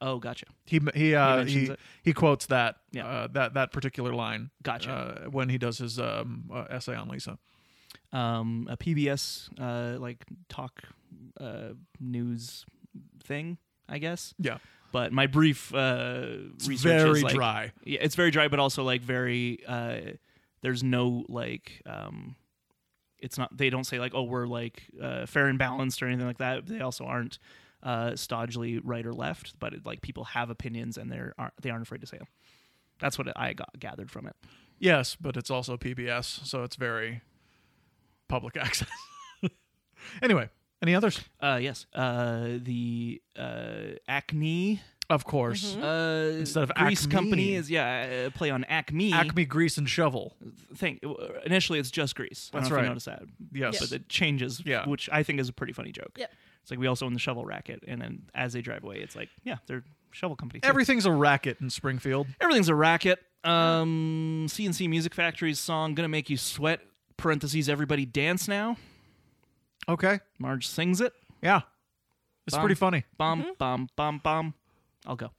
[SPEAKER 1] Oh, gotcha.
[SPEAKER 2] He he uh,
[SPEAKER 1] mentions
[SPEAKER 2] he, he,
[SPEAKER 1] it.
[SPEAKER 2] quotes that
[SPEAKER 1] Yeah.
[SPEAKER 2] uh, that that particular line.
[SPEAKER 1] Gotcha.
[SPEAKER 2] Uh, when he does his um, uh, essay on Lisa.
[SPEAKER 1] um, a PBS uh, like talk uh, news thing, I guess.
[SPEAKER 2] Yeah,
[SPEAKER 1] But my brief uh,
[SPEAKER 2] it's
[SPEAKER 1] research
[SPEAKER 2] very
[SPEAKER 1] is like,
[SPEAKER 2] dry.
[SPEAKER 1] Yeah, it's very dry, but also like very. Uh, there's no like. Um, it's not. They don't say like, oh, we're like uh, fair and balanced or anything like that. They also aren't. uh, stodgily right or left, but it, like people have opinions and they're aren't, they aren't afraid to say them. That's what I got gathered from it.
[SPEAKER 2] Yes, but it's also PBS, so it's very public *laughs* access. anyway, any others?
[SPEAKER 1] Uh, yes, uh, the uh, Acne
[SPEAKER 2] Of course.
[SPEAKER 1] uh,
[SPEAKER 2] Instead of
[SPEAKER 1] Grease
[SPEAKER 2] Acme.
[SPEAKER 1] Company is yeah uh, play on Acme.
[SPEAKER 2] Acme Grease and Shovel.
[SPEAKER 1] thing. Initially, it's just Grease.
[SPEAKER 2] That's
[SPEAKER 1] I don't
[SPEAKER 2] right.
[SPEAKER 1] Know if you noticed that.
[SPEAKER 2] Yes.
[SPEAKER 1] but it changes,
[SPEAKER 2] Yeah.
[SPEAKER 1] which I think is a pretty funny joke.
[SPEAKER 3] Yep.
[SPEAKER 1] It's like we also own the shovel racket, and then as they drive away, it's like, yeah, they're shovel company. too.
[SPEAKER 2] Everything's a racket in Springfield.
[SPEAKER 1] everything's a racket. Um, CNC Music Factory's song "Gonna Make You Sweat" (parentheses Everybody Dance Now).
[SPEAKER 2] Okay.
[SPEAKER 1] Marge sings it.
[SPEAKER 2] Yeah. It's
[SPEAKER 1] Bomb.
[SPEAKER 2] pretty funny.
[SPEAKER 1] Bum bum bum bum. I'll go.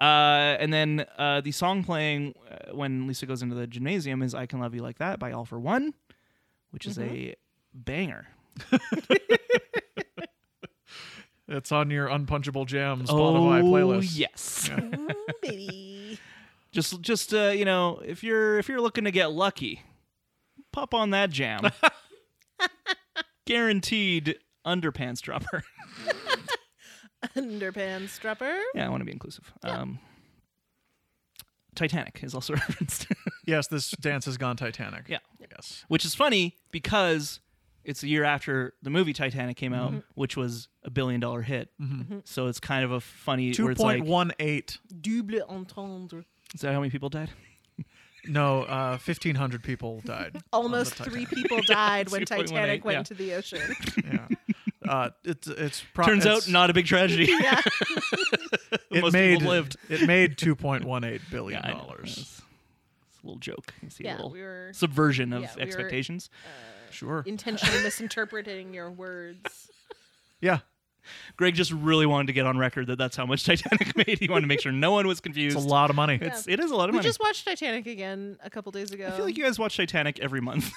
[SPEAKER 1] Uh, and then uh, the song playing uh, when Lisa goes into the gymnasium is "I Can Love You Like That" by All for One, which is a banger.
[SPEAKER 2] It's on your Unpunchable Jam Spotify playlist.
[SPEAKER 1] yes.
[SPEAKER 3] Ooh, baby. *laughs*
[SPEAKER 1] just just uh, you know if you're if you're looking to get lucky pop on that *laughs* jam guaranteed underpants dropper *laughs*
[SPEAKER 3] Underpants dropper.
[SPEAKER 1] yeah i want to be inclusive um titanic is also *laughs* referenced
[SPEAKER 2] Yes, this dance has gone Titanic.
[SPEAKER 1] Yeah.
[SPEAKER 2] Yes.
[SPEAKER 1] which is funny because it's a year after the movie titanic came
[SPEAKER 3] Mm-hmm.
[SPEAKER 1] out which was a billion dollar hit
[SPEAKER 2] Mm-hmm.
[SPEAKER 1] so it's kind of a funny where it's like
[SPEAKER 2] 2.18.
[SPEAKER 3] Double entendre.
[SPEAKER 1] is that how many people
[SPEAKER 3] *laughs*
[SPEAKER 1] died
[SPEAKER 2] No, uh, 1,500 people *laughs* died.
[SPEAKER 3] Almost
[SPEAKER 2] on the
[SPEAKER 1] *laughs*
[SPEAKER 3] three people died when
[SPEAKER 1] 2.18,
[SPEAKER 3] Titanic went
[SPEAKER 1] yeah.
[SPEAKER 3] to the
[SPEAKER 1] *laughs*
[SPEAKER 3] ocean. *laughs*
[SPEAKER 2] Titanic. Yeah. Uh, it's it's pro-
[SPEAKER 1] turns
[SPEAKER 2] it's-
[SPEAKER 1] out not a big tragedy
[SPEAKER 3] Yeah.
[SPEAKER 2] *laughs* it
[SPEAKER 1] most
[SPEAKER 2] made,
[SPEAKER 1] people lived.
[SPEAKER 2] It made 2.18 billion
[SPEAKER 1] I know.
[SPEAKER 2] dollars.
[SPEAKER 1] It's a little joke you see a
[SPEAKER 3] Yeah,
[SPEAKER 1] little
[SPEAKER 3] we were
[SPEAKER 1] subversion of
[SPEAKER 3] Yeah, we were-
[SPEAKER 1] expectations
[SPEAKER 2] Sure.
[SPEAKER 1] *laughs*
[SPEAKER 3] intentionally misinterpreting your words.
[SPEAKER 2] Yeah.
[SPEAKER 1] Greg just really wanted to get on record that that's how much *laughs* Titanic made. He wanted to make sure no one was confused.
[SPEAKER 2] It's a lot of money.
[SPEAKER 1] It's- it is a lot of
[SPEAKER 3] We
[SPEAKER 1] money.
[SPEAKER 3] just watched Titanic again a couple days ago.
[SPEAKER 1] I
[SPEAKER 3] *laughs*
[SPEAKER 1] feel like you guys watch Titanic every month.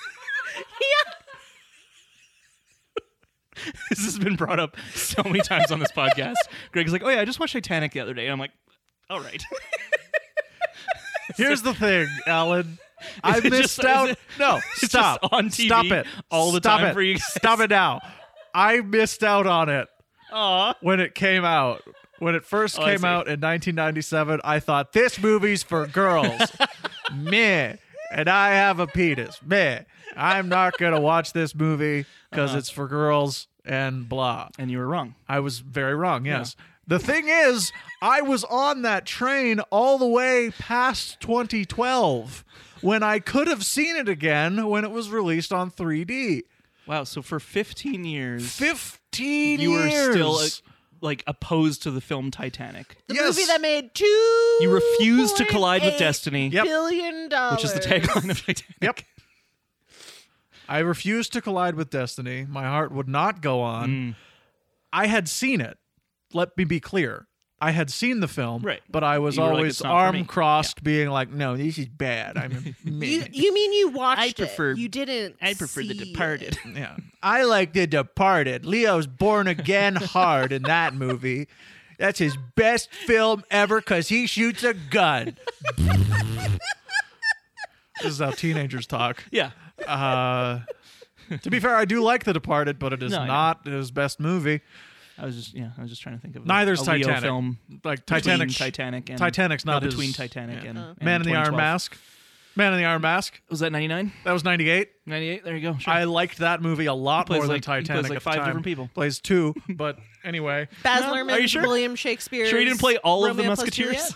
[SPEAKER 1] yeah. *laughs* this has been brought up so many times on this
[SPEAKER 2] *laughs*
[SPEAKER 1] podcast. Greg's like, "Oh yeah, I just watched Titanic the other day," and I'm like, "All
[SPEAKER 2] *laughs*
[SPEAKER 1] right." *laughs*
[SPEAKER 2] Here's the thing, Alan. I
[SPEAKER 1] it
[SPEAKER 2] missed
[SPEAKER 1] just-
[SPEAKER 2] out.
[SPEAKER 1] is it- *laughs*
[SPEAKER 2] no,
[SPEAKER 1] just
[SPEAKER 2] stop.
[SPEAKER 1] on TV
[SPEAKER 2] stop it.
[SPEAKER 1] all the
[SPEAKER 2] Stop
[SPEAKER 1] time
[SPEAKER 2] it.
[SPEAKER 1] for you guys?
[SPEAKER 2] Stop it now. I missed out on it
[SPEAKER 1] Aw.
[SPEAKER 2] when it came out. When it first
[SPEAKER 1] Oh, I
[SPEAKER 2] came
[SPEAKER 1] see.
[SPEAKER 2] out in 1997, I thought this movie's for girls.
[SPEAKER 1] *laughs*
[SPEAKER 2] Meh. And I have a penis. Meh. I'm not going to watch this movie because
[SPEAKER 1] Uh-huh.
[SPEAKER 2] it's for girls and blah.
[SPEAKER 1] And you were wrong.
[SPEAKER 2] I was very wrong. Yes. The thing is, I was on that train all the way past 2012 when I could have seen it again when it was released on 3D.
[SPEAKER 1] Wow. So for 15 years,
[SPEAKER 2] 15
[SPEAKER 1] you were
[SPEAKER 2] years.
[SPEAKER 1] still uh, like opposed to the film Titanic.
[SPEAKER 3] the
[SPEAKER 2] yes.
[SPEAKER 3] movie that made two.
[SPEAKER 1] You refused to collide with destiny,
[SPEAKER 2] Yep.
[SPEAKER 3] dollars,
[SPEAKER 1] which is the tagline of Titanic.
[SPEAKER 2] Yep. I refused to collide with destiny. My heart would not go on.
[SPEAKER 1] Mm.
[SPEAKER 2] I had seen it. Let me be clear. I had seen the film,
[SPEAKER 1] Right.
[SPEAKER 2] but I was
[SPEAKER 1] You were like,
[SPEAKER 2] always
[SPEAKER 1] "It's not for me."
[SPEAKER 2] arm crossed, being like, "No, this is
[SPEAKER 1] *laughs*
[SPEAKER 2] bad." I'm
[SPEAKER 3] You, you mean you watched
[SPEAKER 1] I prefer-
[SPEAKER 3] it? You didn't. see it.
[SPEAKER 2] Yeah. I like The Departed. Leo's born again hard in that movie. That's his best film ever because he shoots a gun. this is how teenagers talk.
[SPEAKER 1] *laughs* Yeah.
[SPEAKER 2] Uh, to be fair, I do like The Departed, but it is
[SPEAKER 1] No, I know.
[SPEAKER 2] not his best movie.
[SPEAKER 1] I was just yeah, I was just trying to think of a-
[SPEAKER 2] Neither's
[SPEAKER 1] a
[SPEAKER 2] Titanic.
[SPEAKER 1] Leo film.
[SPEAKER 2] Like
[SPEAKER 1] Titanic,
[SPEAKER 2] Titanic.
[SPEAKER 1] Titanic, and
[SPEAKER 2] Titanic's not
[SPEAKER 1] no, between
[SPEAKER 2] his-
[SPEAKER 1] Titanic
[SPEAKER 2] yeah. Uh-huh.
[SPEAKER 1] and, and
[SPEAKER 2] Man in the Iron
[SPEAKER 1] 2012.
[SPEAKER 2] Mask. Man in the Iron Mask.
[SPEAKER 1] Was that 99?
[SPEAKER 2] That was 98.
[SPEAKER 1] 98? There you go. Sure.
[SPEAKER 2] I liked that movie a lot
[SPEAKER 1] plays
[SPEAKER 2] more than
[SPEAKER 1] like- he plays
[SPEAKER 2] Titanic.
[SPEAKER 1] like
[SPEAKER 2] at the
[SPEAKER 1] five
[SPEAKER 2] time.
[SPEAKER 1] different people.
[SPEAKER 2] Plays two, but anyway.
[SPEAKER 3] Baz
[SPEAKER 1] No? Are
[SPEAKER 3] Luhrmann,
[SPEAKER 1] you sure?
[SPEAKER 3] William Shakespeare.
[SPEAKER 1] sure, you didn't play all of the Musketeers.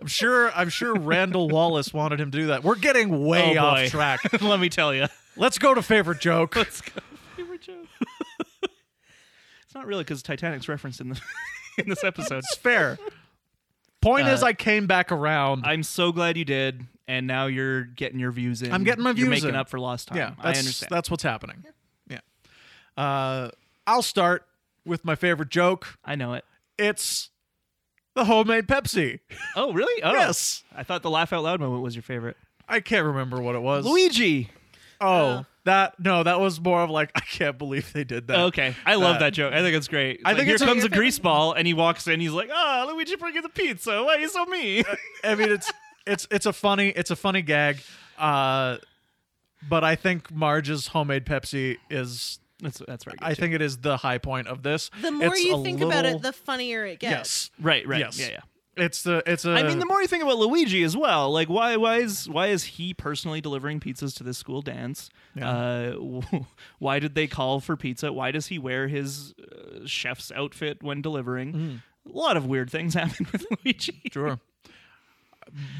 [SPEAKER 2] I'm sure I'm sure Randall Wallace wanted him to do that. We're getting way
[SPEAKER 1] Oh,
[SPEAKER 2] off
[SPEAKER 1] boy.
[SPEAKER 2] track.
[SPEAKER 1] Let me tell you,
[SPEAKER 2] Let's go to
[SPEAKER 1] *laughs*
[SPEAKER 2] favorite joke.
[SPEAKER 1] it's got a favorite joke. it's not really because Titanic's referenced in the in this episode.
[SPEAKER 2] It's fair. Point is
[SPEAKER 1] Uh,
[SPEAKER 2] I came back around.
[SPEAKER 1] I'm so glad you did, and now you're getting your views in.
[SPEAKER 2] I'm getting my
[SPEAKER 1] You're
[SPEAKER 2] views
[SPEAKER 1] making
[SPEAKER 2] in.
[SPEAKER 1] up for lost time.
[SPEAKER 2] yeah, that's,
[SPEAKER 1] I understand.
[SPEAKER 2] that's what's happening. Yeah. Uh, I'll start with my favorite joke.
[SPEAKER 1] I know it.
[SPEAKER 2] It's the homemade Pepsi.
[SPEAKER 1] Oh, really? Oh,
[SPEAKER 2] Yes.
[SPEAKER 1] I thought the laugh out loud moment was your favorite.
[SPEAKER 2] I can't remember what it was.
[SPEAKER 1] Luigi.
[SPEAKER 2] Oh, that no, that was more of like *laughs* I can't believe they did that. Uh,
[SPEAKER 1] Okay, I love
[SPEAKER 2] That-
[SPEAKER 1] that joke. I think it's great. It's
[SPEAKER 2] I
[SPEAKER 1] like,
[SPEAKER 2] think
[SPEAKER 1] here
[SPEAKER 2] it's a-
[SPEAKER 1] comes a grease ball, and he walks in. He's like, "Ah, Luigi, bring you the pizza. Why are you so mean?"
[SPEAKER 2] I mean, it's it's it's a funny it's a funny gag, uh, but I think Marge's homemade Pepsi is
[SPEAKER 1] That's that's very good.
[SPEAKER 2] I
[SPEAKER 1] too.
[SPEAKER 2] think it is the high point of this.
[SPEAKER 1] *laughs*
[SPEAKER 3] The more
[SPEAKER 2] It's
[SPEAKER 3] you
[SPEAKER 2] a
[SPEAKER 3] think about
[SPEAKER 2] little-
[SPEAKER 3] it, the funnier it gets.
[SPEAKER 2] yes,
[SPEAKER 1] Right, right.
[SPEAKER 2] Yes.
[SPEAKER 1] Yeah, yeah.
[SPEAKER 2] it's the it's a.
[SPEAKER 1] I mean, the more you think about Luigi as well, like why why is why is he personally delivering pizzas to this school dance? Uh, *laughs* why did they call for pizza? Why does he wear his uh, chef's outfit when delivering?
[SPEAKER 2] Mm.
[SPEAKER 1] A lot of weird things *laughs* happen with Luigi.
[SPEAKER 2] sure.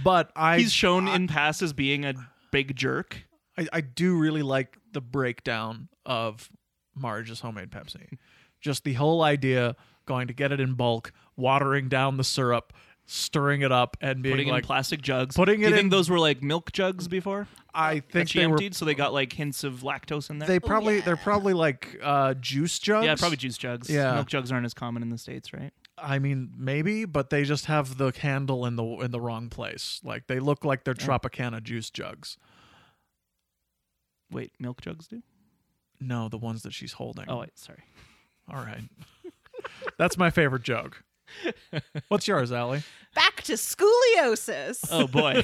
[SPEAKER 2] But I
[SPEAKER 1] He's shown in past as being a big jerk.
[SPEAKER 2] I, I do really like the breakdown of Marge's homemade Pepsi. Just the whole idea going to get it in bulk, watering down the syrup, stirring it up, and being
[SPEAKER 1] Putting it
[SPEAKER 2] like,
[SPEAKER 1] in plastic jugs.
[SPEAKER 2] putting
[SPEAKER 1] Do
[SPEAKER 2] it
[SPEAKER 1] you
[SPEAKER 2] in-
[SPEAKER 1] think those were like milk jugs before?
[SPEAKER 2] I
[SPEAKER 1] That
[SPEAKER 2] think
[SPEAKER 1] she
[SPEAKER 2] they were.
[SPEAKER 1] emptied, so they got like hints of lactose in there.
[SPEAKER 2] They probably
[SPEAKER 3] yeah.
[SPEAKER 2] they're probably like uh, juice jugs.
[SPEAKER 1] yeah, probably juice jugs.
[SPEAKER 2] Yeah.
[SPEAKER 1] milk jugs aren't as common in the states, right?
[SPEAKER 2] I mean, maybe, but they just have the handle in the in the wrong place. Like they look like they're Tropicana juice jugs.
[SPEAKER 1] Wait, milk jugs do?
[SPEAKER 2] No, the ones that she's holding.
[SPEAKER 1] Oh, wait, sorry. *laughs*
[SPEAKER 2] all right. *laughs* That's my
[SPEAKER 1] *laughs*
[SPEAKER 2] favorite joke. What's yours, Allie? *laughs*
[SPEAKER 3] Back to scoliosis.
[SPEAKER 1] Oh boy.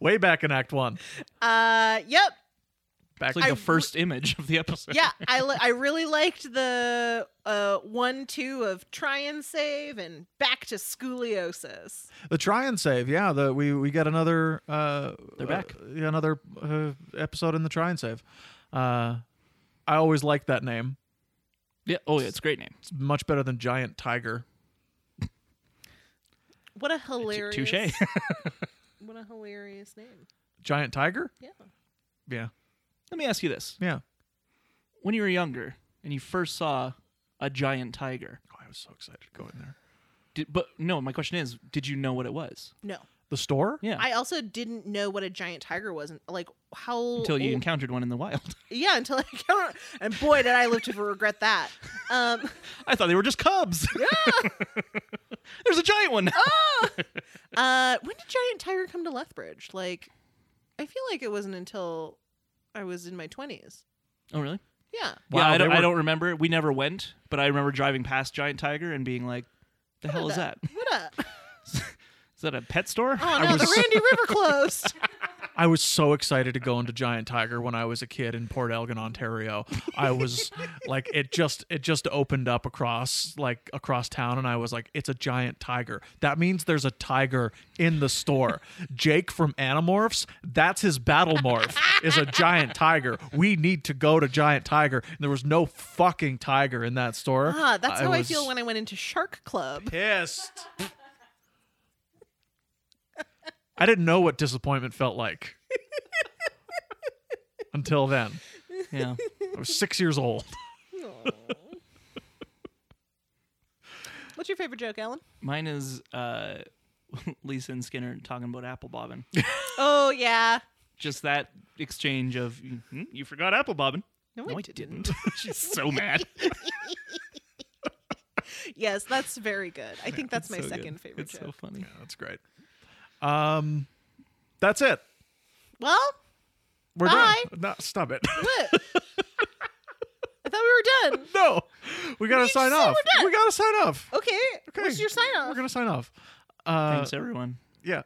[SPEAKER 2] Way back in Act One.
[SPEAKER 1] Oh.
[SPEAKER 3] Uh, yep.
[SPEAKER 2] Back
[SPEAKER 1] It's like
[SPEAKER 3] I
[SPEAKER 1] the first image of the episode.
[SPEAKER 3] Yeah, I, li- I really liked the uh, one, two of try and save and back to scoliosis.
[SPEAKER 2] The try and save, yeah. The we we got another. Uh,
[SPEAKER 1] They're back.
[SPEAKER 2] uh, yeah, another uh, episode in the try and save. Uh, I always liked that name.
[SPEAKER 1] Yeah. Oh, yeah. It's a great name.
[SPEAKER 2] It's much better than Giant Tiger.
[SPEAKER 3] What a hilarious.
[SPEAKER 1] Touche. *laughs*
[SPEAKER 3] What a hilarious name.
[SPEAKER 2] Giant Tiger.
[SPEAKER 3] Yeah.
[SPEAKER 2] Yeah,
[SPEAKER 1] Let me ask you this:
[SPEAKER 2] yeah.
[SPEAKER 1] When you were younger and you first saw a giant tiger,
[SPEAKER 2] Oh, I was so excited to go in there.
[SPEAKER 1] did, but no, my question is, did you know what it was?
[SPEAKER 3] No.
[SPEAKER 2] The store.
[SPEAKER 1] Yeah.
[SPEAKER 3] I also didn't know what a giant tiger was, and like how
[SPEAKER 1] until you
[SPEAKER 3] old-
[SPEAKER 1] encountered one in the wild. *laughs*
[SPEAKER 3] yeah, until I *laughs* encountered, and boy, did I live to regret that. Um,
[SPEAKER 1] I thought they were just cubs. *laughs* There's a giant one.
[SPEAKER 3] Oh.
[SPEAKER 1] now.
[SPEAKER 3] uh, when did giant tiger come to Lethbridge? Like, I feel like it wasn't until I was in my twenties.
[SPEAKER 1] Oh, really?
[SPEAKER 3] Yeah,
[SPEAKER 2] Wow,
[SPEAKER 1] yeah, I don't,
[SPEAKER 2] they were-
[SPEAKER 1] I don't remember. We never went, but I remember driving past Giant Tiger and being like, "The hell is that? Is *laughs*
[SPEAKER 3] what up?
[SPEAKER 1] that a pet
[SPEAKER 3] *laughs*
[SPEAKER 1] store?"
[SPEAKER 3] Oh no, the
[SPEAKER 2] was-
[SPEAKER 1] *laughs*
[SPEAKER 3] Randy River closed.
[SPEAKER 2] I was so excited to go into Giant Tiger when I was a kid in Port Elgin, Ontario. I
[SPEAKER 3] *laughs*
[SPEAKER 2] was like, it just it just opened up across like across town, and I was like, it's a giant tiger. That means there's a tiger in the
[SPEAKER 3] *laughs*
[SPEAKER 2] store. Jake from Animorphs, that's his battle morph, is a giant tiger. We need to go to Giant Tiger. And there was no fucking tiger in that store.
[SPEAKER 3] Ah, that's how I
[SPEAKER 2] was
[SPEAKER 3] feel when I went into Shark
[SPEAKER 1] *laughs*
[SPEAKER 3] Club.
[SPEAKER 2] pissed. I didn't know what disappointment felt like until then.
[SPEAKER 1] Yeah.
[SPEAKER 2] I was six years old.
[SPEAKER 1] *laughs*
[SPEAKER 3] What's your favorite joke, Ellen?
[SPEAKER 1] Mine is uh, *laughs* Lisa and Skinner talking about apple bobbing.
[SPEAKER 3] Oh yeah,
[SPEAKER 1] just that exchange of "Mhm, you forgot apple bobbin
[SPEAKER 3] no,
[SPEAKER 1] no
[SPEAKER 3] I
[SPEAKER 1] i
[SPEAKER 3] didn't.
[SPEAKER 1] didn't *laughs* she's so mad
[SPEAKER 3] *laughs* Yes, that's very good. I think that's my
[SPEAKER 1] So good.
[SPEAKER 3] second favorite
[SPEAKER 1] it's
[SPEAKER 3] joke.
[SPEAKER 1] so funny
[SPEAKER 2] that's great. Um, that's it.
[SPEAKER 3] Well,
[SPEAKER 2] We're
[SPEAKER 3] Bye.
[SPEAKER 2] done. No, stop it. *laughs*
[SPEAKER 1] *laughs*
[SPEAKER 3] what? I thought we were done.
[SPEAKER 2] no, we gotta
[SPEAKER 3] just
[SPEAKER 2] sign
[SPEAKER 3] said
[SPEAKER 2] off.
[SPEAKER 3] we're done.
[SPEAKER 2] We gotta sign off.
[SPEAKER 3] Okay.
[SPEAKER 2] Okay,
[SPEAKER 3] What's your sign
[SPEAKER 2] We're
[SPEAKER 3] off?
[SPEAKER 2] gonna sign off. Uh,
[SPEAKER 1] thanks everyone
[SPEAKER 2] yeah,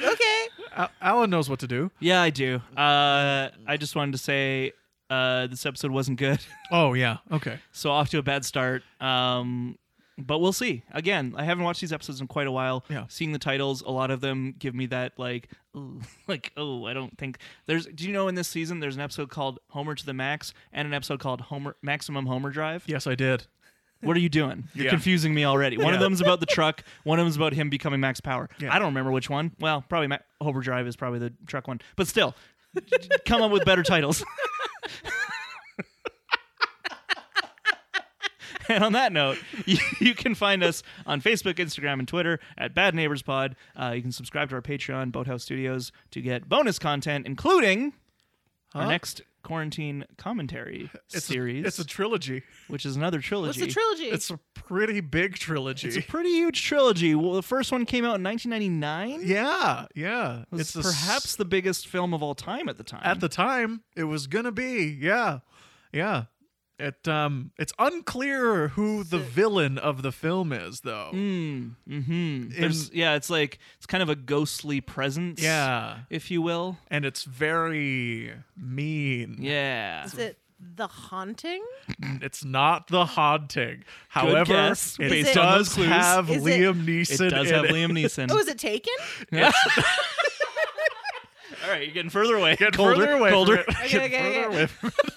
[SPEAKER 3] Okay.
[SPEAKER 1] *laughs*
[SPEAKER 2] Al- Alan knows what to do.
[SPEAKER 1] yeah i do uh, i just wanted to say uh, this episode wasn't good *laughs*
[SPEAKER 2] Oh yeah. Okay.
[SPEAKER 1] so off to a bad start um, but we'll see again i haven't watched these episodes in quite a while
[SPEAKER 2] Yeah.
[SPEAKER 1] seeing the titles a lot of them give me that like *laughs* ooh, like oh i don't think there's do you know in this season there's an episode called homer to the max and an episode called homer maximum homer drive
[SPEAKER 2] Yes, I did.
[SPEAKER 1] What are you doing? You're
[SPEAKER 2] Yeah.
[SPEAKER 1] confusing me already. One of
[SPEAKER 2] Yeah.
[SPEAKER 1] them's about the truck. One of them's about him becoming Max Power.
[SPEAKER 2] Yeah.
[SPEAKER 1] I don't remember which one. Well, probably Ma- Hover Drive is probably the truck one. But still, come up with better titles. *laughs* and on that note, you, you can find us on Facebook, Instagram, and Twitter at Bad Neighbors Pod. Uh, you can subscribe to our Patreon, Boathouse Studios, to get bonus content, including our
[SPEAKER 2] Huh?
[SPEAKER 1] next quarantine commentary
[SPEAKER 2] It's a-
[SPEAKER 1] series,
[SPEAKER 2] it's a trilogy.
[SPEAKER 1] which is another trilogy.
[SPEAKER 3] What's the trilogy?
[SPEAKER 2] It's a pretty big trilogy.
[SPEAKER 1] It's a pretty huge trilogy. Well, the first one came out in 1999.
[SPEAKER 2] Yeah, yeah.
[SPEAKER 1] It's
[SPEAKER 2] the
[SPEAKER 1] perhaps
[SPEAKER 2] s-
[SPEAKER 1] the biggest film of all time at the time.
[SPEAKER 2] at the time it was gonna be. Yeah, yeah. It um, it's unclear who the villain of the film is, though.
[SPEAKER 1] Mm, hmm There's, yeah, it's like it's kind of a ghostly presence,
[SPEAKER 2] Yeah,
[SPEAKER 1] if you will.
[SPEAKER 2] and it's very mean.
[SPEAKER 1] Yeah,
[SPEAKER 3] Is it the haunting?
[SPEAKER 1] Mm.
[SPEAKER 2] It's not the haunting. However,
[SPEAKER 1] guess,
[SPEAKER 2] it
[SPEAKER 3] based on
[SPEAKER 2] does
[SPEAKER 1] those clues.
[SPEAKER 2] have
[SPEAKER 3] Is it-
[SPEAKER 2] Liam Neeson.
[SPEAKER 1] it does
[SPEAKER 2] in
[SPEAKER 1] have
[SPEAKER 2] it.
[SPEAKER 1] Liam
[SPEAKER 3] *laughs*
[SPEAKER 1] Neeson.
[SPEAKER 3] Oh, is it taken?
[SPEAKER 1] *laughs* All right, you're getting further away.
[SPEAKER 2] Get
[SPEAKER 1] colder,
[SPEAKER 2] *laughs* further away.
[SPEAKER 1] colder.
[SPEAKER 2] From it.
[SPEAKER 3] Okay,
[SPEAKER 2] Get
[SPEAKER 3] okay,
[SPEAKER 2] further
[SPEAKER 3] okay.
[SPEAKER 2] away from it.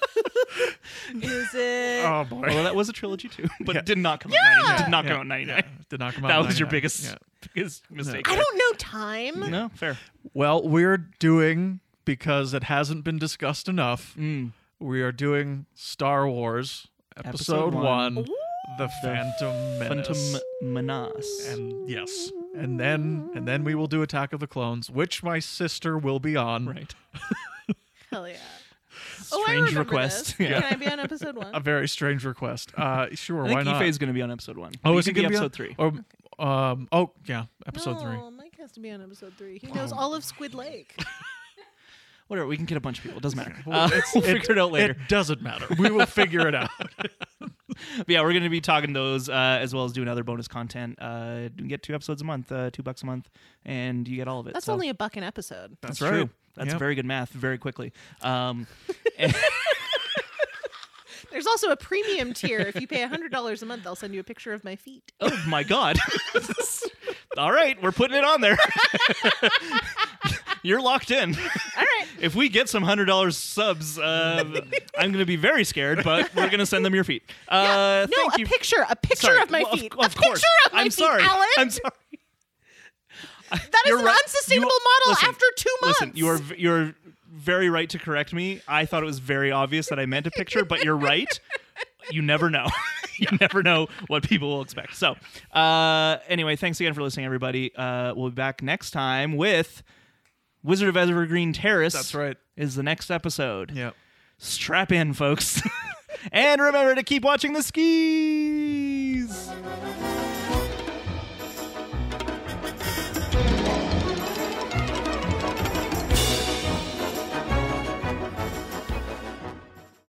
[SPEAKER 3] Is it?
[SPEAKER 2] Oh boy.
[SPEAKER 1] Although that was a trilogy too, but
[SPEAKER 2] Yeah.
[SPEAKER 1] it did not come out. 99. Did not
[SPEAKER 2] Yeah,
[SPEAKER 1] come out in ninety nine.
[SPEAKER 2] yeah, Did not come out.
[SPEAKER 1] That
[SPEAKER 2] in
[SPEAKER 1] was your
[SPEAKER 2] 99.
[SPEAKER 1] biggest
[SPEAKER 2] Yeah.
[SPEAKER 1] biggest mistake.
[SPEAKER 3] I don't know time.
[SPEAKER 1] No, fair.
[SPEAKER 2] Well, we're doing because it hasn't been discussed enough.
[SPEAKER 1] Hmm.
[SPEAKER 2] We are doing Star Wars Episode,
[SPEAKER 1] Episode
[SPEAKER 2] One,
[SPEAKER 1] one.
[SPEAKER 2] the Phantom Menace.
[SPEAKER 1] Phantom Menace.
[SPEAKER 2] and yes, and then and then we will do Attack of the Clones, which my sister will be on.
[SPEAKER 1] right.
[SPEAKER 3] Hell yeah. oh, I
[SPEAKER 1] Strange
[SPEAKER 3] remember
[SPEAKER 1] request.
[SPEAKER 3] This. Can I be
[SPEAKER 1] *laughs*
[SPEAKER 3] on episode one?
[SPEAKER 2] A very strange request. Uh, sure,
[SPEAKER 1] I
[SPEAKER 2] why
[SPEAKER 1] think
[SPEAKER 2] not?
[SPEAKER 1] Ife's going to be on episode one.
[SPEAKER 2] oh,
[SPEAKER 1] You
[SPEAKER 2] is it
[SPEAKER 1] could be
[SPEAKER 2] gonna
[SPEAKER 1] episode
[SPEAKER 2] be
[SPEAKER 1] three?
[SPEAKER 2] on? Or, um, oh yeah, episode
[SPEAKER 3] no,
[SPEAKER 2] three.
[SPEAKER 3] Mike has to be on episode three. He knows all of
[SPEAKER 1] *laughs*
[SPEAKER 3] Squid Lake.
[SPEAKER 1] Whatever. We can get a bunch of people. It doesn't matter.
[SPEAKER 2] Well,
[SPEAKER 1] Uh,
[SPEAKER 2] it's-
[SPEAKER 1] we'll figure it out later.
[SPEAKER 2] It doesn't matter. We will
[SPEAKER 1] *laughs*
[SPEAKER 2] figure it out.
[SPEAKER 1] But yeah, we're going to be talking those uh, as well as doing other bonus content. Uh, you get two episodes a month, uh, two bucks a month, and you get all of it.
[SPEAKER 3] That's
[SPEAKER 1] so.
[SPEAKER 3] only a buck an episode.
[SPEAKER 1] That's,
[SPEAKER 2] That's
[SPEAKER 1] true.
[SPEAKER 2] true.
[SPEAKER 1] That's
[SPEAKER 2] Yep.
[SPEAKER 1] very good math. Very quickly. Um,
[SPEAKER 3] There's also a premium tier. If you pay hundred dollars a month, I'll send you a picture of my feet.
[SPEAKER 1] oh my god! *laughs* All right, we're putting it on there. *laughs* You're locked in.
[SPEAKER 3] All right.
[SPEAKER 1] If we get some hundred dollars subs, uh, I'm going to be very scared, but we're going to send them your feet. Uh,
[SPEAKER 3] no,
[SPEAKER 1] thank
[SPEAKER 3] a
[SPEAKER 1] you.
[SPEAKER 3] picture. A picture
[SPEAKER 1] Sorry.
[SPEAKER 3] of my
[SPEAKER 1] Well,
[SPEAKER 3] feet.
[SPEAKER 1] Of, of
[SPEAKER 3] a
[SPEAKER 1] course.
[SPEAKER 3] picture of my
[SPEAKER 1] I'm
[SPEAKER 3] feet,
[SPEAKER 1] sorry.
[SPEAKER 3] Alan.
[SPEAKER 1] I'm sorry.
[SPEAKER 3] That is
[SPEAKER 1] You're
[SPEAKER 3] an
[SPEAKER 1] right. You-
[SPEAKER 3] unsustainable model
[SPEAKER 1] listen,
[SPEAKER 3] after two months.
[SPEAKER 1] Listen, you are v- you're very right to correct me. I thought it was very obvious that I meant a picture, but you're right. You never know. *laughs* you never know what people will expect. So, uh, anyway, thanks again for listening, everybody. Uh, we'll be back next time with Wizard of Evergreen Terrace.
[SPEAKER 2] That's right.
[SPEAKER 1] Is the next episode.
[SPEAKER 2] Yeah.
[SPEAKER 1] Strap *laughs* in, folks, and remember to keep watching the skis.